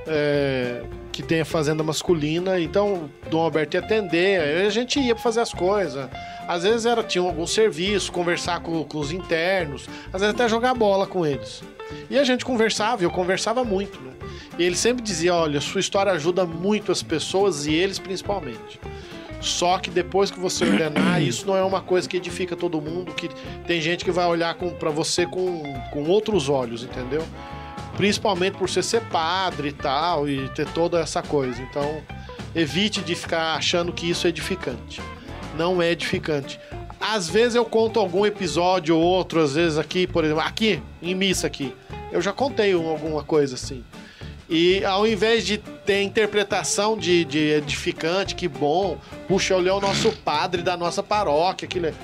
Speaker 2: é, que tem a fazenda masculina, então o Dom Alberto ia atender, aí a gente ia pra fazer as coisas. Às vezes era, tinha algum serviço, conversar com, com os internos, às vezes até jogar bola com eles. E a gente conversava, e eu conversava muito, né? E ele sempre dizia: olha, sua história ajuda muito as pessoas e eles principalmente. Só que depois que você ordenar, isso não é uma coisa que edifica todo mundo, que tem gente que vai olhar com, para você com, com outros olhos, entendeu? Principalmente por você ser padre e tal, e ter toda essa coisa. Então, evite de ficar achando que isso é edificante. Não é edificante. Às vezes eu conto algum episódio ou outro, às vezes aqui, por exemplo, aqui, em missa aqui, eu já contei um- alguma coisa assim. E ao invés de ter interpretação de, de edificante, que bom, puxa, olhou o nosso padre da nossa paróquia, aquilo é-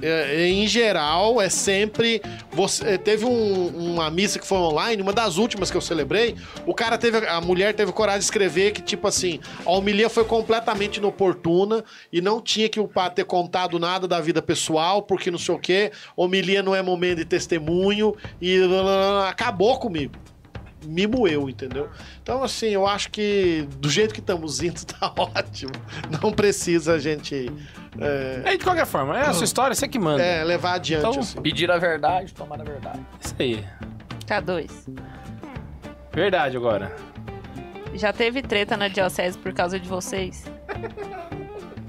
Speaker 2: é- em geral, é sempre. Você, é, teve um- uma missa que foi online, uma das últimas que eu celebrei. O cara teve. A mulher teve coragem de escrever que, tipo assim, a homilia foi completamente inoportuna e não tinha que o padre ter contado nada da vida pessoal, porque não sei o quê. Homilia não é momento de testemunho e blá, blá, blá, acabou comigo. me moeu, entendeu? Então, assim, eu acho que do jeito que estamos indo, tá ótimo. Não precisa a gente é,
Speaker 3: É, de qualquer forma, é a
Speaker 4: Hum.
Speaker 3: sua história, você que manda.
Speaker 2: é, levar adiante.
Speaker 3: Então,
Speaker 2: assim.
Speaker 4: Pedir a verdade, tomar a verdade.
Speaker 3: Isso aí.
Speaker 7: Tá dois.
Speaker 3: Verdade agora.
Speaker 7: Já teve treta na diocese por causa de vocês?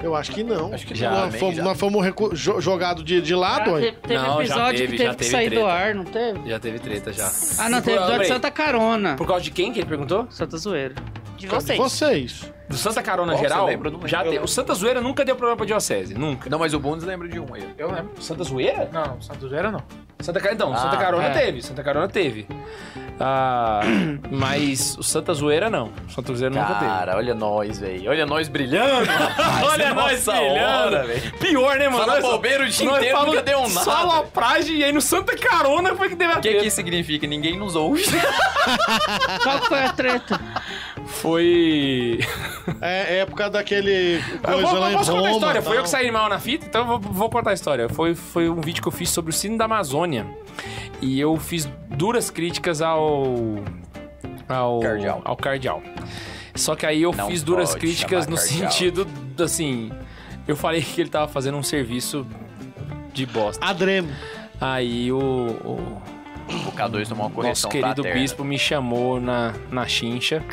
Speaker 2: Eu acho que não.
Speaker 4: Acho que
Speaker 3: Já,
Speaker 4: não,
Speaker 2: nós, fomos, nós fomos recu- jo- jogado de, de lado,
Speaker 5: Te-
Speaker 2: aí.
Speaker 5: Ah, teve
Speaker 3: Não, já
Speaker 5: episódio
Speaker 3: teve,
Speaker 5: que
Speaker 3: já
Speaker 5: teve que
Speaker 3: teve
Speaker 5: sair do
Speaker 3: treta.
Speaker 5: ar, não teve?
Speaker 3: Já teve treta já.
Speaker 5: Ah, não, teve
Speaker 3: Por-
Speaker 5: episódio de
Speaker 3: peraí,
Speaker 5: Santa Carona.
Speaker 3: Por causa de quem que ele perguntou?
Speaker 5: Santa Zoeira.
Speaker 7: De vocês.
Speaker 2: Vocês.
Speaker 3: Do Santa Carona
Speaker 4: Nossa,
Speaker 3: geral?
Speaker 4: eu lembro, eu não
Speaker 3: já
Speaker 4: lembro.
Speaker 3: teve. O Santa Zoeira nunca deu problema pra Diocese, nunca.
Speaker 4: Não, mas o Bundes lembra de um aí.
Speaker 6: Eu lembro.
Speaker 3: Santa Zoeira?
Speaker 6: Não, não, Santo Zero não.
Speaker 3: Santa Carona, então,
Speaker 4: Ah,
Speaker 3: Santa Carona
Speaker 6: é.
Speaker 3: teve, Santa Carona teve. Ah, mas o Santa Zoeira não. O Santa Zoeira nunca teve.
Speaker 4: Cara, olha nós, velho. Olha nós brilhando. rapaz.
Speaker 3: Olha nós
Speaker 4: Nossa
Speaker 3: brilhando.
Speaker 4: hora, velho.
Speaker 3: Pior, né, mano?
Speaker 4: Fala
Speaker 3: Nós-
Speaker 4: bobeira o dia
Speaker 3: nós
Speaker 4: inteiro,
Speaker 3: falamos
Speaker 4: nunca deu nada.
Speaker 3: Só lapragem e aí no Santa Carona foi que teve a
Speaker 4: O que
Speaker 3: treta.
Speaker 4: que isso significa? Ninguém nos ouve.
Speaker 5: Qual que foi a treta?
Speaker 3: Foi.
Speaker 2: É, é época daquele.
Speaker 3: Eu
Speaker 2: Coisa
Speaker 3: vou,
Speaker 2: lá
Speaker 3: eu
Speaker 2: em
Speaker 3: posso
Speaker 2: Roma,
Speaker 3: contar a história. Foi eu
Speaker 2: tal.
Speaker 3: que saí mal na fita, então eu vou, vou contar a história. Foi, foi um vídeo que eu fiz sobre o sino da Amazônia. E eu fiz duras críticas ao. Ao
Speaker 4: Cardeal.
Speaker 3: Ao cardeal. Só que aí eu
Speaker 4: Não
Speaker 3: fiz duras
Speaker 4: pode
Speaker 3: críticas no
Speaker 4: chamar cardeal.
Speaker 3: sentido, assim. Eu falei que ele tava fazendo um serviço de bosta.
Speaker 2: Adremo.
Speaker 3: Aí o, o
Speaker 4: O K2 tomou uma
Speaker 3: nosso
Speaker 4: correção tá
Speaker 3: querido
Speaker 4: fraterna.
Speaker 3: bispo me chamou na, na chincha.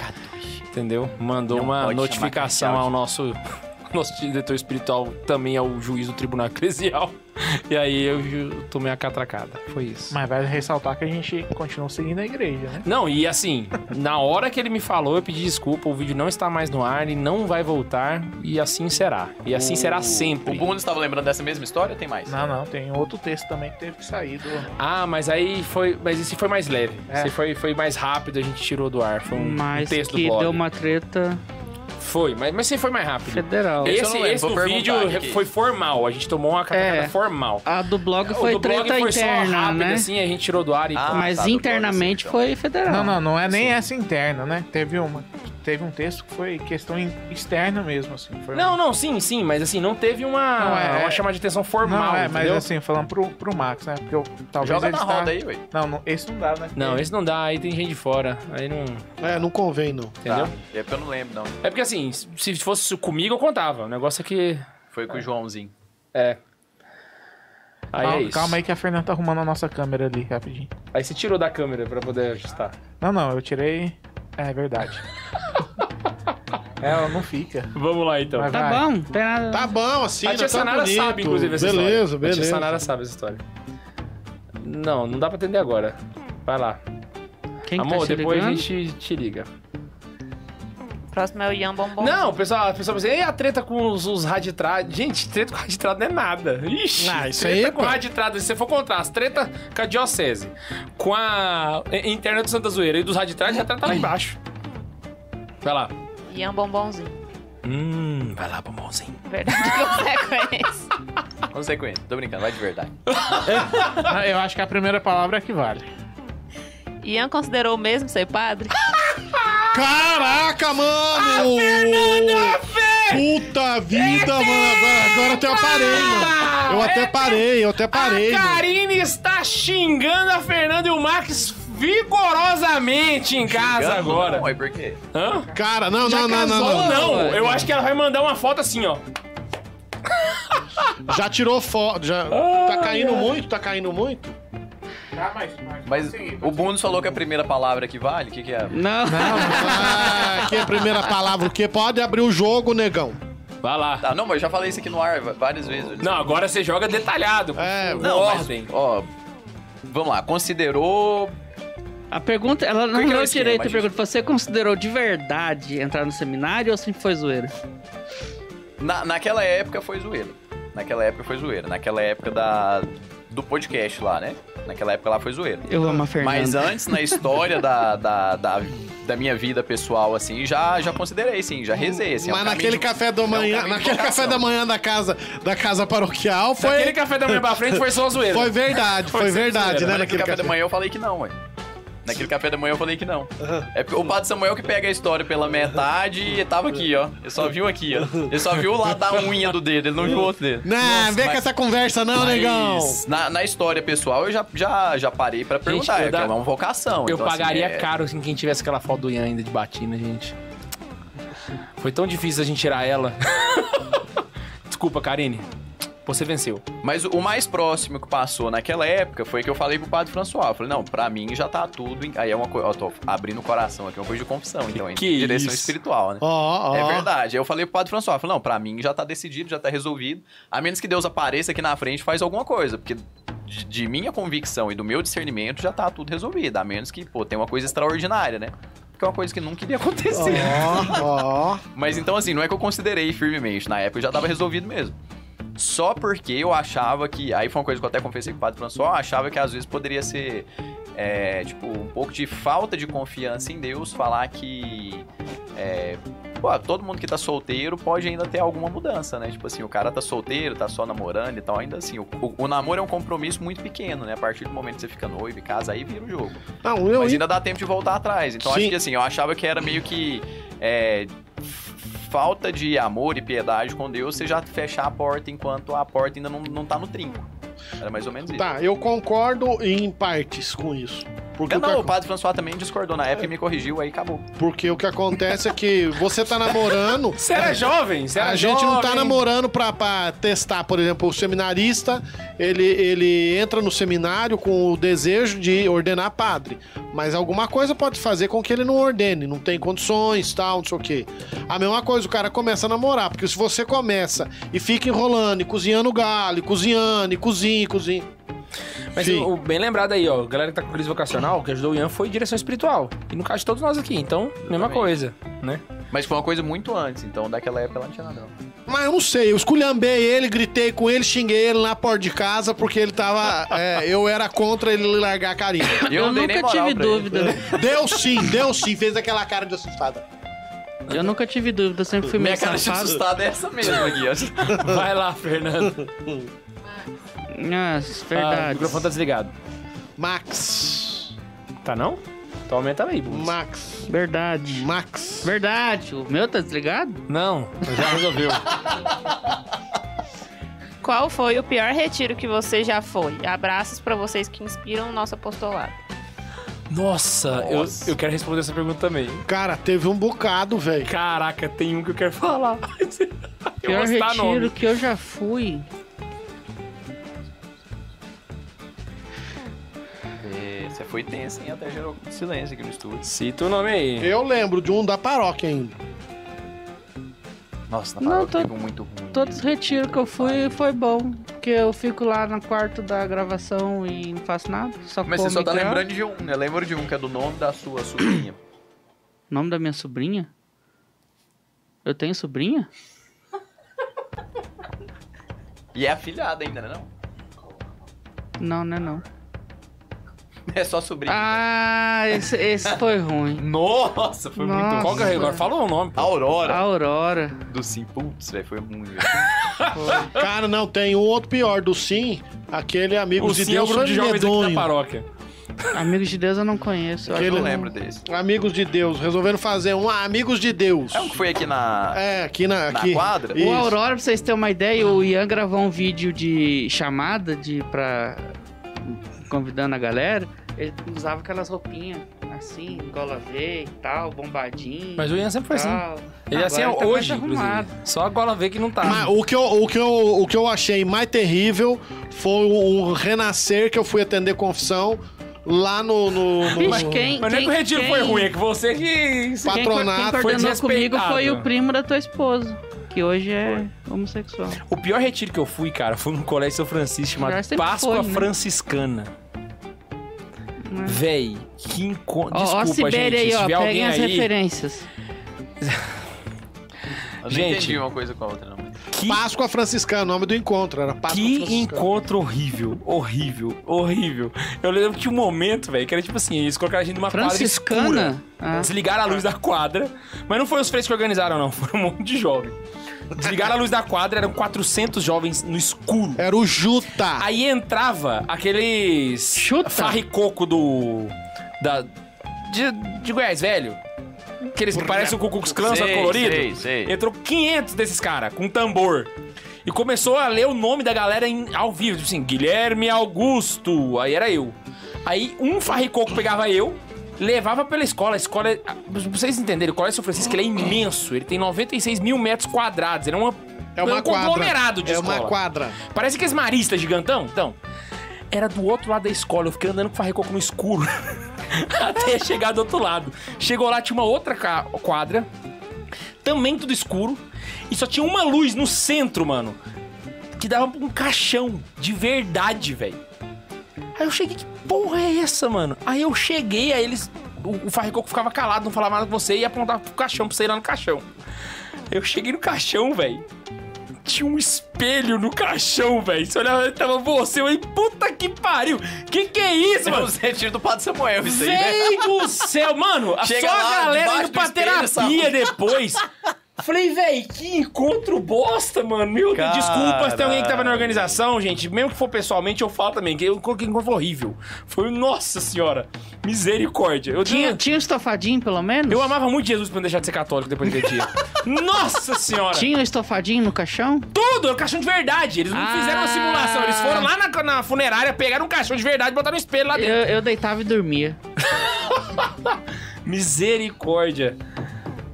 Speaker 3: Entendeu? Mandou
Speaker 4: Não
Speaker 3: uma
Speaker 4: pode chamar
Speaker 3: notificação
Speaker 4: cardeal
Speaker 3: ao nosso, nosso diretor espiritual, também ao juiz do tribunal eclesial. E aí eu ju- tomei a catracada. Foi isso.
Speaker 6: Mas vai ressaltar que a gente continua seguindo a igreja, né?
Speaker 3: Não, e assim, na hora que ele me falou, eu pedi desculpa, o vídeo não está mais no ar, ele não vai voltar, e assim será. E assim será
Speaker 4: O
Speaker 3: sempre.
Speaker 4: Bundes estava lembrando dessa mesma história? Tem mais?
Speaker 6: Não, não, tem outro texto também que teve que sair do.
Speaker 3: Ah, mas aí foi. Mas esse foi mais leve.
Speaker 6: É.
Speaker 3: Esse foi, foi mais rápido, a gente tirou do ar. Foi um, um
Speaker 5: Mas
Speaker 3: texto
Speaker 5: que
Speaker 3: do blog.
Speaker 5: deu uma treta
Speaker 3: Foi, mas, mas esse foi mais rápido.
Speaker 5: federal.
Speaker 4: Esse eu não
Speaker 3: Esse,
Speaker 4: lembro,
Speaker 3: esse
Speaker 4: vou
Speaker 3: do
Speaker 4: perguntar
Speaker 3: vídeo
Speaker 4: aqui.
Speaker 3: foi formal, a gente tomou uma catracada
Speaker 5: É.
Speaker 3: formal.
Speaker 5: A do blog
Speaker 3: o
Speaker 5: foi
Speaker 3: do blog
Speaker 5: treta
Speaker 3: foi só
Speaker 5: interna,
Speaker 3: rápido,
Speaker 5: né?
Speaker 3: assim, a gente tirou do ar e...
Speaker 4: Ah,
Speaker 5: Mas
Speaker 4: tá, do blog,
Speaker 5: internamente
Speaker 4: assim, então.
Speaker 5: foi federal.
Speaker 6: Não, não, não é nem essa interna, né? Teve uma. Teve um texto que foi questão in- externa mesmo, assim. Foi
Speaker 3: Não, não, sim, sim, mas assim, não teve uma,
Speaker 6: Não, é-
Speaker 3: uma chamada de atenção
Speaker 6: um...
Speaker 3: formal,
Speaker 6: Não, é, mas
Speaker 3: entendeu?
Speaker 6: assim, falando pro, pro Max, né? Porque eu, talvez
Speaker 4: Joga
Speaker 6: ele
Speaker 4: na
Speaker 6: tá-
Speaker 4: roda aí, ué.
Speaker 6: Não, não, esse não dá, né?
Speaker 3: Não,
Speaker 6: Ele-
Speaker 3: esse não dá, aí tem gente de fora, aí não...
Speaker 2: É, não convém, não.
Speaker 3: Entendeu?
Speaker 4: É porque eu não lembro, não.
Speaker 3: É porque assim, se fosse comigo eu contava, o negócio é que...
Speaker 4: Foi com o Joãozinho.
Speaker 3: É... Aí
Speaker 6: Calma,
Speaker 3: é isso.
Speaker 6: calma aí que a Fernanda tá arrumando a nossa câmera ali, rapidinho.
Speaker 3: Aí você tirou da câmera pra poder ajustar.
Speaker 6: Não, não, eu tirei. É verdade. É, Ela não fica.
Speaker 3: Vamos lá, então.
Speaker 6: Mas
Speaker 5: Tá
Speaker 6: vai.
Speaker 5: bom, tem nada.
Speaker 2: Tá bom, assim,
Speaker 3: a tia
Speaker 2: tá
Speaker 3: Sanara
Speaker 2: bonito.
Speaker 3: sabe, inclusive, essa
Speaker 2: Beleza,
Speaker 3: história. A tia
Speaker 2: beleza.
Speaker 3: Sanara sabe essa história. Não, não dá pra atender agora. Vai lá.
Speaker 5: Quem
Speaker 3: Amor,
Speaker 5: tá te
Speaker 3: depois
Speaker 5: ligando?
Speaker 3: a gente te liga.
Speaker 7: Próximo é o Ian Bombom.
Speaker 3: Não, o pessoal, a pessoa pensa, e a treta com os, os raditrados? Gente, treta com raditrado não é nada. Ixi,
Speaker 2: Ah, isso
Speaker 3: treta
Speaker 2: aí,
Speaker 3: com
Speaker 2: pô.
Speaker 3: raditrado, se você for contar as treta com a diocese, com a e- interna do Santa Zoeira e dos raditrados, já treta lá embaixo. Vai lá.
Speaker 7: Ian Bombonzinho.
Speaker 3: Hum, vai lá, bombonzinho.
Speaker 7: Verdade consequência.
Speaker 4: Consequência. Tô brincando, vai de verdade.
Speaker 6: Ah, Eu acho que a primeira palavra é que vale.
Speaker 7: Ian considerou mesmo ser padre?
Speaker 2: Caraca,
Speaker 5: Ah,
Speaker 2: mano! Puta vida, Então, mano! Agora, agora eu até parei,
Speaker 5: Ah,
Speaker 2: mano. Eu
Speaker 5: é
Speaker 2: até parei, eu até parei.
Speaker 3: a
Speaker 2: mano.
Speaker 3: Karine está xingando a Fernanda e o Max vigorosamente em casa
Speaker 4: Engano,
Speaker 3: agora.
Speaker 4: Não, é porque...
Speaker 3: Hã?
Speaker 2: Cara, não, não, não, não,
Speaker 3: Ou
Speaker 2: não.
Speaker 3: não, eu acho que ela vai mandar uma foto assim, ó. né?
Speaker 2: Já tirou foto, já. Tá caindo muito, tá caindo muito.
Speaker 6: Tá, mas.
Speaker 4: Mas o Bundes falou que a primeira palavra que vale, o que que é?
Speaker 5: Não.
Speaker 2: Ah, aqui é a primeira palavra, o quê? Pode abrir o jogo, negão.
Speaker 3: Vai lá.
Speaker 4: Tá, não, mas eu já falei isso aqui no ar va- várias vezes.
Speaker 3: Não, agora você joga detalhado.
Speaker 2: É,
Speaker 3: com
Speaker 4: Não, mas,
Speaker 3: ordem.
Speaker 4: ó... Vamos lá, considerou...
Speaker 5: A pergunta, ela não
Speaker 4: Por que
Speaker 5: leu
Speaker 4: não esquema,
Speaker 5: direito a
Speaker 4: gente?
Speaker 5: pergunta. Você considerou de verdade entrar no seminário ou sempre foi zoeira?
Speaker 4: Na, naquela época foi zoeira. Naquela época foi zoeira. Naquela época da, do podcast lá, né? Naquela época lá foi zoeira.
Speaker 5: Eu amo a Fernanda.
Speaker 4: Mas antes, na história da, da, da, da minha vida pessoal, assim, já, já considerei, sim, já rezei. Assim, é um
Speaker 2: Mas
Speaker 4: caminho
Speaker 2: naquele
Speaker 4: de-
Speaker 2: café da manhã,
Speaker 4: caminho de
Speaker 2: naquele
Speaker 4: vocação.
Speaker 2: café da manhã da casa, da casa paroquial foi
Speaker 3: Aquele café da manhã pra frente foi só zoeira.
Speaker 2: foi verdade, foi
Speaker 3: Foi
Speaker 2: verdade,
Speaker 3: sincero,
Speaker 2: né,
Speaker 4: Mas naquele
Speaker 2: naquele
Speaker 4: café da
Speaker 2: café.
Speaker 4: manhã eu falei que não, ué. Naquele café da manhã eu falei que não. É porque o Padre Samuel que pega a história pela metade e tava aqui, ó. Ele só viu aqui, ó. Ele só viu o lado da unha do dedo, ele não viu o outro dedo.
Speaker 2: Não,
Speaker 4: Nossa,
Speaker 2: vem
Speaker 4: mas-
Speaker 2: com essa conversa não,
Speaker 4: mas
Speaker 2: negão.
Speaker 4: Na, na história pessoal eu já, já, já parei pra perguntar.
Speaker 3: eu
Speaker 4: é,
Speaker 3: da-
Speaker 4: que é uma vocação.
Speaker 3: Eu
Speaker 4: então, assim,
Speaker 3: pagaria
Speaker 4: é-
Speaker 3: caro em quem tivesse aquela foto do Ian ainda de batina, gente. Foi tão difícil a gente tirar ela. Desculpa, Karine. Você venceu.
Speaker 4: Mas o mais próximo que passou naquela época foi que eu falei pro padre François. Eu falei, não, pra mim já tá tudo. em- Aí é uma coisa. Ó, tô abrindo o coração aqui, é uma coisa de confissão, então, hein?
Speaker 3: que é
Speaker 4: direção
Speaker 3: isso?
Speaker 4: espiritual, né?
Speaker 2: Ó, ó.
Speaker 4: É verdade. Aí eu falei pro padre François, eu falei, não, pra mim já tá decidido, já tá resolvido. A menos que Deus apareça aqui na frente e faz alguma coisa. Porque de, de minha convicção e do meu discernimento já tá tudo resolvido. A menos que, pô, tem uma coisa extraordinária, né? Que é uma coisa que nunca iria acontecer.
Speaker 2: é. Ó, ó, ó.
Speaker 4: Mas então, assim, não é que eu considerei firmemente. Na época eu já tava resolvido mesmo. Só porque eu achava que. Aí foi uma coisa que eu até confessei com o Padre François. Eu achava que às vezes poderia ser. é, tipo, um pouco de falta de confiança em Deus falar que. é, pô, todo mundo que tá solteiro pode ainda ter alguma mudança, né? Tipo assim, o cara tá solteiro, tá só namorando e tal. Ainda assim, o, o- o namoro é um compromisso muito pequeno, né? A partir do momento que você fica noivo e casa, aí vira o jogo.
Speaker 2: Não, eu
Speaker 4: Mas ainda dá tempo de voltar atrás. Então
Speaker 2: Sim.
Speaker 4: acho que assim, eu achava que era meio que. é, falta de amor e piedade com Deus, você já fechar a porta enquanto a porta ainda não, não tá no trinco. Era mais ou menos
Speaker 3: assim.
Speaker 4: isso.
Speaker 2: Tá, eu concordo em partes com isso. Porque,
Speaker 4: Não,
Speaker 2: o, que,
Speaker 4: não, o padre François também discordou na época e me corrigiu, aí acabou.
Speaker 2: porque o que acontece é que você tá namorando.
Speaker 3: Você era jovem? Você era
Speaker 2: a gente não tá
Speaker 3: jovem.
Speaker 2: namorando pra, pra testar, por exemplo, o seminarista, ele, ele entra no seminário com o desejo de ordenar padre. Mas alguma coisa pode fazer com que ele não ordene, não tem condições, tal, não sei o quê. A mesma coisa, o cara começa a namorar, porque se você começa e fica enrolando, e cozinhando galho, e cozinhando, e cozinha, e cozinha.
Speaker 3: Mas
Speaker 2: Sim.
Speaker 3: o- o- bem lembrado aí, ó. A galera que tá com crise vocacional, o que ajudou o Ian foi direção espiritual. E no caso de todos nós aqui. Então, mesma
Speaker 4: Exatamente.
Speaker 3: coisa. né?
Speaker 4: Mas foi uma coisa muito antes, então daquela época ela não tinha nada. não.
Speaker 2: Mas eu não sei, eu esculhambei ele, gritei com ele, xinguei ele na porta de casa, porque ele tava. é, eu era contra ele largar a carinha.
Speaker 4: E
Speaker 5: Eu,
Speaker 4: não dei nem
Speaker 5: nunca
Speaker 4: moral
Speaker 5: tive
Speaker 4: pra ele.
Speaker 5: dúvida.
Speaker 2: Deu sim, deu sim, fez aquela cara de assustada.
Speaker 5: Eu nunca tive dúvida, eu sempre fui
Speaker 4: Minha
Speaker 5: meio
Speaker 4: cara de
Speaker 5: safado.
Speaker 4: assustado é essa mesmo aqui, ó.
Speaker 3: Vai lá, Fernando.
Speaker 5: Ah,
Speaker 3: Ah, o
Speaker 5: verdade.
Speaker 3: microfone tá desligado.
Speaker 2: Max.
Speaker 3: Tá não? Então aumenta aí, Bubu.
Speaker 2: Max.
Speaker 5: Verdade.
Speaker 2: Max.
Speaker 5: Verdade. O meu tá desligado?
Speaker 3: Não, já resolveu.
Speaker 7: Qual foi o pior retiro que você já foi? Abraços pra vocês que inspiram o nosso apostolado.
Speaker 3: Nossa, eu-
Speaker 4: Nossa.
Speaker 3: Eu, quero responder essa pergunta também.
Speaker 2: Cara, teve um bocado, velho.
Speaker 3: Caraca, tem um que eu quero falar. Eu
Speaker 5: Pior
Speaker 3: vou citar
Speaker 5: retiro
Speaker 3: nome.
Speaker 5: que eu já fui.
Speaker 4: É, Você foi tenso, hein? Até gerou silêncio aqui no estúdio.
Speaker 3: Cita o nome aí.
Speaker 2: Eu lembro de um da paróquia ainda.
Speaker 4: Nossa,
Speaker 5: Não,
Speaker 4: na
Speaker 5: tô-
Speaker 4: palavra ficou muito ruim.
Speaker 5: Todos os retiros que eu fui foi bom. Porque eu fico lá no quarto da gravação e não faço nada. Só
Speaker 4: Mas
Speaker 5: como
Speaker 4: você só tá
Speaker 5: e gravo.
Speaker 4: lembrando de um, né? Lembro de um que é do nome da sua sobrinha.
Speaker 5: O nome da minha sobrinha? Eu tenho sobrinha?
Speaker 4: E é afilhada ainda, né? Não?
Speaker 5: Não, né não.
Speaker 4: É só sobrinha.
Speaker 5: Ah, esse, esse foi ruim.
Speaker 4: Nossa, foi
Speaker 5: Nossa.
Speaker 4: muito
Speaker 3: Qual que é agora? Fala o nome. pô.
Speaker 4: Aurora
Speaker 5: Aurora.
Speaker 7: Ah.
Speaker 4: do Sim. Putz, velho, foi muito.
Speaker 5: Foi.
Speaker 2: Cara, não, tem um outro pior do Sim, aquele amigo
Speaker 3: O
Speaker 2: de
Speaker 3: Sim é o
Speaker 2: Deus
Speaker 3: grupo de jovens aqui da
Speaker 2: medonho.
Speaker 3: paróquia.
Speaker 5: Amigos de Deus eu não conheço.
Speaker 4: Eu
Speaker 2: Aquele-
Speaker 4: não lembro desse.
Speaker 2: Amigos de Deus, resolvendo fazer um Amigos de Deus.
Speaker 4: É um que foi aqui na,
Speaker 2: É, aqui na.
Speaker 4: na
Speaker 2: Aqui.
Speaker 4: quadra?
Speaker 2: Isso.
Speaker 5: O Aurora, pra vocês terem uma ideia, o Ian gravou um vídeo de chamada de pra. convidando a galera. Ele usava aquelas roupinhas assim, gola V e tal, bombadinho.
Speaker 3: Mas o Ian sempre foi assim.
Speaker 5: tal.
Speaker 3: Ele é assim
Speaker 5: Ah, Agora tá mais
Speaker 3: hoje,
Speaker 5: arrumado.
Speaker 3: inclusive. Só a gola vê que não tá.
Speaker 2: Mas o que, eu, o, que eu, o que eu achei mais terrível foi um renascer que eu fui atender confissão lá no. no, no-
Speaker 5: Vixe, quem,
Speaker 3: Mas não é que o
Speaker 5: quem-
Speaker 3: retiro foi
Speaker 5: quem-
Speaker 3: ruim, é que você que...
Speaker 2: Pá. Patronato.
Speaker 3: Foi
Speaker 5: Quem, quem coordenou comigo
Speaker 3: desrespeitado.
Speaker 5: foi o primo da tua esposa, que hoje é homossexual.
Speaker 3: O pior retiro que eu fui, cara, foi num colégio São Francisco chamado
Speaker 5: Melhor sempre
Speaker 3: Páscoa
Speaker 5: foi, né?
Speaker 3: Franciscana.
Speaker 5: Né?
Speaker 3: Véi, que encontro...
Speaker 5: Ó, ó,
Speaker 3: Desculpa, gente,
Speaker 5: Sibéria aí,
Speaker 3: se
Speaker 5: ó,
Speaker 3: tiver alguém
Speaker 5: peguem as
Speaker 3: aí...
Speaker 5: referências.
Speaker 4: Eu não
Speaker 3: Gente.
Speaker 4: entendi uma coisa com a outra, não. mas-
Speaker 3: Que
Speaker 2: Páscoa Franciscana, o nome do encontro era Páscoa
Speaker 3: Que
Speaker 2: Franciscana.
Speaker 3: encontro horrível, horrível, horrível. Eu lembro que tinha um momento, velho, que era tipo assim, eles colocaram a gente numa quadra escura.
Speaker 5: Franciscana? Ah,
Speaker 3: Desligaram a luz da quadra, mas não foi os freios que organizaram, não, foi um monte de jovem. Desligaram a luz da quadra, eram 400 jovens no escuro.
Speaker 2: Era o Juta.
Speaker 3: Ah, Aí entrava aqueles
Speaker 5: Chuta.
Speaker 3: farricoco do da, de, de Goiás, velho. Aqueles que parecem o Ku Klux Klan, só
Speaker 4: Sei,
Speaker 3: colorido.
Speaker 4: sei, sei.
Speaker 3: Entrou 500 desses caras, com tambor. E começou a ler o nome da galera em- ao vivo, tipo assim, Guilherme Augusto. Aí era eu. Aí um farricoco pegava eu, levava pela escola. A escola, é- ah, pra vocês entenderem, o Colégio São Francisco ele é imenso. Ele tem 96 mil metros quadrados. Ele é, uma,
Speaker 2: É uma quadra.
Speaker 3: um conglomerado de
Speaker 2: é
Speaker 3: escola.
Speaker 2: uma quadra.
Speaker 3: Parece aqueles maristas gigantão. Então, era do outro lado da escola. Eu fiquei andando com o farrecoco no escuro. até chegar do outro lado. Chegou lá, tinha uma outra ca- quadra. Também tudo escuro. E só tinha uma luz no centro, mano. Que dava pra um caixão. De verdade, velho. Aí eu cheguei, que porra é essa, mano? Aí eu cheguei, aí eles. O, o farrecoco ficava calado, não falava nada com você e apontava pro caixão pra você ir lá no caixão. Eu cheguei no caixão, velho tinha um espelho no caixão, velho. Você olhava, tava você, eu falei, puta que pariu. Que que é isso,
Speaker 4: É o
Speaker 3: mano?
Speaker 4: retiro do Padre Samuel, isso aí, né?
Speaker 3: Véi do céu, mano. a-
Speaker 4: Chega
Speaker 3: só
Speaker 4: lá,
Speaker 3: a galera
Speaker 4: debaixo
Speaker 3: indo
Speaker 4: do
Speaker 3: pra terapia
Speaker 4: espelho, assim, sabe?
Speaker 3: depois. Falei, véi, que encontro bosta, mano. Meu Deus, desculpa se tem alguém que tava na organização, gente. Mesmo que for pessoalmente, eu falo também. Que eu coloquei um encontro horrível. Foi, nossa senhora, misericórdia. Eu
Speaker 5: Tinha,
Speaker 3: tinha...
Speaker 5: tinha um estofadinho, pelo menos?
Speaker 3: Eu amava muito Jesus pra não deixar de ser católico depois daquele dia. Nossa senhora!
Speaker 5: Tinha um estofadinho no caixão?
Speaker 3: Tudo, era um caixão de verdade. Eles não
Speaker 5: Ah.
Speaker 3: fizeram uma simulação. Eles foram lá na, na funerária, pegaram um caixão de verdade e botaram um espelho lá
Speaker 5: Eu,
Speaker 3: dentro.
Speaker 5: eu deitava e dormia.
Speaker 3: Misericórdia.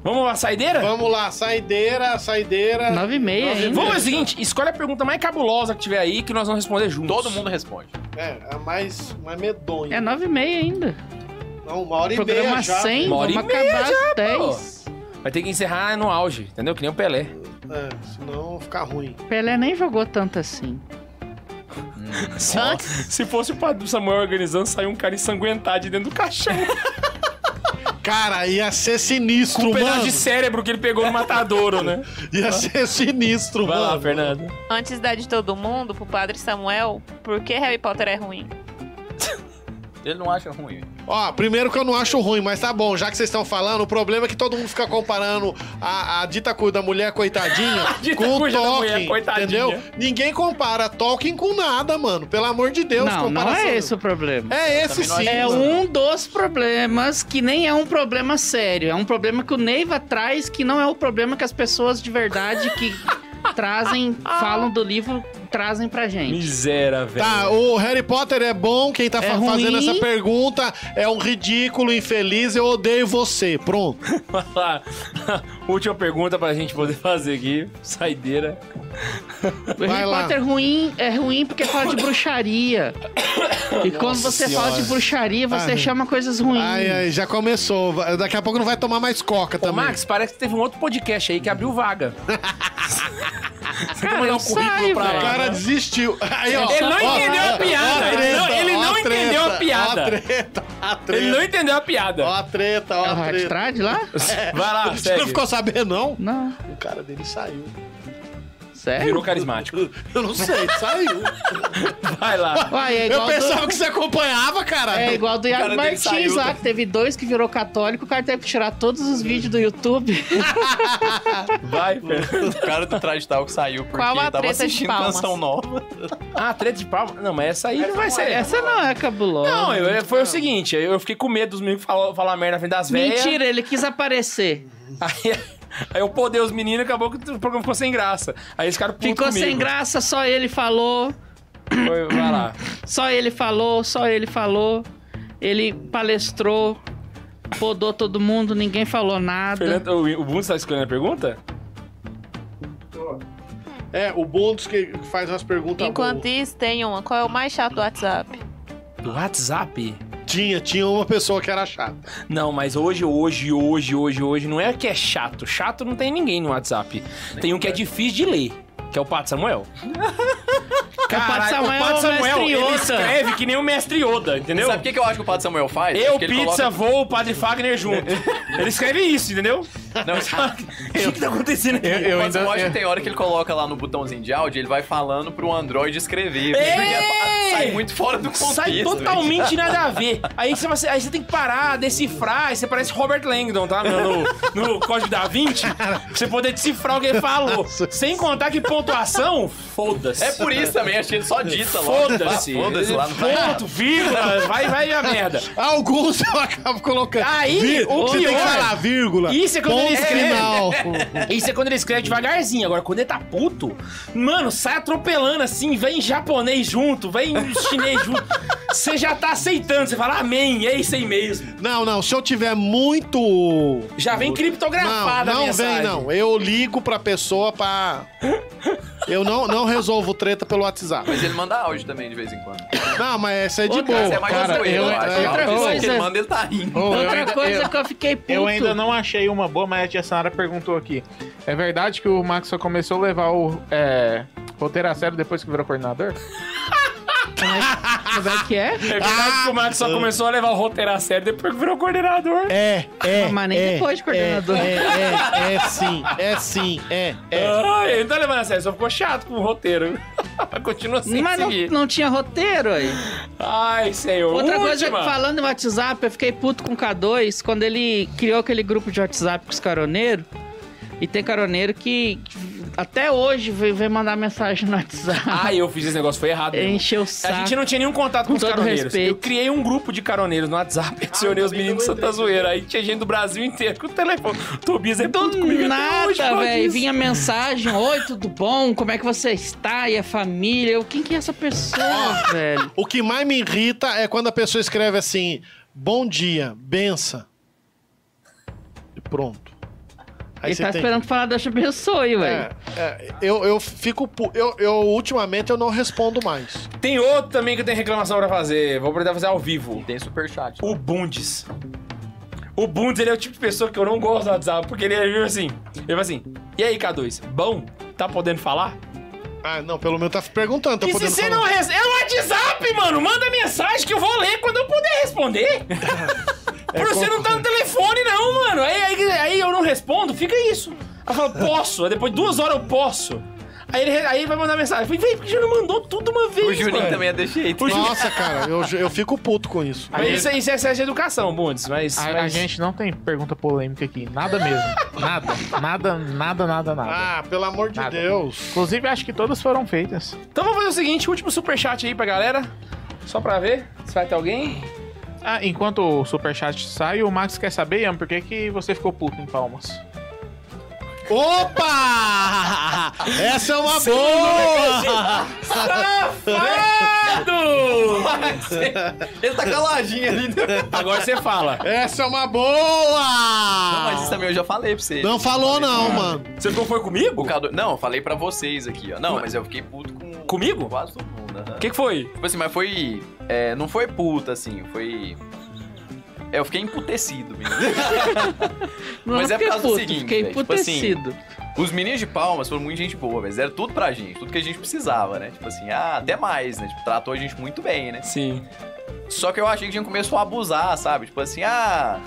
Speaker 3: Vamos lá, saideira? Vamos,
Speaker 2: Vamos lá, saideira, saideira.
Speaker 5: Nove e meia
Speaker 2: Nove e
Speaker 5: ainda.
Speaker 2: meia.
Speaker 3: fazer o seguinte: escolhe a pergunta mais cabulosa que tiver aí que nós vamos responder juntos.
Speaker 4: Todo mundo responde.
Speaker 2: É, a mais, mais medonha.
Speaker 5: É nove e meia ainda.
Speaker 2: Não, uma hora e meia
Speaker 5: Programa
Speaker 2: já.
Speaker 5: 100,
Speaker 3: Uma hora e
Speaker 5: vamos
Speaker 3: meia
Speaker 5: acabar às 10.
Speaker 3: Vai ter que encerrar no auge, entendeu? Que nem o Pelé.
Speaker 2: É, senão fica ruim.
Speaker 5: Pelé nem jogou tanto assim.
Speaker 3: Se, se fosse o Padre Samuel organizando, saiu um cara ensanguentado de dentro do caixão.
Speaker 2: Cara, ia ser sinistro,
Speaker 3: Com um
Speaker 2: mano.
Speaker 3: pedaço de cérebro que ele pegou no matadouro, né?
Speaker 2: Ia ser sinistro,
Speaker 3: Vai lá,
Speaker 2: mano.
Speaker 3: Fernando.
Speaker 7: Antes da de todo mundo, pro Padre Samuel, por que Harry Potter é ruim?
Speaker 4: Ele não acha ruim.
Speaker 2: Ó, primeiro que eu não acho ruim, mas tá bom, já que vocês estão falando, o problema é que todo mundo fica comparando a, a dita cu da mulher coitadinha
Speaker 3: dita
Speaker 2: com o
Speaker 3: cuja da mulher
Speaker 2: Tolkien,
Speaker 3: coitadinha.
Speaker 2: entendeu? Ninguém compara Tolkien com nada, mano. Pelo amor de Deus,
Speaker 5: não, não
Speaker 2: comparação.
Speaker 5: é esse o problema.
Speaker 2: É esse
Speaker 4: Também não
Speaker 2: sim.
Speaker 5: É
Speaker 2: mano.
Speaker 5: um dos problemas que nem é um problema sério. É um problema que o Neiva traz, que não é o problema que as pessoas de verdade que trazem, falam do livro, trazem pra gente.
Speaker 3: Miséria, velho.
Speaker 2: Tá, o Harry Potter é bom, quem tá
Speaker 5: É
Speaker 2: fa- fazendo
Speaker 5: ruim.
Speaker 2: essa pergunta é um ridículo, infeliz, eu odeio você. Pronto.
Speaker 3: Vai lá. Última pergunta pra gente poder fazer aqui. Saideira.
Speaker 5: O
Speaker 2: Vai
Speaker 5: Harry
Speaker 2: lá.
Speaker 5: Potter ruim é ruim porque fala de bruxaria. E quando você fala de bruxaria, você
Speaker 2: Ah.
Speaker 5: chama coisas ruins.
Speaker 2: Ai, ai, já começou. Vai- Daqui a pouco não vai tomar mais coca
Speaker 3: Ô,
Speaker 2: também.
Speaker 3: Max, parece que teve um outro podcast aí que abriu vaga. Você quer mandar um currículo
Speaker 5: sai,
Speaker 3: pra
Speaker 2: O
Speaker 3: lá?
Speaker 2: cara desistiu. Aí, ó,
Speaker 3: Ele não
Speaker 2: ó,
Speaker 3: entendeu a
Speaker 2: ó,
Speaker 3: piada,
Speaker 2: ó
Speaker 3: ele não- ele
Speaker 2: ó
Speaker 3: não entendeu a
Speaker 2: ó
Speaker 3: piada.
Speaker 2: treta, ó treta.
Speaker 3: Ele não entendeu a piada.
Speaker 2: Ó a treta, ó
Speaker 5: É o
Speaker 2: a treta.
Speaker 5: Radstrad lá?
Speaker 3: Vai lá,
Speaker 2: Você não
Speaker 3: segue.
Speaker 2: ficou sabendo, não?
Speaker 5: Não.
Speaker 2: O cara dele saiu.
Speaker 5: Sério?
Speaker 3: Virou carismático.
Speaker 2: Eu não sei, saiu.
Speaker 3: Vai lá.
Speaker 5: Uai, é
Speaker 2: Eu
Speaker 5: igual do-
Speaker 2: pensava que você acompanhava, cara.
Speaker 5: É igual do Iago
Speaker 4: cara dele
Speaker 5: Martins
Speaker 4: saiu,
Speaker 5: lá,
Speaker 4: né?
Speaker 5: que teve dois que virou católico, o cara teve que tirar todos os vídeos do YouTube.
Speaker 3: Vai, Fernando.
Speaker 4: O cara do Traje Talk saiu porque
Speaker 7: Qual a
Speaker 4: tava
Speaker 7: treta de
Speaker 4: assistindo
Speaker 7: palmas?
Speaker 4: canção nova.
Speaker 3: Ah, treta de palma. Não, mas essa aí não vai ser.
Speaker 5: Essa não é cabulosa.
Speaker 3: Não, eu- foi o seguinte, eu fiquei com medo dos meninos falar, falar merda na frente das velhas.
Speaker 5: Mentira, ele quis aparecer.
Speaker 3: Aí, aí eu podei os meninos e acabou que o programa ficou sem graça. Aí esse cara
Speaker 5: Ficou sem graça, só ele falou,
Speaker 3: Vai lá.
Speaker 5: só ele falou, só ele falou. Ele palestrou, podou todo mundo, ninguém falou nada.
Speaker 3: Fernando, o, o Bundes tá escolhendo a pergunta?
Speaker 2: É, o Bundes que que faz umas
Speaker 3: Tá
Speaker 2: perguntas
Speaker 7: Enquanto
Speaker 2: boas.
Speaker 7: isso, tem uma. Qual é o mais chato do WhatsApp?
Speaker 3: Do WhatsApp?
Speaker 2: Tinha, tinha uma pessoa que era chata.
Speaker 3: Não, mas hoje, hoje, hoje, hoje, hoje, não é que é chato. Chato não tem ninguém no WhatsApp. Tem um que é difícil de ler, que é o Pato Samuel.
Speaker 5: o Padre
Speaker 3: Caralho,
Speaker 5: Samuel,
Speaker 3: Padre
Speaker 5: é o mestre
Speaker 3: ele
Speaker 5: Yoda.
Speaker 3: escreve que nem o mestre Yoda, entendeu?
Speaker 4: Sabe o que, que eu acho que o Padre Samuel faz?
Speaker 3: Eu,
Speaker 4: que ele
Speaker 3: pizza,
Speaker 4: coloca-
Speaker 3: vou, o Padre Fagner junto. ele escreve isso, entendeu?
Speaker 4: Não, sabe?
Speaker 3: O que, que tá acontecendo aqui?
Speaker 6: Eu, eu
Speaker 4: Mas
Speaker 6: ainda.
Speaker 4: o Roger
Speaker 6: eu-
Speaker 4: tem hora que ele coloca lá no botãozinho de áudio, ele vai falando pro Android escrever. porque
Speaker 3: Ei!
Speaker 4: Sai muito fora do contexto.
Speaker 3: Sai
Speaker 4: velho.
Speaker 3: totalmente nada a ver. Aí você, vai- aí você tem que parar, decifrar. Aí você parece Robert Langdon, tá? meu? No, no Código da Vinci. Pra você poder decifrar o que ele falou. Sem contar que pontuação, foda-se.
Speaker 4: É por isso também, acho que ele só dita lá.
Speaker 3: Foda-se.
Speaker 4: Foda-se lá no
Speaker 3: Ponto, vírgula, vai, vai a merda.
Speaker 2: Alguns Ah, eu acabo colocando.
Speaker 3: Aí,
Speaker 2: Vir-
Speaker 3: o
Speaker 2: você tem que
Speaker 3: pior-
Speaker 2: falar vírgula.
Speaker 3: Isso é quando ele
Speaker 2: ponto
Speaker 3: escreve.
Speaker 2: final.
Speaker 3: Isso é quando ele escreve devagarzinho. Agora, quando ele tá puto, mano, sai atropelando assim, vem japonês junto, vem chinês junto. Você já tá aceitando, você fala amém, é isso aí mesmo.
Speaker 2: Não, não. Se eu tiver muito.
Speaker 3: Já vem
Speaker 2: Não,
Speaker 3: criptografada a
Speaker 2: não
Speaker 3: mensagem.
Speaker 2: vem, não. Eu ligo pra pessoa pra. Eu não, não resolvo treta pelo WhatsApp.
Speaker 4: Mas ele manda áudio também de vez em quando.
Speaker 2: Não, mas essa é de
Speaker 5: Outra-
Speaker 2: boa.
Speaker 4: Essa é mais
Speaker 6: cara,
Speaker 4: zoeira,
Speaker 6: eu-
Speaker 4: eu acho.
Speaker 5: outra
Speaker 4: A pessoa que
Speaker 5: coisa-
Speaker 4: ele manda, ele tá rindo.
Speaker 6: Oh, eu
Speaker 5: Outra
Speaker 6: ainda-
Speaker 5: coisa
Speaker 6: eu-
Speaker 5: que eu fiquei puto.
Speaker 6: Eu ainda não achei uma boa, mas a Tia Sanara perguntou aqui. É verdade que o Max só começou a levar o é, roteiro a sério depois que virou coordenador?
Speaker 5: Como é que é?
Speaker 3: É verdade
Speaker 2: Ah.
Speaker 3: que o Max só começou a levar o roteiro a sério depois que virou coordenador.
Speaker 2: É, é.
Speaker 5: Mas nem
Speaker 2: é,
Speaker 5: depois de coordenador.
Speaker 2: É, é, é, é sim, é sim, é, é.
Speaker 3: Ai, ele não tá levando a sério, só ficou chato com o roteiro. Mas Continua sem
Speaker 5: Mas não,
Speaker 3: seguir.
Speaker 5: não tinha roteiro aí.
Speaker 3: Ai, senhor.
Speaker 5: Outra coisa, é
Speaker 3: Última.
Speaker 5: falando em WhatsApp, eu fiquei puto com o K2 quando ele criou aquele grupo de WhatsApp com os caroneiros. E tem caroneiro que, que até hoje vem vem mandar mensagem no WhatsApp.
Speaker 3: Ai, eu fiz esse negócio, foi errado. mesmo.
Speaker 5: Encheu o saco.
Speaker 3: A gente não tinha nenhum contato com,
Speaker 5: Com
Speaker 3: os
Speaker 5: todo
Speaker 3: caroneiros.
Speaker 5: respeito.
Speaker 3: Eu criei um grupo de caroneiros no WhatsApp, adicionei os meninos de Santa Zoeira. Aí tinha gente do Brasil inteiro com o telefone. Tobias é puto
Speaker 5: Do
Speaker 3: comigo até hoje por
Speaker 5: nada,
Speaker 3: causa
Speaker 5: velho.
Speaker 3: disso.
Speaker 5: Vinha mensagem: Oi, tudo bom? Como é que você está? E a família? Eu, Quem que é essa pessoa, velho?
Speaker 2: O que mais me irrita é quando a pessoa escreve assim: bom dia, benção. E pronto.
Speaker 5: Ele tá esperando falar dessa pessoa aí, velho.
Speaker 2: É, é, eu, eu fico. pu- Eu, eu, ultimamente eu não respondo mais.
Speaker 3: Tem outro também que eu tenho reclamação pra fazer. Vou tentar fazer ao vivo.
Speaker 4: Tem superchat.
Speaker 3: O Bundes. O Bundes, ele é o tipo de pessoa que eu não gosto no WhatsApp, porque ele é assim. Ele vai assim: E aí, K2? Bom? Tá podendo falar?
Speaker 2: Ah, não, pelo menos tá perguntando, tá
Speaker 3: e se
Speaker 2: podendo
Speaker 3: você
Speaker 2: falar.
Speaker 3: não recebe. É o WhatsApp, mano! Manda mensagem que eu vou ler quando eu puder responder! Pra você não tá no telefone, não, mano! Aí, aí, aí eu não respondo, fica isso. Aí eu falo, posso? Aí depois de duas horas eu posso. Aí ele, aí ele vai mandar mensagem. Eu falei, vem, por que já não mandou tudo uma vez?
Speaker 4: O Juninho
Speaker 3: mano?"
Speaker 4: também é desse jeito.
Speaker 3: O Juninho-
Speaker 2: Nossa, cara, eu, eu fico puto com isso.
Speaker 3: Mas isso, é- isso é excesso de educação, Bundes, mas.
Speaker 6: A, a
Speaker 3: mas-
Speaker 6: gente não tem pergunta polêmica aqui. Nada mesmo. Nada. Nada, nada, nada, nada.
Speaker 2: Ah, pelo amor de
Speaker 6: Nada.
Speaker 2: Deus.
Speaker 6: Inclusive, acho que todas foram feitas.
Speaker 3: Então vamos fazer o seguinte, último superchat aí pra galera. Só pra ver se vai ter alguém.
Speaker 6: Ah, enquanto o superchat sai, o Max quer saber, Ian, por que, que você ficou puto em Palmas?
Speaker 2: Opa! Essa é uma
Speaker 4: né?
Speaker 2: boa!
Speaker 3: Safado!
Speaker 4: Ele tá caladinho ali. né?
Speaker 3: Agora você fala.
Speaker 2: Essa é uma
Speaker 4: Não, mas isso
Speaker 2: boa!
Speaker 4: também eu já falei pra vocês.
Speaker 2: Ah. Não falou não,
Speaker 4: mano.
Speaker 2: mano.
Speaker 3: Você ficou foi
Speaker 4: O
Speaker 3: comigo?
Speaker 4: Cadu... Não, eu falei pra vocês aqui, ó. Não, mas eu fiquei puto com.
Speaker 3: Comigo?
Speaker 4: Quase todo mundo. aham.
Speaker 3: O que, que foi?
Speaker 4: Tipo assim, mas foi. é, não foi puta, assim, foi. É, eu fiquei emputecido mesmo.
Speaker 5: Não
Speaker 4: Mas é
Speaker 5: fiquei
Speaker 4: por causa do
Speaker 5: puto,
Speaker 4: seguinte,
Speaker 5: fiquei
Speaker 4: velho, tipo assim,
Speaker 5: emputecido.
Speaker 4: Os meninos de palmas foram muito gente boa, velho. Deram tudo pra gente, tudo que a gente precisava, né? Tipo assim, ah, até mais, né? Tipo, tratou a gente muito bem, né?
Speaker 3: Sim.
Speaker 4: Só que eu achei que a gente começou a abusar, sabe? Tipo assim, ah.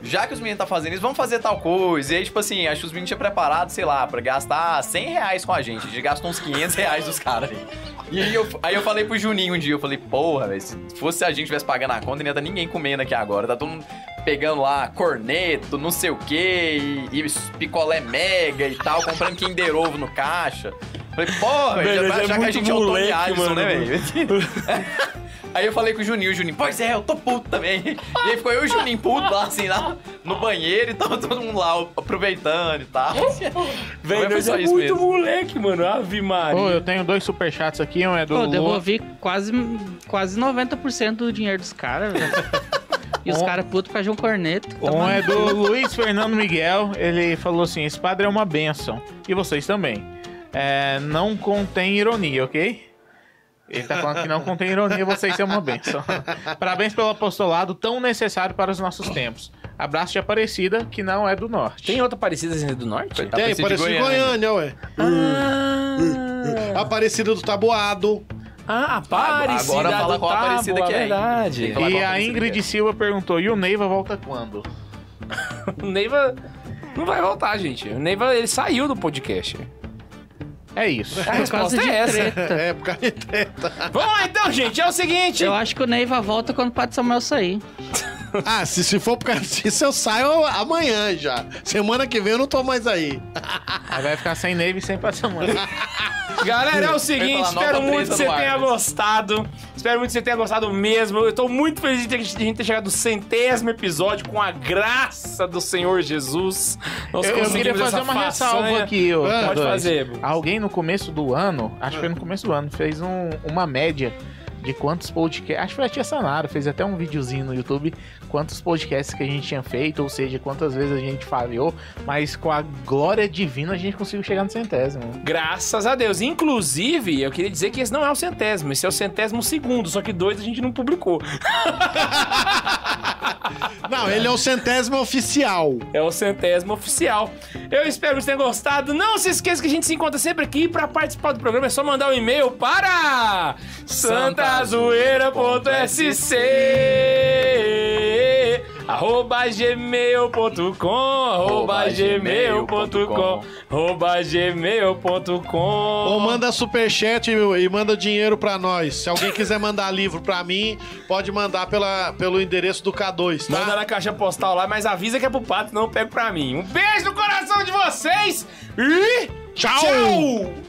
Speaker 4: Já que os meninos tá fazendo isso, vamos fazer tal coisa. E aí, tipo assim, acho que os meninos tinham preparado, sei lá, pra gastar 100 reais com a gente. A gente gastou uns 500 reais dos caras aí. E aí eu, aí eu falei pro Juninho um dia, eu falei, porra, velho, se fosse a gente tivesse pagando a conta, não ia tá ninguém comendo aqui agora. Tá todo mundo pegando lá corneto, não sei o quê, e, e picolé mega e tal, comprando Kinder Ovo no caixa. Falei, porra, velho, já
Speaker 3: Velho,
Speaker 4: vai
Speaker 3: mas é
Speaker 4: achar que a
Speaker 3: muito
Speaker 4: gente é o Tony
Speaker 3: moleque,
Speaker 4: Alisson,
Speaker 3: mano.
Speaker 4: né, velho? Aí eu falei com o Juninho, o Juninho, pois é, eu tô puto também. E aí ficou eu e o Juninho puto lá, assim, lá no banheiro e tava todo mundo lá aproveitando e tal.
Speaker 3: Velho,
Speaker 4: foi
Speaker 3: mas
Speaker 4: só
Speaker 3: é
Speaker 4: isso
Speaker 3: muito
Speaker 4: mesmo.
Speaker 3: moleque, mano. Ave Maria.
Speaker 6: Pô, eu tenho dois superchats aqui, um é do
Speaker 5: Pô, eu
Speaker 6: Lu...
Speaker 5: devolvi quase, quase 90% do dinheiro dos caras, velho. E os
Speaker 6: Um-
Speaker 5: caras putos com a João Corneto.
Speaker 6: Um é do Luiz Fernando Miguel. Ele falou assim: esse padre é uma benção. E vocês também. É, não contém ironia, ok? Ele tá falando que não contém ironia, vocês são uma benção. Parabéns pelo apostolado tão necessário para os nossos tempos. Abraço de Aparecida, que não é do norte.
Speaker 3: Tem outra parecida assim do norte?
Speaker 4: Tá parecida
Speaker 2: Tem,
Speaker 4: de né?
Speaker 2: parecido em Goiânia, ué.
Speaker 3: Ah,
Speaker 2: Aparecida do Taboado.
Speaker 3: ah a parecida.
Speaker 4: Agora fala
Speaker 3: do
Speaker 4: qual a
Speaker 3: Tábua,
Speaker 4: parecida que é, hein?
Speaker 3: verdade.
Speaker 4: Tem que falar
Speaker 6: E
Speaker 4: qual
Speaker 6: a
Speaker 4: Aparecida
Speaker 6: Ingrid
Speaker 4: que é.
Speaker 6: Silva perguntou: e o Neiva volta quando?
Speaker 3: O Neiva Não vai voltar, gente. O Neiva, ele saiu do podcast.
Speaker 6: É isso.
Speaker 3: A
Speaker 5: Por causa
Speaker 3: resposta
Speaker 5: de
Speaker 3: é essa.
Speaker 5: treta.
Speaker 2: É, por causa de treta.
Speaker 3: Vamos lá então, gente. É o seguinte.
Speaker 5: Eu acho que o Neiva volta quando o Padre Samuel sair.
Speaker 2: Ah, se, se for por causa disso, eu saio amanhã já. Semana que vem eu não tô mais aí.
Speaker 6: Aí vai ficar sem Neve e sem Passamã.
Speaker 3: Galera, é o seguinte,
Speaker 4: falar,
Speaker 3: espero
Speaker 4: nova
Speaker 3: muito
Speaker 4: treta né?
Speaker 3: que você
Speaker 4: do
Speaker 3: tenha
Speaker 4: Arnold.
Speaker 3: gostado. Espero muito que você tenha gostado mesmo. Eu tô muito feliz de, ter- de a gente ter chegado ao centésimo episódio com a graça do Senhor Jesus. Nós
Speaker 6: Eu, eu queria
Speaker 3: conseguimos
Speaker 6: fazer
Speaker 3: essa
Speaker 6: uma
Speaker 3: façanha.
Speaker 6: ressalva aqui, ô.
Speaker 2: Ah,
Speaker 6: K2.
Speaker 3: Pode fazer. Bu.
Speaker 6: Alguém no começo do ano, acho que foi no começo do ano, fez um- uma média de quantos podcasts. Acho que foi a Tia Sanara, fez até um videozinho no YouTube, quantos podcasts que a gente tinha feito, ou seja, quantas vezes a gente falhou, mas com a glória divina a gente conseguiu chegar no centésimo.
Speaker 3: Graças a Deus. Inclusive, eu queria dizer que esse não é o centésimo, esse é o centésimo segundo, só que dois a gente não publicou.
Speaker 4: Ah,
Speaker 2: Não, ele é o centésimo oficial.
Speaker 3: É o centésimo oficial. Eu espero que vocês tenham gostado. Não se esqueça que a gente se encontra sempre aqui. Para participar do programa é só mandar um e-mail para santazoeira.sc arroba gmail.com arroba gmail.com arroba
Speaker 2: Ou
Speaker 3: gmail.com
Speaker 2: manda superchat e e manda dinheiro pra nós. Se alguém quiser mandar livro pra mim, pode mandar pela, pelo endereço do K2, tá?
Speaker 3: Manda na caixa postal lá, mas avisa que é pro pato, não pega pra mim. Um beijo no coração de vocês e
Speaker 2: Tchau!
Speaker 3: tchau!